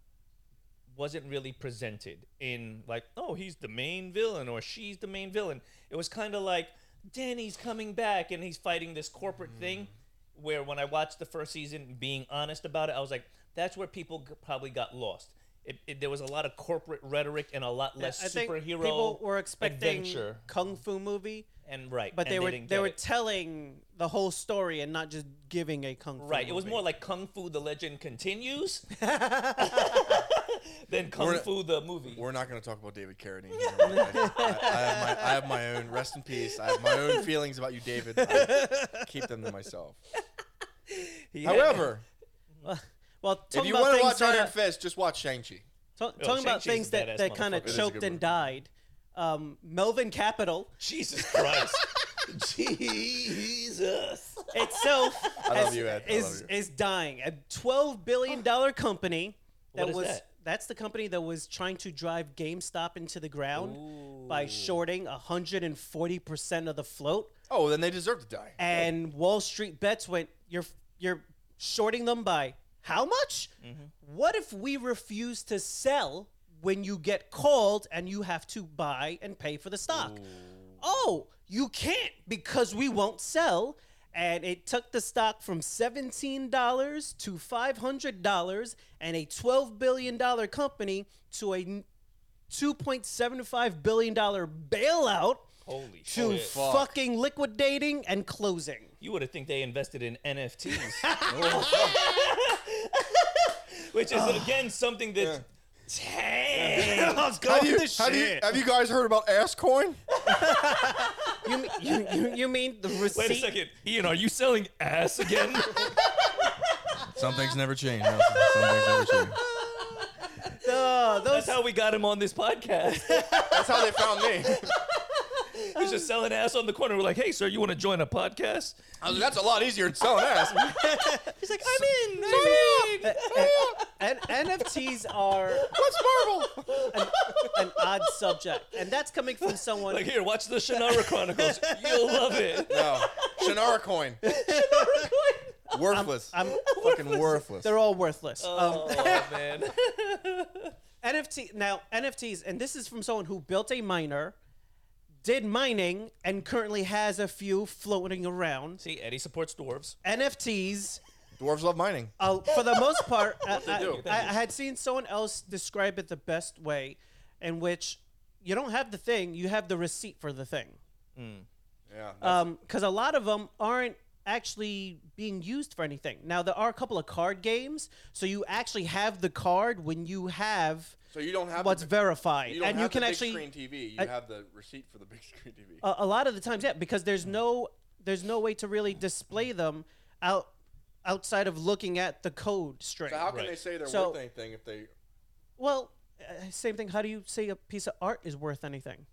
Speaker 1: wasn't really presented in like, oh, he's the main villain or she's the main villain. It was kind of like Danny's coming back and he's fighting this corporate
Speaker 2: Hmm.
Speaker 1: thing. Where when I watched the first season, being honest about it, I was like, that's where people g- probably got lost. It, it, there was a lot of corporate rhetoric and a lot less
Speaker 2: I think
Speaker 1: superhero
Speaker 2: people were expecting
Speaker 1: adventure.
Speaker 2: kung fu movie,
Speaker 1: and right,
Speaker 2: but
Speaker 1: and
Speaker 2: they were
Speaker 1: didn't
Speaker 2: they
Speaker 1: get
Speaker 2: were
Speaker 1: it.
Speaker 2: telling the whole story and not just giving a kung fu.
Speaker 1: Right. It was
Speaker 2: movie.
Speaker 1: more like Kung Fu the Legend Continues than Kung
Speaker 3: We're-
Speaker 1: Fu the movie.
Speaker 3: We're not going to talk about David <laughs> Carradine. here. I, I have my, I have my own. Rest in peace. I have my own feelings about you, David. I keep them to myself.
Speaker 1: He had-
Speaker 3: However,
Speaker 2: well,
Speaker 3: if
Speaker 2: talking
Speaker 3: you
Speaker 2: about
Speaker 3: want to
Speaker 2: things
Speaker 3: watch Iron
Speaker 2: that,
Speaker 3: Fist, just watch Shang Chi.
Speaker 2: ta- talking about
Speaker 1: Shang-Chi's a
Speaker 2: things that,
Speaker 1: badass
Speaker 2: that kind
Speaker 1: motherfucker.
Speaker 2: of
Speaker 1: It
Speaker 3: is a
Speaker 2: choked
Speaker 3: good
Speaker 2: and
Speaker 3: movie.
Speaker 2: died. Um, Melvin Capital
Speaker 1: Jesus Christ. Jesus.
Speaker 2: itself
Speaker 3: I love
Speaker 2: as-
Speaker 3: you, Ed. I love
Speaker 2: is
Speaker 3: you.
Speaker 2: is dying. A twelve billion dollar company that
Speaker 1: Oh. What is
Speaker 2: was
Speaker 1: that?
Speaker 2: that's the company that was trying to drive GameStop into the ground by
Speaker 1: Ooh.
Speaker 2: shorting 140% of the float
Speaker 4: Oh, then they deserve to die.
Speaker 2: and Wall Street bets went you're you're shorting them by how much? What if we refuse to sell when you get called and you have to buy and pay for the stock? Oh, you can't because we won't sell. And it took the stock from $17 to $500 and a $12 billion company to a $2.75 billion bailout
Speaker 1: Holy
Speaker 2: to
Speaker 1: shit.
Speaker 4: fuck.
Speaker 2: fucking liquidating and closing.
Speaker 1: You would have think they invested in NFTs. <laughs> Which is again something that Dang.
Speaker 2: Let's go
Speaker 4: Have you,
Speaker 2: with the
Speaker 4: have, you,
Speaker 2: shit.
Speaker 4: have you guys heard about Asscoin?
Speaker 2: You, mean- you, you, you mean the receipt?
Speaker 1: Wait a second. Ian, are you selling ass again? <laughs>
Speaker 4: Some things never change. No, some things never change.
Speaker 2: Uh, those,
Speaker 1: That's how we got him on this podcast.
Speaker 3: That's how they found me. <laughs>
Speaker 1: He's just selling ass on the corner. We're like, hey, sir, you want to join a podcast?
Speaker 4: I was like, That's a lot easier than
Speaker 2: <laughs>
Speaker 4: selling ass.
Speaker 2: he's like, I'm in. I'm in. And NFTs are
Speaker 4: What's Marvel?
Speaker 2: an odd subject, and that's coming from someone.
Speaker 1: Like, here, watch the Shannara Chronicles. You'll love it.
Speaker 4: No, Shannara coin. Worthless.
Speaker 2: I'm,
Speaker 4: Fucking worthless.
Speaker 2: they're all worthless. Um,
Speaker 1: Oh, man.
Speaker 2: NFT now NFTs, and this is from someone who built a miner, did mining, and currently has a few floating around.
Speaker 1: See, Eddie supports dwarves.
Speaker 2: NFTs
Speaker 4: Dwarves love mining.
Speaker 2: uh, for the
Speaker 3: <laughs>
Speaker 2: most part, I, I-
Speaker 3: do.
Speaker 2: I, I had seen someone else describe it the best way, in which you don't have the thing, you have the receipt for the thing.
Speaker 3: Yeah.
Speaker 2: Uh, Because a lot of them aren't actually being used for anything. Now, there are a couple of card games, so you actually have the card when you have
Speaker 3: So you don't have
Speaker 2: what's
Speaker 3: the, big-
Speaker 2: verified.
Speaker 3: you don't
Speaker 2: and
Speaker 3: have
Speaker 2: you can
Speaker 3: the big
Speaker 2: actually.
Speaker 3: screen TV. You
Speaker 2: I- Oh,
Speaker 3: have the receipt for the big screen TV.
Speaker 2: a, a lot of the times yeah because there's no there's no way to really display them out outside of looking at the code string
Speaker 3: so how can
Speaker 1: Right.
Speaker 3: they say they're
Speaker 2: So-
Speaker 3: worth anything if they?
Speaker 2: well uh, same thing how do you say a piece of art is worth anything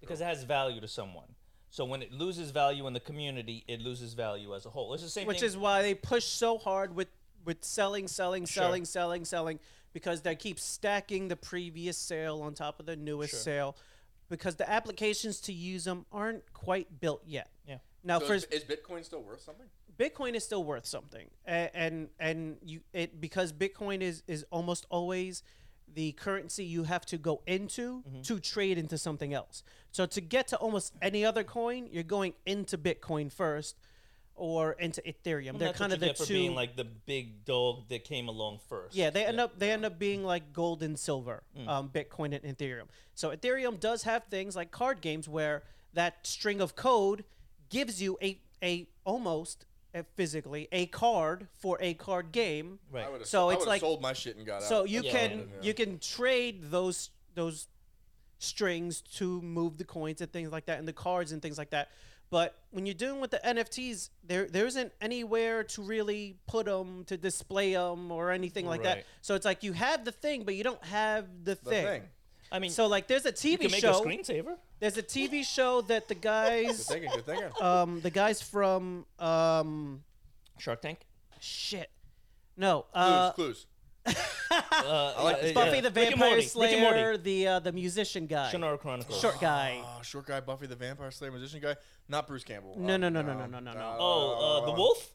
Speaker 1: Because it has value to someone. So when it loses value in the community, it loses value as a whole. It's the same
Speaker 2: which
Speaker 1: thing.
Speaker 2: is why they push so hard with with selling selling selling selling selling because they keep stacking the previous sale on top of the newest sale because the applications to use them aren't quite built yet
Speaker 1: Yeah.
Speaker 2: now
Speaker 3: So
Speaker 2: for
Speaker 3: is, is Bitcoin still worth something?
Speaker 2: Bitcoin is still worth something, and and, and you it because Bitcoin is is almost always the currency you have to go into
Speaker 1: Mm-hmm.
Speaker 2: to trade into something else. So to get to almost any other coin, you're going into Bitcoin first, or into Ethereum. They're
Speaker 1: That's what
Speaker 2: kind of
Speaker 1: you
Speaker 2: the
Speaker 1: get for
Speaker 2: two.
Speaker 1: being like the big dog that came along first.
Speaker 2: yeah, they end up they end up being like gold and silver, um, Bitcoin and Ethereum. So Ethereum does have things like card games where that string of code gives you a a almost uh, physically a card for a card game.
Speaker 1: Right.
Speaker 3: I would have.
Speaker 2: So
Speaker 3: I
Speaker 2: it's
Speaker 3: would've
Speaker 2: like-
Speaker 3: sold my shit and got
Speaker 2: So
Speaker 3: out.
Speaker 2: you
Speaker 1: Yeah.
Speaker 2: can
Speaker 1: Yeah.
Speaker 2: you can trade those those strings to move the coins and things like that, and the cards and things like that. But when you're doing with the NFTs, there there isn't anywhere to really put them to display them or anything like that.
Speaker 1: Right.
Speaker 2: So it's like you have the thing, but you don't have the,
Speaker 3: the
Speaker 2: thing.
Speaker 3: thing.
Speaker 1: I mean,
Speaker 2: So like there's a
Speaker 1: you
Speaker 2: TV
Speaker 1: can make
Speaker 2: show.
Speaker 1: a screensaver.
Speaker 2: There's a TV show that the guys,
Speaker 3: Thinking, good thinking.
Speaker 2: um, the guys from, um,
Speaker 1: Shark Tank.
Speaker 2: shit, no,
Speaker 3: clues,
Speaker 2: <laughs> uh,
Speaker 3: clues.
Speaker 1: Uh,
Speaker 3: like
Speaker 1: uh,
Speaker 3: this.
Speaker 2: Ah, Buffy
Speaker 1: yeah.
Speaker 2: the
Speaker 1: Rick and
Speaker 2: Vampire
Speaker 1: Morty, Rick and
Speaker 2: Slayer,
Speaker 1: Morty.
Speaker 2: the uh, the musician guy,
Speaker 1: Shannara Chronicles.
Speaker 2: short guy.
Speaker 4: Oh,
Speaker 3: Ah,
Speaker 4: short guy, Buffy the Vampire Slayer, magician guy. Not Bruce Campbell.
Speaker 2: No,
Speaker 4: Uh,
Speaker 2: no, no, no, no, no, no, no.
Speaker 1: Oh, uh, the wolf.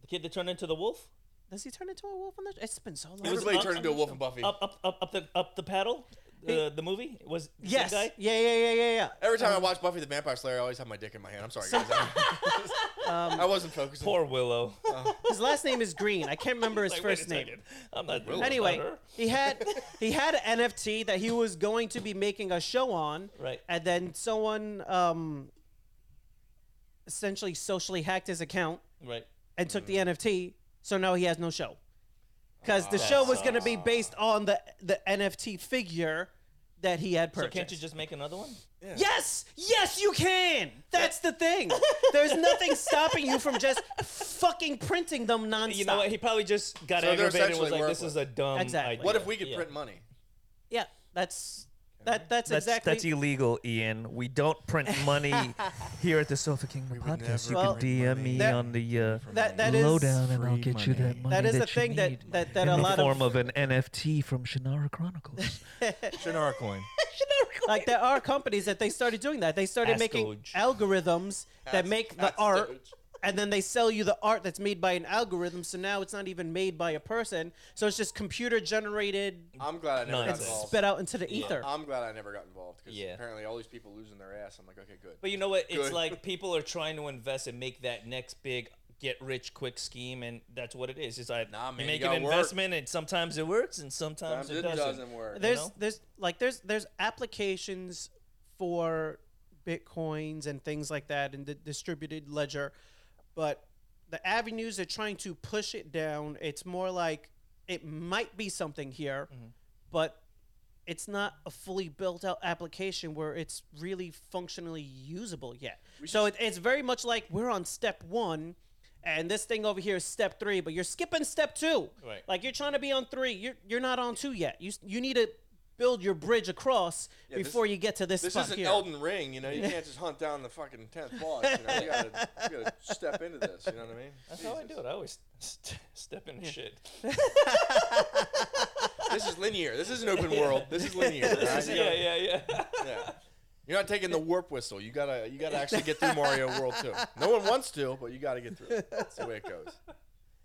Speaker 1: The kid that turned into the wolf.
Speaker 2: Does he turn into a wolf on the? It's been so long.
Speaker 1: was
Speaker 3: Everybody
Speaker 1: up-
Speaker 3: turned into a wolf and Buffy.
Speaker 1: Up, up, up, up the up the paddle. Uh, The the movie was the same
Speaker 2: yes.
Speaker 1: guy.
Speaker 2: Yeah, yeah, yeah, yeah, yeah.
Speaker 4: Every time I watch Buffy the Vampire Slayer, I always have my dick in my hand. I'm sorry, guys.
Speaker 5: <laughs>
Speaker 4: I wasn't focusing.
Speaker 1: Poor
Speaker 2: <laughs>
Speaker 1: Willow. <laughs>
Speaker 2: His last name is Green. I can't remember his
Speaker 1: Like, wait a
Speaker 2: first name.
Speaker 1: second. I'm not.
Speaker 4: Willow.
Speaker 2: Anyway,
Speaker 1: About her.
Speaker 2: he had
Speaker 1: <laughs>
Speaker 2: he had an NFT that he was going to be making a show on,
Speaker 1: Right.
Speaker 2: And then someone um, essentially socially hacked his account
Speaker 1: Right.
Speaker 2: and took
Speaker 1: Mm.
Speaker 2: the NFT. So now he has no show
Speaker 1: Ah,
Speaker 2: because the show was going to be based on the the NFT figure that he had
Speaker 1: So
Speaker 2: purchased.
Speaker 1: can't you just make another one?
Speaker 2: Yes, yes, you can. That's the thing. There's
Speaker 1: <laughs>
Speaker 2: nothing stopping you from just fucking printing them nonstop.
Speaker 1: You know what? He probably just got
Speaker 4: So they're
Speaker 1: aggravated and was
Speaker 4: essentially
Speaker 1: like, "This
Speaker 4: worthless.
Speaker 1: is a dumb
Speaker 2: Exactly.
Speaker 1: idea."
Speaker 4: What if we could
Speaker 1: Yeah.
Speaker 4: print money?
Speaker 2: yeah, that's that. That's, exactly. <laughs>
Speaker 1: illegal, Ian. We don't print money Here at the Sofa Kingdom
Speaker 3: would
Speaker 1: podcast, you
Speaker 3: never
Speaker 2: bring
Speaker 1: can DM me
Speaker 2: money
Speaker 1: on the uh,
Speaker 2: That that is
Speaker 1: lowdown, and I'll
Speaker 3: free
Speaker 1: get you that
Speaker 3: money.
Speaker 1: money.
Speaker 2: that is the
Speaker 1: you
Speaker 2: thing that
Speaker 1: need
Speaker 2: that that
Speaker 1: in
Speaker 2: a
Speaker 1: the
Speaker 2: lot
Speaker 1: form
Speaker 2: of
Speaker 1: of an NFT from Shannara Chronicles.
Speaker 3: Shinar coin.
Speaker 2: like there are companies that they started doing that. They started making
Speaker 1: Astoge.
Speaker 2: algorithms that
Speaker 5: Ast-
Speaker 2: make the
Speaker 5: Astoge.
Speaker 2: art and then they sell you the art that's made by an algorithm. So now it's not even made by a person. So it's just computer generated
Speaker 5: I'm glad I never got
Speaker 1: Nonsense.
Speaker 5: involved.
Speaker 2: spit out into the ether.
Speaker 5: I'm glad I never got involved because
Speaker 1: Yeah.
Speaker 5: apparently all these people losing their ass. I'm like, okay, good.
Speaker 1: But you know what? It's
Speaker 5: Good.
Speaker 1: like people are trying to invest and make that next big get rich quick scheme, and that's what it is. It's like
Speaker 5: Nah, man,
Speaker 1: you
Speaker 5: you
Speaker 1: make
Speaker 5: gotta
Speaker 1: an
Speaker 5: work.
Speaker 1: investment, and sometimes um, it works, and sometimes,
Speaker 5: Sometimes it doesn't, work.
Speaker 2: there's
Speaker 1: know?
Speaker 2: there's like there's there's applications for bitcoins and things like that and the distributed ledger but the avenues are trying to push it down it's more like it might be something here
Speaker 5: Mm-hmm.
Speaker 2: but it's not a fully built out application where it's really functionally usable yet so it, it's very much like we're on step one and this thing over here is step three but you're skipping step two
Speaker 1: Right.
Speaker 2: like you're trying to be on three. You're you're not on two yet. You s- you need to build your bridge across
Speaker 5: this-
Speaker 2: before you get to this,
Speaker 5: This
Speaker 2: spot
Speaker 5: isn't
Speaker 2: here.
Speaker 5: Elden Ring, you know. You can't just hunt down the fucking tenth boss. You, know? you, gotta, you gotta step into this. You know what I mean?
Speaker 1: That's how Oh, I do it. I always st- step into shit.
Speaker 5: This is linear. This is an open world. This is linear. right? You gotta-
Speaker 1: <laughs> yeah, yeah, yeah.
Speaker 5: yeah.
Speaker 3: You're not taking the warp whistle. You gotta you gotta actually get through Mario World too. No one wants to, but you gotta get through it. That's the way it goes.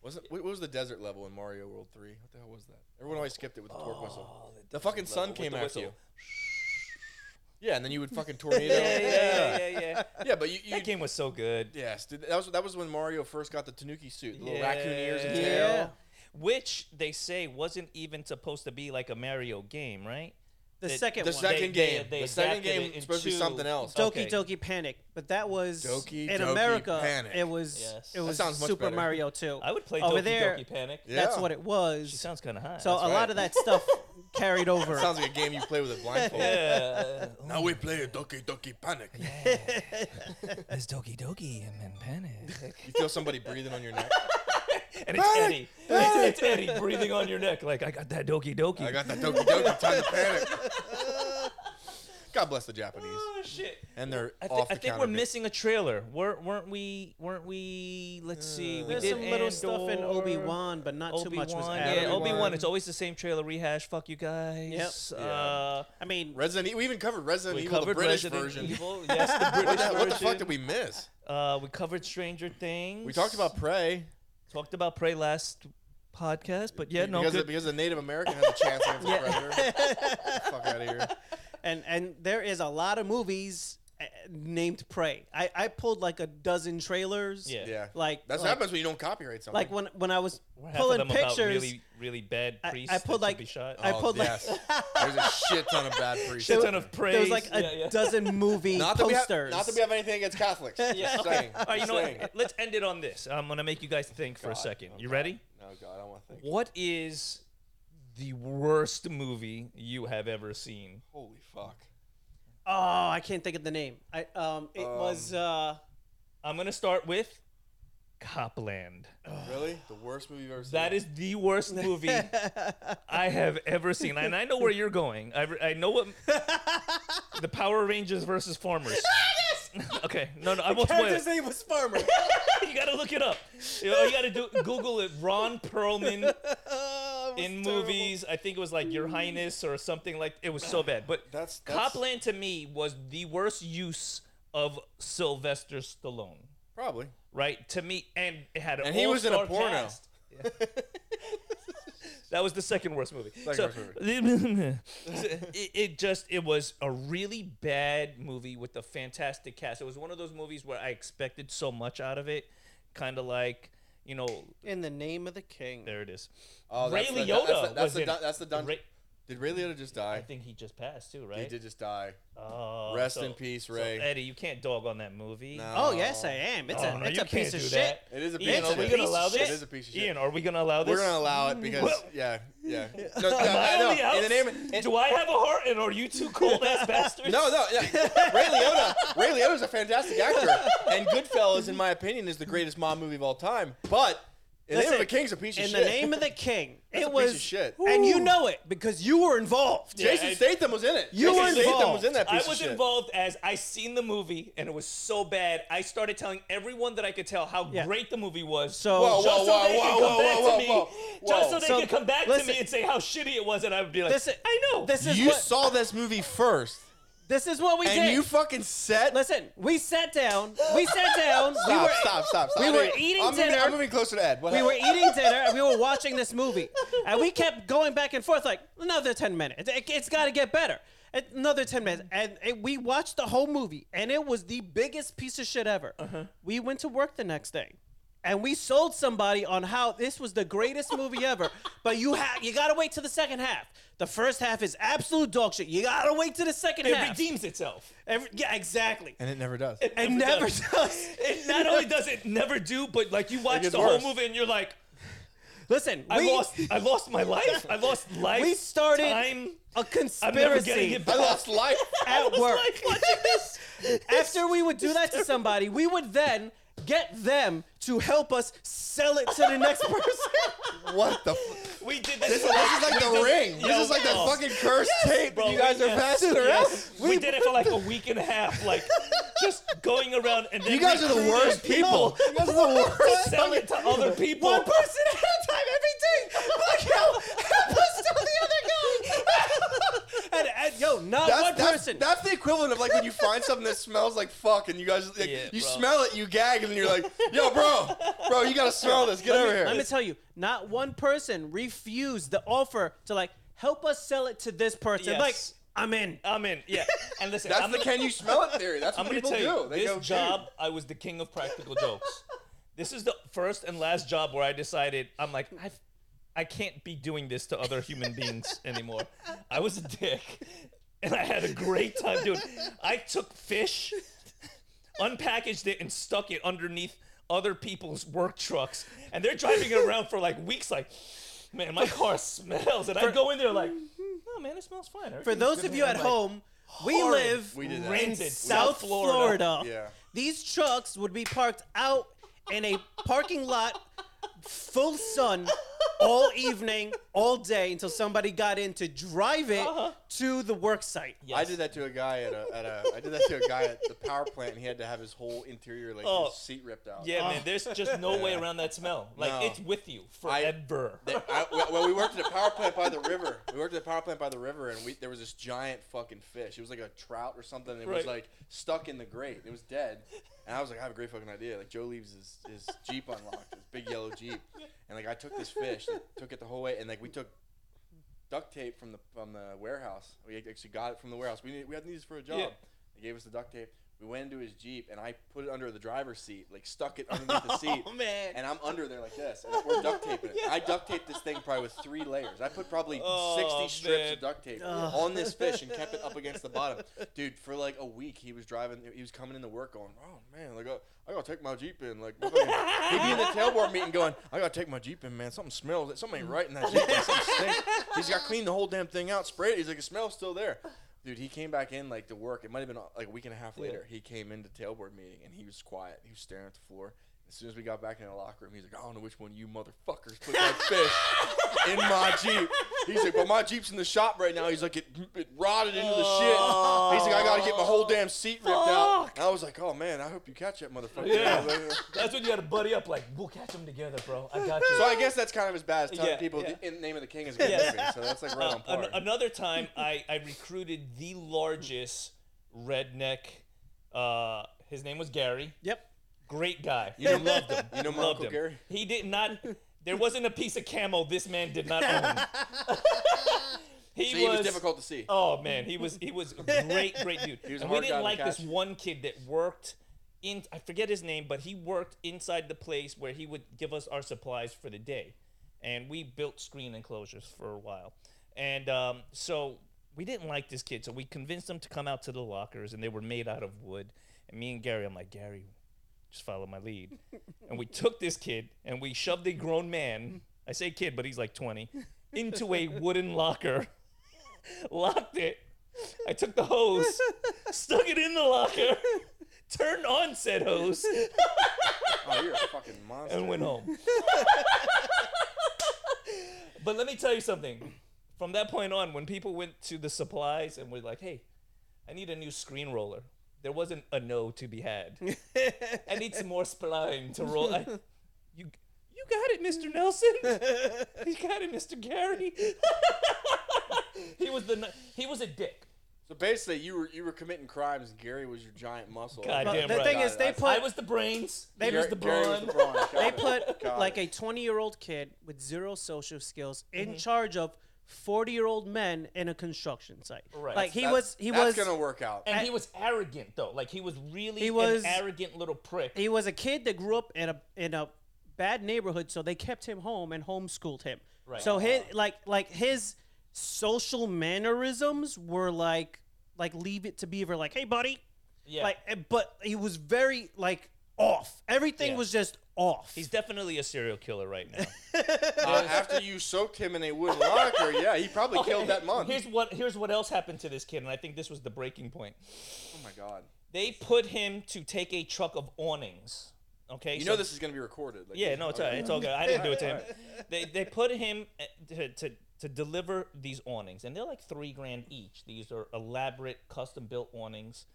Speaker 3: Wasn't what what was the desert level in Mario World Three? What the hell was that? Everyone always skipped it with the torque whistle. The fucking sun
Speaker 1: with
Speaker 3: came
Speaker 1: Oh, the
Speaker 3: after
Speaker 1: whistle.
Speaker 3: you. Yeah, and then you would fucking tornado.
Speaker 1: yeah, yeah, yeah, yeah, yeah.
Speaker 3: Yeah, but you, you
Speaker 1: That game was so good.
Speaker 3: Yes, dude, that was that was when Mario first got the Tanuki suit, the little raccoon ears and
Speaker 1: Yeah.
Speaker 3: tail.
Speaker 2: Yeah.
Speaker 1: Which they say wasn't even supposed to be like a Mario game, right?
Speaker 2: The
Speaker 1: That-
Speaker 2: second
Speaker 3: The
Speaker 2: one.
Speaker 1: sec- They- they-
Speaker 3: second game,
Speaker 1: they
Speaker 3: the second
Speaker 1: adapted
Speaker 3: game
Speaker 1: it
Speaker 3: is supposed to be
Speaker 1: into-
Speaker 3: something else.
Speaker 2: Doki
Speaker 1: okay.
Speaker 2: Doki Panic, but that was
Speaker 3: Doki
Speaker 2: in
Speaker 3: Doki
Speaker 2: America.
Speaker 3: Panic.
Speaker 2: It was
Speaker 1: Yes.
Speaker 2: it
Speaker 1: That
Speaker 2: was
Speaker 3: sounds much
Speaker 2: Super
Speaker 3: better.
Speaker 2: Mario Two.
Speaker 1: I would play
Speaker 2: over
Speaker 1: Doki
Speaker 2: there.
Speaker 1: Doki Panic.
Speaker 3: Yeah.
Speaker 2: That's what it
Speaker 1: She
Speaker 2: was.
Speaker 1: sounds kind of high.
Speaker 2: So a
Speaker 3: right.
Speaker 2: lot of that
Speaker 3: <laughs>
Speaker 2: stuff carried over.
Speaker 3: Sounds like a game you play with a blindfold.
Speaker 1: yeah.
Speaker 2: uh,
Speaker 3: Now we play a Doki Doki Panic.
Speaker 2: <laughs>
Speaker 1: <laughs> There's Doki Doki and then Panic.
Speaker 3: You feel somebody breathing on your neck.
Speaker 1: <laughs> And it's Eddie. It's, it's Eddie breathing on your neck like, I got that Doki Doki.
Speaker 3: I got that Doki Doki. Time to panic. God bless the Japanese
Speaker 1: <laughs> Oh, shit.
Speaker 3: and their
Speaker 1: I, thi-
Speaker 3: off
Speaker 1: I
Speaker 3: the
Speaker 1: think we're missing a trailer. Weren't, weren't we? Weren't we? Let's see. We
Speaker 2: There's
Speaker 1: did
Speaker 2: some little stuff in
Speaker 1: Andor.
Speaker 2: Obi Wan, but not too
Speaker 1: Obi-Wan.
Speaker 2: much was added.
Speaker 1: yeah, Obi Wan.
Speaker 3: Obi-Wan.
Speaker 1: It's always the same trailer rehash. Fuck you guys.
Speaker 3: Yep. Yeah.
Speaker 1: Uh,
Speaker 2: I mean,
Speaker 3: Resident. E- We even covered Resident
Speaker 1: we
Speaker 3: Evil, the
Speaker 1: covered
Speaker 3: British
Speaker 1: Resident
Speaker 3: version.
Speaker 1: Evil. Yes, the British
Speaker 3: <laughs> What the,
Speaker 1: version.
Speaker 3: what the fuck did we miss?
Speaker 1: Uh, we covered Stranger Things.
Speaker 3: We talked about prey
Speaker 1: talked about Prey last podcast, but yeah, no
Speaker 3: because
Speaker 1: good.
Speaker 3: the, because the Native American has a chance against the predator.
Speaker 1: <laughs>
Speaker 3: fuck out of here.
Speaker 2: and and there is a lot of movies uh, named Prey. I I pulled like a dozen trailers.
Speaker 1: Yeah.
Speaker 3: Yeah,
Speaker 2: Like
Speaker 3: that's
Speaker 2: like,
Speaker 3: what happens when you don't copyright something.
Speaker 2: like when when I was
Speaker 1: Half of
Speaker 2: pulling
Speaker 1: them about
Speaker 2: pictures.
Speaker 1: really, really bad
Speaker 2: I-
Speaker 1: priests.
Speaker 2: I pulled
Speaker 1: that should
Speaker 2: like-
Speaker 1: be shot. Oh.
Speaker 3: Oh,
Speaker 2: I pulled, like-
Speaker 3: There's a shit ton of
Speaker 1: <laughs>
Speaker 3: bad priests.
Speaker 1: Shit ton of praise.
Speaker 2: <laughs> There was like a
Speaker 1: yeah, yeah.
Speaker 2: dozen movie
Speaker 3: not that
Speaker 2: posters.
Speaker 3: we have not that we have anything against Catholics.
Speaker 1: <laughs> Yeah,
Speaker 3: Just
Speaker 1: okay.
Speaker 3: saying.
Speaker 1: <laughs> All right, you
Speaker 3: Just
Speaker 1: know
Speaker 3: saying.
Speaker 1: what? Let's end it on this. I'm gonna make you guys think for a second. You ready?
Speaker 3: No God, I don't want to think.
Speaker 1: What is the worst movie you have ever seen?
Speaker 3: Holy fuck.
Speaker 2: oh, I can't think of the name. I um, it was uh,
Speaker 1: I'm gonna start with Copland.
Speaker 3: Really? The worst movie you've ever seen.
Speaker 1: That is the worst movie
Speaker 3: <laughs>
Speaker 1: I have ever seen, and I know where you're going. I, I know what the Power Rangers versus Farmers. <laughs> okay, no, no, I won't spoil it.
Speaker 2: character's name was Farmer.
Speaker 1: you gotta look it up. You, know, you gotta do Google it. Ron
Speaker 3: <laughs>
Speaker 1: Perlman
Speaker 3: Oh,
Speaker 1: in movies. I think it was like Your Highness or something like. It was so bad. But
Speaker 3: That's- that's-
Speaker 1: Copland to me was the worst use of Sylvester Stallone.
Speaker 3: probably.
Speaker 1: Right to me, and it had an
Speaker 3: And he was in a
Speaker 1: all-star
Speaker 3: porno.
Speaker 1: cast. <laughs> That was the second worst movie. so,
Speaker 3: Second
Speaker 1: <laughs> it, it just it was a really bad movie with a fantastic cast. It was one of those movies where I expected so much out of it, kind of like you know.
Speaker 2: <laughs> in the name of the king.
Speaker 1: There it is.
Speaker 3: Oh,
Speaker 1: Ray
Speaker 3: that's the-
Speaker 1: Liotta
Speaker 3: that's the-
Speaker 1: was
Speaker 3: that's the
Speaker 1: in
Speaker 3: dun-
Speaker 1: it.
Speaker 3: that's the dun-
Speaker 1: Ray-
Speaker 3: Did Ray Liotta just
Speaker 1: I
Speaker 3: die?
Speaker 1: think he just passed too, right?
Speaker 3: He did just die.
Speaker 1: Oh,
Speaker 3: Rest
Speaker 1: so-
Speaker 3: in peace,
Speaker 1: so,
Speaker 3: Ray.
Speaker 1: Eddie, you can't dog on that movie.
Speaker 3: No.
Speaker 2: oh yes, I am. It's
Speaker 1: Oh,
Speaker 2: a
Speaker 1: no,
Speaker 2: it's
Speaker 1: you
Speaker 2: a piece
Speaker 1: can't do
Speaker 2: of shit.
Speaker 1: that.
Speaker 3: It is a piece
Speaker 1: Ian,
Speaker 3: of
Speaker 1: are
Speaker 3: shit.
Speaker 1: we gonna
Speaker 3: Piece
Speaker 1: allow
Speaker 2: of
Speaker 1: this?
Speaker 2: shit.
Speaker 3: It is a piece of shit.
Speaker 1: Ian, are we gonna allow this?
Speaker 3: We're gonna allow it because
Speaker 1: Well-
Speaker 3: yeah, yeah. No, no,
Speaker 1: Am I
Speaker 3: no,
Speaker 1: only out?
Speaker 3: In the name of, in-
Speaker 1: Do I have a heart, and are you two cold
Speaker 3: <laughs>
Speaker 1: ass bastards?
Speaker 3: No, no. Yeah. Ray Liotta. Ray Liotta's a fantastic actor, and Goodfellas, in my opinion, is the greatest mob movie of all time. But The
Speaker 2: That's
Speaker 3: name of
Speaker 2: it.
Speaker 3: the king's a piece of
Speaker 2: In
Speaker 3: shit.
Speaker 2: the name of the king,
Speaker 3: That's a
Speaker 2: it
Speaker 3: piece
Speaker 2: was
Speaker 3: of shit.
Speaker 2: and you know it because you were
Speaker 3: <laughs>
Speaker 2: involved.
Speaker 3: Jason
Speaker 1: and-
Speaker 3: Statham was in it.
Speaker 2: You
Speaker 3: Jason
Speaker 2: were
Speaker 3: Statham
Speaker 2: involved.
Speaker 3: was in that
Speaker 1: I
Speaker 3: piece of
Speaker 1: was
Speaker 3: shit.
Speaker 1: involved as I seen the movie and it was so bad. I started telling everyone that I could tell how
Speaker 2: Yeah.
Speaker 1: great the movie was.
Speaker 2: So-
Speaker 3: Whoa,
Speaker 1: just
Speaker 3: whoa,
Speaker 1: so
Speaker 3: whoa,
Speaker 1: they
Speaker 3: whoa,
Speaker 1: could come
Speaker 3: whoa,
Speaker 1: back
Speaker 3: whoa,
Speaker 1: to me,
Speaker 3: whoa,
Speaker 1: just so
Speaker 3: whoa.
Speaker 1: they
Speaker 2: So,
Speaker 1: could come back to
Speaker 2: listen.
Speaker 1: me and say how shitty it was, and I would be like,
Speaker 2: Listen.
Speaker 1: I know.
Speaker 2: This is
Speaker 3: You
Speaker 2: what
Speaker 3: saw this movie first,
Speaker 2: this is what we
Speaker 3: and
Speaker 2: did.
Speaker 3: you fucking said.
Speaker 2: Listen, we sat down. We sat
Speaker 3: <laughs>
Speaker 2: down. we
Speaker 3: stop,
Speaker 2: were
Speaker 3: stop, stop, stop.
Speaker 2: we were
Speaker 3: I'm
Speaker 2: eating
Speaker 3: moving-
Speaker 2: dinner.
Speaker 3: I'm moving closer to Ed. What
Speaker 2: we were
Speaker 3: happened?
Speaker 2: eating dinner and we were watching this movie, and we kept going back and forth like another ten minutes. It, has got to get better. And Another ten minutes, and it, we watched the whole movie, and it was the biggest piece of shit ever.
Speaker 1: Uh-huh.
Speaker 2: We went to work the next day. And we sold somebody on how this was the greatest movie ever, but you ha- you gotta wait till the second half. The first half is absolute dog shit. You gotta wait till the second
Speaker 1: it
Speaker 2: half.
Speaker 1: redeems itself.
Speaker 2: Every- yeah, exactly.
Speaker 3: and it never does.
Speaker 2: It never
Speaker 1: does.
Speaker 2: does.
Speaker 1: It not only does it never do, but like you watch
Speaker 3: gets
Speaker 1: the
Speaker 3: worse.
Speaker 1: whole movie and you're like,
Speaker 2: <laughs> Listen,
Speaker 1: I
Speaker 2: we,
Speaker 1: lost, I lost my life. I lost life.
Speaker 2: <laughs> we started
Speaker 1: time.
Speaker 2: a
Speaker 1: I'm never getting
Speaker 2: conspiracy
Speaker 1: it
Speaker 3: I
Speaker 1: back.
Speaker 3: lost life.
Speaker 2: at work.
Speaker 1: Like watching this.
Speaker 2: After we would do that to somebody, we would then get them to help us sell it to the <laughs> next person.
Speaker 3: What the? F-
Speaker 1: <laughs> We did this.
Speaker 3: this, is- this is like the ring. This
Speaker 1: Yo,
Speaker 3: is like the
Speaker 1: bro.
Speaker 3: fucking cursed tape
Speaker 1: <laughs> Bro,
Speaker 3: that you guys
Speaker 1: we-
Speaker 3: are
Speaker 1: yeah.
Speaker 3: passing around.
Speaker 1: Yes. We, did it for like a week and a half, like just going around and then
Speaker 3: You guys are the
Speaker 1: recruiting
Speaker 3: worst people. You guys are
Speaker 1: <laughs>
Speaker 3: the worst.
Speaker 1: Sell it to other people.
Speaker 2: One person at a time, everything. Like, yo, help us sell the other guy. and, and, yo, not
Speaker 3: That's,
Speaker 2: one
Speaker 3: that's-
Speaker 2: person.
Speaker 3: that's the equivalent of like when you find something that smells like fuck, and you guys like,
Speaker 1: Yeah,
Speaker 3: you
Speaker 1: bro.
Speaker 3: smell it, you gag, and then you're like, "Yo, bro, bro, you gotta smell this. Get over here."
Speaker 2: Let me tell you, not one person refused the offer to like help us sell it to this person.
Speaker 1: Yes.
Speaker 2: Like, I'm in.
Speaker 1: I'm in. Yeah. And listen,
Speaker 3: That's
Speaker 1: I'm
Speaker 3: the
Speaker 1: gonna,
Speaker 3: can you smell it theory. That's
Speaker 1: I'm
Speaker 3: what
Speaker 1: gonna
Speaker 3: people
Speaker 1: tell you,
Speaker 3: do. They
Speaker 1: this
Speaker 3: go, "Dude,
Speaker 1: job, I was the king of practical jokes. This is the first and last job where I decided I'm like I've. I can't be doing this to other human beings anymore. I was a dick, and I had a great time, dude. I took fish, unpackaged it, and stuck it underneath other people's work trucks, and they're driving it around for like weeks. Like, man, my car smells, and I go in there like, no, man, it smells fine.
Speaker 2: For those of you at home, we live
Speaker 3: We did that.
Speaker 2: in
Speaker 1: Rented.
Speaker 2: South
Speaker 1: South Florida.
Speaker 2: Florida.
Speaker 3: Yeah.
Speaker 2: These trucks would be parked out in a parking lot, full sun, all evening, all day until somebody got in to drive it to the work site.
Speaker 1: Yes.
Speaker 3: I did that to a guy at a, at a I did that to a guy at the power plant. and He had to have his whole interior like
Speaker 1: Oh.
Speaker 3: his seat ripped out.
Speaker 1: Yeah, man. There's just no way around that smell. Like
Speaker 3: No.
Speaker 1: it's with you
Speaker 3: I-
Speaker 1: forever. <laughs>
Speaker 3: They- I, well, we worked at a power plant by the river. We worked at a power plant by the river, and we, there was this giant fucking fish. It was like a trout or something. And it was
Speaker 1: Right.
Speaker 3: like stuck in the grate. It was dead. And I was like, I have a great fucking idea. Like Joe leaves his, his jeep unlocked, his big yellow jeep, and like I took this fish, like, took it the whole way, and like we took duct tape from the from the warehouse. We actually got it from the warehouse. We need, we had needs for a job.
Speaker 1: Yeah.
Speaker 3: They gave us the duct tape. We went into his jeep, and I put it under the driver's seat, like stuck it underneath
Speaker 1: <laughs>
Speaker 3: the seat.
Speaker 2: Oh, man.
Speaker 3: And I'm under there like this, and we're duct taping it. I duct taped this thing probably with three layers. I put probably
Speaker 1: Oh,
Speaker 3: 60 strips
Speaker 1: man.
Speaker 3: of duct tape
Speaker 2: Ugh.
Speaker 3: on this fish and kept it up against the bottom. Dude, for like a week, he was driving, he was coming into work going, oh man, like, uh, I gotta take my Jeep in. Like, he'd be in the tailboard meeting going, I gotta take my Jeep in, man. Something smells. Something ain't right in that Jeep. Like, something stinks. He's got to clean the whole damn thing out, spray it. He's like, it smells still there. Dude, he came back in like to work. It might have been uh, like a week and a half later. He came into tailboard meeting and he was quiet. He was staring at the floor. As soon as we got back in the locker room, he's like, I don't know which one of you motherfuckers put that fish in my Jeep. He's like, but my Jeep's in the shop right now. He's like, it, it rotted into the shit. He's like, I got to get my whole damn seat ripped out. And I was like, oh man, I hope you catch that motherfucker.
Speaker 1: Yeah. That's when you gotta buddy up. Like we'll catch them together, bro. I got you.
Speaker 3: <laughs> So I guess that's kind of as bad as telling
Speaker 1: Yeah,
Speaker 3: people
Speaker 1: yeah.
Speaker 3: the in name of the king is a good
Speaker 1: Yeah.
Speaker 3: movie. So that's like right
Speaker 1: Uh,
Speaker 3: on par.
Speaker 1: an- another time, I I recruited the largest redneck. Uh, his name was Gary.
Speaker 2: Yep.
Speaker 1: Great guy.
Speaker 3: you know, loved him. You know
Speaker 1: <laughs>
Speaker 3: my
Speaker 1: Loved
Speaker 3: Uncle
Speaker 1: him.
Speaker 3: Gary?
Speaker 1: He did not. There wasn't a piece of camo this man did not own.
Speaker 3: <laughs>
Speaker 1: <laughs>
Speaker 3: See, he was difficult to see.
Speaker 1: Oh man, he was he was a great great
Speaker 3: <laughs>
Speaker 1: dude.
Speaker 3: was a
Speaker 1: and we
Speaker 3: hard guy
Speaker 1: didn't
Speaker 3: to
Speaker 1: like this
Speaker 3: catch.
Speaker 1: one kid that worked in I forget his name, but he worked inside the place where he would give us our supplies for the day, and we built screen enclosures for a while, and um, so we didn't like this kid, so we convinced him to come out to the lockers, and they were made out of wood. And me and Gary, I'm like Gary, just follow my lead. and we took this kid and we shoved a grown man, I say kid, but he's like 20, into a wooden locker, <laughs> locked it. I took the <laughs> hose, stuck it in the locker, turned on said hose,
Speaker 6: Oh, you're a fucking monster.
Speaker 1: and went home. <laughs> but let me tell you something. From that point on, when people went to the supplies and were like, "Hey, I need a new screen roller," there wasn't a no to be
Speaker 2: <laughs>
Speaker 1: had. I need some more spline to roll. I, you, you got it, Mr.
Speaker 2: <laughs>
Speaker 1: Nelson. you got it, Mr. Gary. <laughs> he was the n- he was a dick.
Speaker 6: So basically, you were you were committing crimes, and Gary was your giant muscle.
Speaker 1: God damn
Speaker 2: the
Speaker 1: right.
Speaker 2: thing is, they
Speaker 6: I-
Speaker 2: put
Speaker 1: I was the brains. They
Speaker 6: Gary-
Speaker 1: was the
Speaker 6: Gary
Speaker 1: brawn.
Speaker 6: the
Speaker 1: <laughs>
Speaker 6: brawn. Got
Speaker 2: they
Speaker 6: it.
Speaker 3: <laughs>
Speaker 2: put
Speaker 6: Got
Speaker 2: like
Speaker 6: it.
Speaker 2: a 20 year old kid with zero social skills in charge of 40 year old men in a construction site.
Speaker 1: Right.
Speaker 2: Like he
Speaker 6: That-
Speaker 2: was, he
Speaker 6: that's
Speaker 2: was,
Speaker 6: gonna work out.
Speaker 1: and he was arrogant though. Like he was really
Speaker 2: He was-
Speaker 1: an arrogant little prick.
Speaker 2: he was a kid that grew up in a in a bad neighborhood, so they kept him home and homeschooled him.
Speaker 1: Right.
Speaker 2: So his like like his social mannerisms were like like leave it to Beaver, like hey buddy,
Speaker 1: yeah.
Speaker 2: like eh, but he was very like off. Everything
Speaker 1: Yeah.
Speaker 2: was just off.
Speaker 1: He's definitely a serial killer right now.
Speaker 6: Uh, after you soaked him in a wooden locker, yeah, he probably killed that month.
Speaker 1: <laughs> Oh, Here's what here's what else happened to this kid, and I think this was the breaking point.
Speaker 6: oh my god!
Speaker 1: They put him to take a truck of awnings. Okay,
Speaker 6: You
Speaker 1: so-
Speaker 6: know this is gonna be recorded. Like,
Speaker 1: Yeah, no, it's all right. It's <laughs> all good. I didn't do it to him. They they put him uh, to, to to deliver these awnings, and they're like three grand each. These are elaborate, custom built awnings,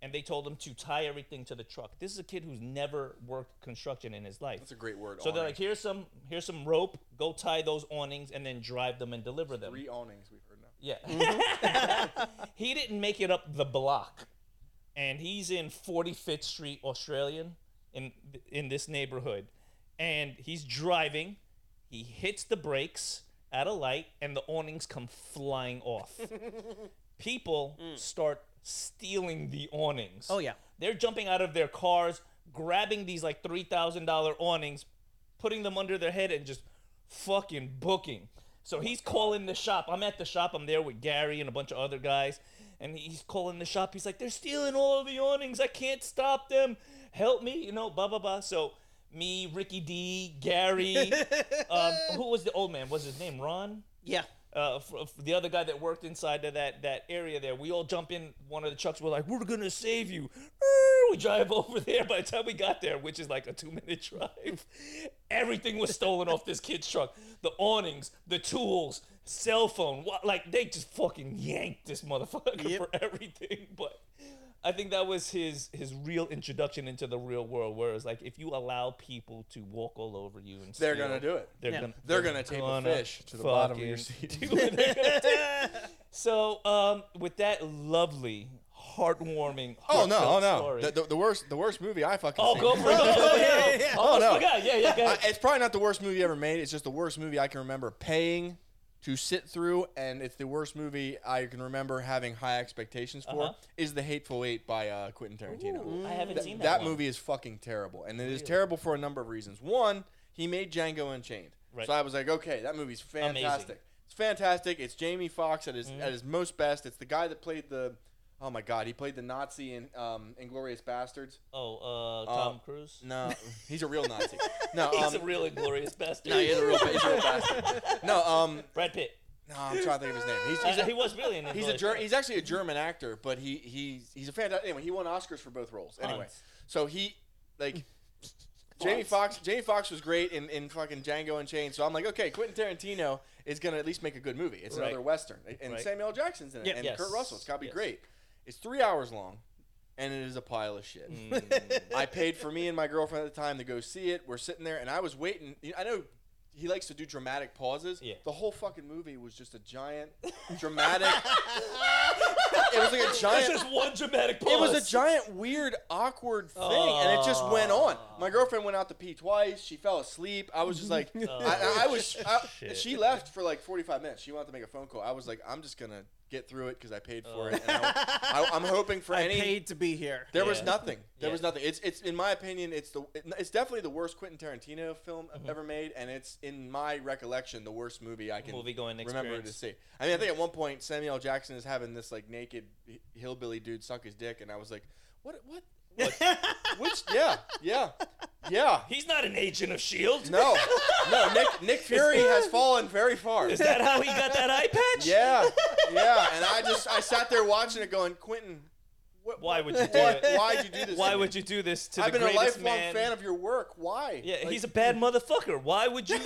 Speaker 1: and they told him to tie everything to the truck. This is a kid who's never worked construction in his life.
Speaker 6: That's a great word.
Speaker 1: So they're
Speaker 6: awning.
Speaker 1: like, here's some here's some rope. Go tie those awnings and then drive them and deliver them.
Speaker 6: three awnings we've heard now.
Speaker 1: Yeah.
Speaker 2: Mm-hmm. <laughs>
Speaker 1: he didn't make it up the block. And he's in 45th Street, Australian, in in this neighborhood. And he's driving. He hits the brakes at a light and the awnings come flying
Speaker 2: <laughs>
Speaker 1: off. People start stealing the awnings.
Speaker 2: Mm. Oh, yeah.
Speaker 1: They're jumping out of their cars, grabbing these like $3,000 awnings, putting them under their head and just fucking booking. So he's calling the shop. I'm at the shop. I'm there with Gary and a bunch of other guys. And he's calling the shop. He's like, they're stealing all the awnings. I can't stop them. Help me. You know, blah, blah, blah. So me, Ricky D, Gary. um, who was the old man? Was his name Ron?
Speaker 2: yeah.
Speaker 1: uh, f- f- the other guy that worked inside of that that area there. We all jump in one of the trucks. We're like, "We're gonna save you." <laughs> We drive over there. By the time we got there, which is like a two minute <laughs> drive, everything was stolen off this kid's truck: the awnings, the tools, cell phone. What? Like they just fucking yanked this motherfucker
Speaker 2: Yep.
Speaker 1: for <laughs> everything. But I think that was his his real introduction into the real world. Where it's like, if you allow people to walk all over you, and
Speaker 6: They're
Speaker 1: steal,
Speaker 6: gonna do it.
Speaker 1: They're
Speaker 2: Yeah.
Speaker 1: gonna
Speaker 6: They're gonna tape a fish
Speaker 3: to the bottom of your
Speaker 1: fucking do what they're gonna do.
Speaker 3: <laughs>
Speaker 1: so, um, with that lovely, heartwarming.
Speaker 3: Oh no! Oh
Speaker 1: heartfelt
Speaker 3: no!
Speaker 1: Story.
Speaker 3: The, the, the worst, the worst movie I fucking.
Speaker 1: oh,
Speaker 3: seen.
Speaker 1: go for it! Go, go, go,
Speaker 2: yeah,
Speaker 3: <laughs>
Speaker 2: yeah.
Speaker 1: Oh,
Speaker 3: no.
Speaker 1: Forgot. Yeah, yeah. Go
Speaker 3: I, it's probably not the worst movie ever made. It's just the worst movie I can remember paying to sit through, and it's the worst movie I can remember having high expectations for.
Speaker 1: Uh-huh.
Speaker 3: Is The Hateful Eight by uh, Quentin Tarantino?
Speaker 1: Ooh, I haven't
Speaker 3: Th-
Speaker 1: seen that.
Speaker 3: that
Speaker 1: one.
Speaker 3: movie is fucking terrible, and it is terrible for a number of reasons. One, he made Django Unchained,
Speaker 1: Right.
Speaker 3: so I was like, okay, that movie's
Speaker 1: Amazing. Mm-hmm.
Speaker 3: fantastic. It's fantastic. It's Jamie Foxx at his at his most best. It's the guy that played the, oh my god, he played the Nazi in um, Inglorious Bastards.
Speaker 1: Oh, uh, Tom Cruise.
Speaker 3: No, <laughs> he's a real
Speaker 1: <laughs>
Speaker 3: Nazi. No, um,
Speaker 1: He's a real inglorious bastard.
Speaker 3: no, he's a real, he's a real bastard. No, um,
Speaker 1: <laughs> Brad Pitt.
Speaker 3: no, I'm trying to think of his name. He's,
Speaker 1: Uh,
Speaker 3: he's a,
Speaker 1: he was really an.
Speaker 3: <laughs> he's a
Speaker 1: Inglorious
Speaker 3: Ger-
Speaker 1: Bastard.
Speaker 3: he's actually a German actor, but he he's he's a fantastic. Anyway, he won Oscars for both roles. Anyway,
Speaker 1: Hans.
Speaker 3: so he like Jamie
Speaker 1: Hans.
Speaker 3: Fox. Jamie Fox was great in, in fucking Django Unchained. So I'm like, okay, Quentin Tarantino is gonna at least make a good movie. It's
Speaker 1: Right.
Speaker 3: another western, and
Speaker 1: Right.
Speaker 3: Samuel L. Jackson's in it,
Speaker 2: Yeah.
Speaker 3: and
Speaker 1: Yes.
Speaker 3: Kurt Russell. It's gotta be
Speaker 1: Yes.
Speaker 3: great. It's three hours long, and it is a pile of shit.
Speaker 1: Mm.
Speaker 3: <laughs> I paid for me and my girlfriend at the time to go see it. We're sitting there, and I was waiting. you- I know he likes to do dramatic pauses.
Speaker 1: Yeah.
Speaker 3: The whole fucking movie was just a giant
Speaker 2: <laughs>
Speaker 3: dramatic. it was like a giant.
Speaker 1: That's just one dramatic pause.
Speaker 3: It was a giant, weird, awkward thing, and it just went on. My girlfriend went out to pee twice. She fell asleep. I was
Speaker 1: <laughs>
Speaker 3: just like, I, I, I was. I,
Speaker 1: Oh, Shit.
Speaker 3: she left for like 45 minutes. She wanted to make a phone call. I was like, I'm just gonna get through it because I paid for it. And
Speaker 1: Oh.
Speaker 3: I, am hoping for
Speaker 2: <laughs> I
Speaker 3: any.
Speaker 2: paid to be here.
Speaker 3: There
Speaker 1: Yeah.
Speaker 3: was nothing. There
Speaker 1: Yeah.
Speaker 3: was nothing. It's it's in my opinion, it's the it- it's definitely the worst Quentin Tarantino film
Speaker 1: Mm-hmm.
Speaker 3: ever made, and it's in my recollection the worst movie I can
Speaker 1: Movie-going
Speaker 3: remember to
Speaker 1: experience.
Speaker 3: see. I mean, I think at one point Samuel L. Jackson is having this like naked hi- hillbilly dude suck his dick, and I was like, what what
Speaker 2: <laughs>
Speaker 3: what? Which <laughs> yeah yeah yeah.
Speaker 1: He's not an agent of Shield.
Speaker 3: No, no. Nick Nick Fury has fallen very far.
Speaker 1: Is
Speaker 3: <laughs>
Speaker 1: that how he got that eye patch?
Speaker 3: Yeah, yeah. And I just I sat there watching it, going, Quentin,
Speaker 1: <laughs>
Speaker 3: What,
Speaker 1: Why would you do
Speaker 3: why, <laughs>
Speaker 1: it?
Speaker 3: Why'd you do this?
Speaker 1: Why
Speaker 3: to me?
Speaker 1: would you do this to
Speaker 3: I've
Speaker 1: the
Speaker 3: been a
Speaker 1: greatest
Speaker 3: lifelong
Speaker 1: man?
Speaker 3: fan of your work. Why?
Speaker 1: yeah,
Speaker 3: Like,
Speaker 1: he's a bad motherfucker. Why would
Speaker 2: <laughs>
Speaker 1: you?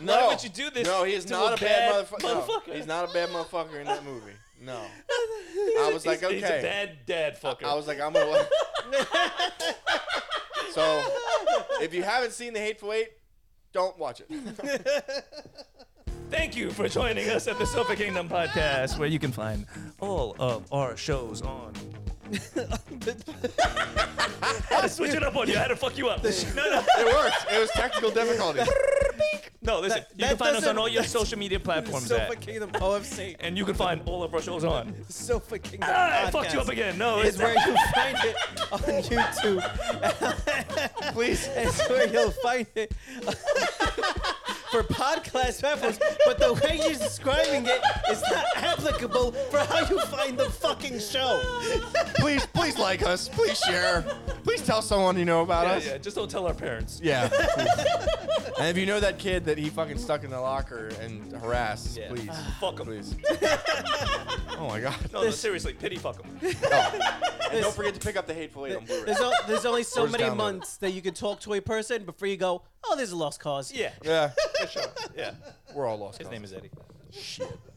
Speaker 3: no.
Speaker 1: Why would you do this?
Speaker 3: No, he is
Speaker 1: to
Speaker 3: not a, bad, motherfu- no,
Speaker 1: motherfucker.
Speaker 3: he's not a bad motherfucker in that movie.
Speaker 1: <laughs>
Speaker 3: No. I was like,
Speaker 1: He's-
Speaker 3: okay.
Speaker 1: He's a bad dad fucker.
Speaker 3: I was like, I'm gonna. <laughs> so, if you haven't seen The Hateful Eight, don't watch <laughs> it.
Speaker 1: Thank you for joining us at the Sofa Kingdom podcast, where you can find all of our shows on.
Speaker 2: <laughs>
Speaker 1: I had to switch it up on you. I had to fuck you up. No, no,
Speaker 3: It worked. It was technical difficulties.
Speaker 1: no. Listen,
Speaker 2: That-
Speaker 1: you can
Speaker 2: that
Speaker 1: find us on
Speaker 2: doesn't-
Speaker 1: all your
Speaker 2: that's-
Speaker 1: social
Speaker 2: <laughs>
Speaker 1: media platforms,
Speaker 2: Sofa
Speaker 1: at,
Speaker 2: Kingdom oh, OFC.
Speaker 1: and you can find all of our shows
Speaker 2: <laughs>
Speaker 1: on.
Speaker 2: Sofa Kingdom.
Speaker 1: Ah, I
Speaker 2: Podcast
Speaker 1: fucked you up again. No,
Speaker 2: Is
Speaker 1: it's
Speaker 2: where you find it on YouTube. <laughs>
Speaker 3: Please.
Speaker 2: It's where you'll find it <laughs> for podcast platforms. But the way you're describing it is not applicable for how you find the fucking show.
Speaker 3: please, please like us. Please share. Please tell someone you know
Speaker 1: <laughs>
Speaker 3: about
Speaker 1: yeah,
Speaker 3: us.
Speaker 1: yeah. Just don't tell our parents.
Speaker 7: <laughs>
Speaker 3: Yeah. and if you know that kid that he fucking stuck in the locker and harassed,
Speaker 1: Yeah.
Speaker 3: please,
Speaker 7: Uh,
Speaker 1: Fuck
Speaker 7: <laughs>
Speaker 1: 'em.
Speaker 3: please. oh my god.
Speaker 1: No, no, seriously, pity fuck them.
Speaker 3: And
Speaker 7: Don't forget to pick up the Hateful Eight on Blu-ray.
Speaker 2: There's, o- there's only so
Speaker 3: Or just
Speaker 2: many
Speaker 3: download it.
Speaker 2: months that you can talk to a person before you go, oh, there's a lost cause.
Speaker 1: Yeah,
Speaker 3: Yeah,
Speaker 1: yeah.
Speaker 3: we're all lost.
Speaker 1: His name is Eddie.
Speaker 3: Shit.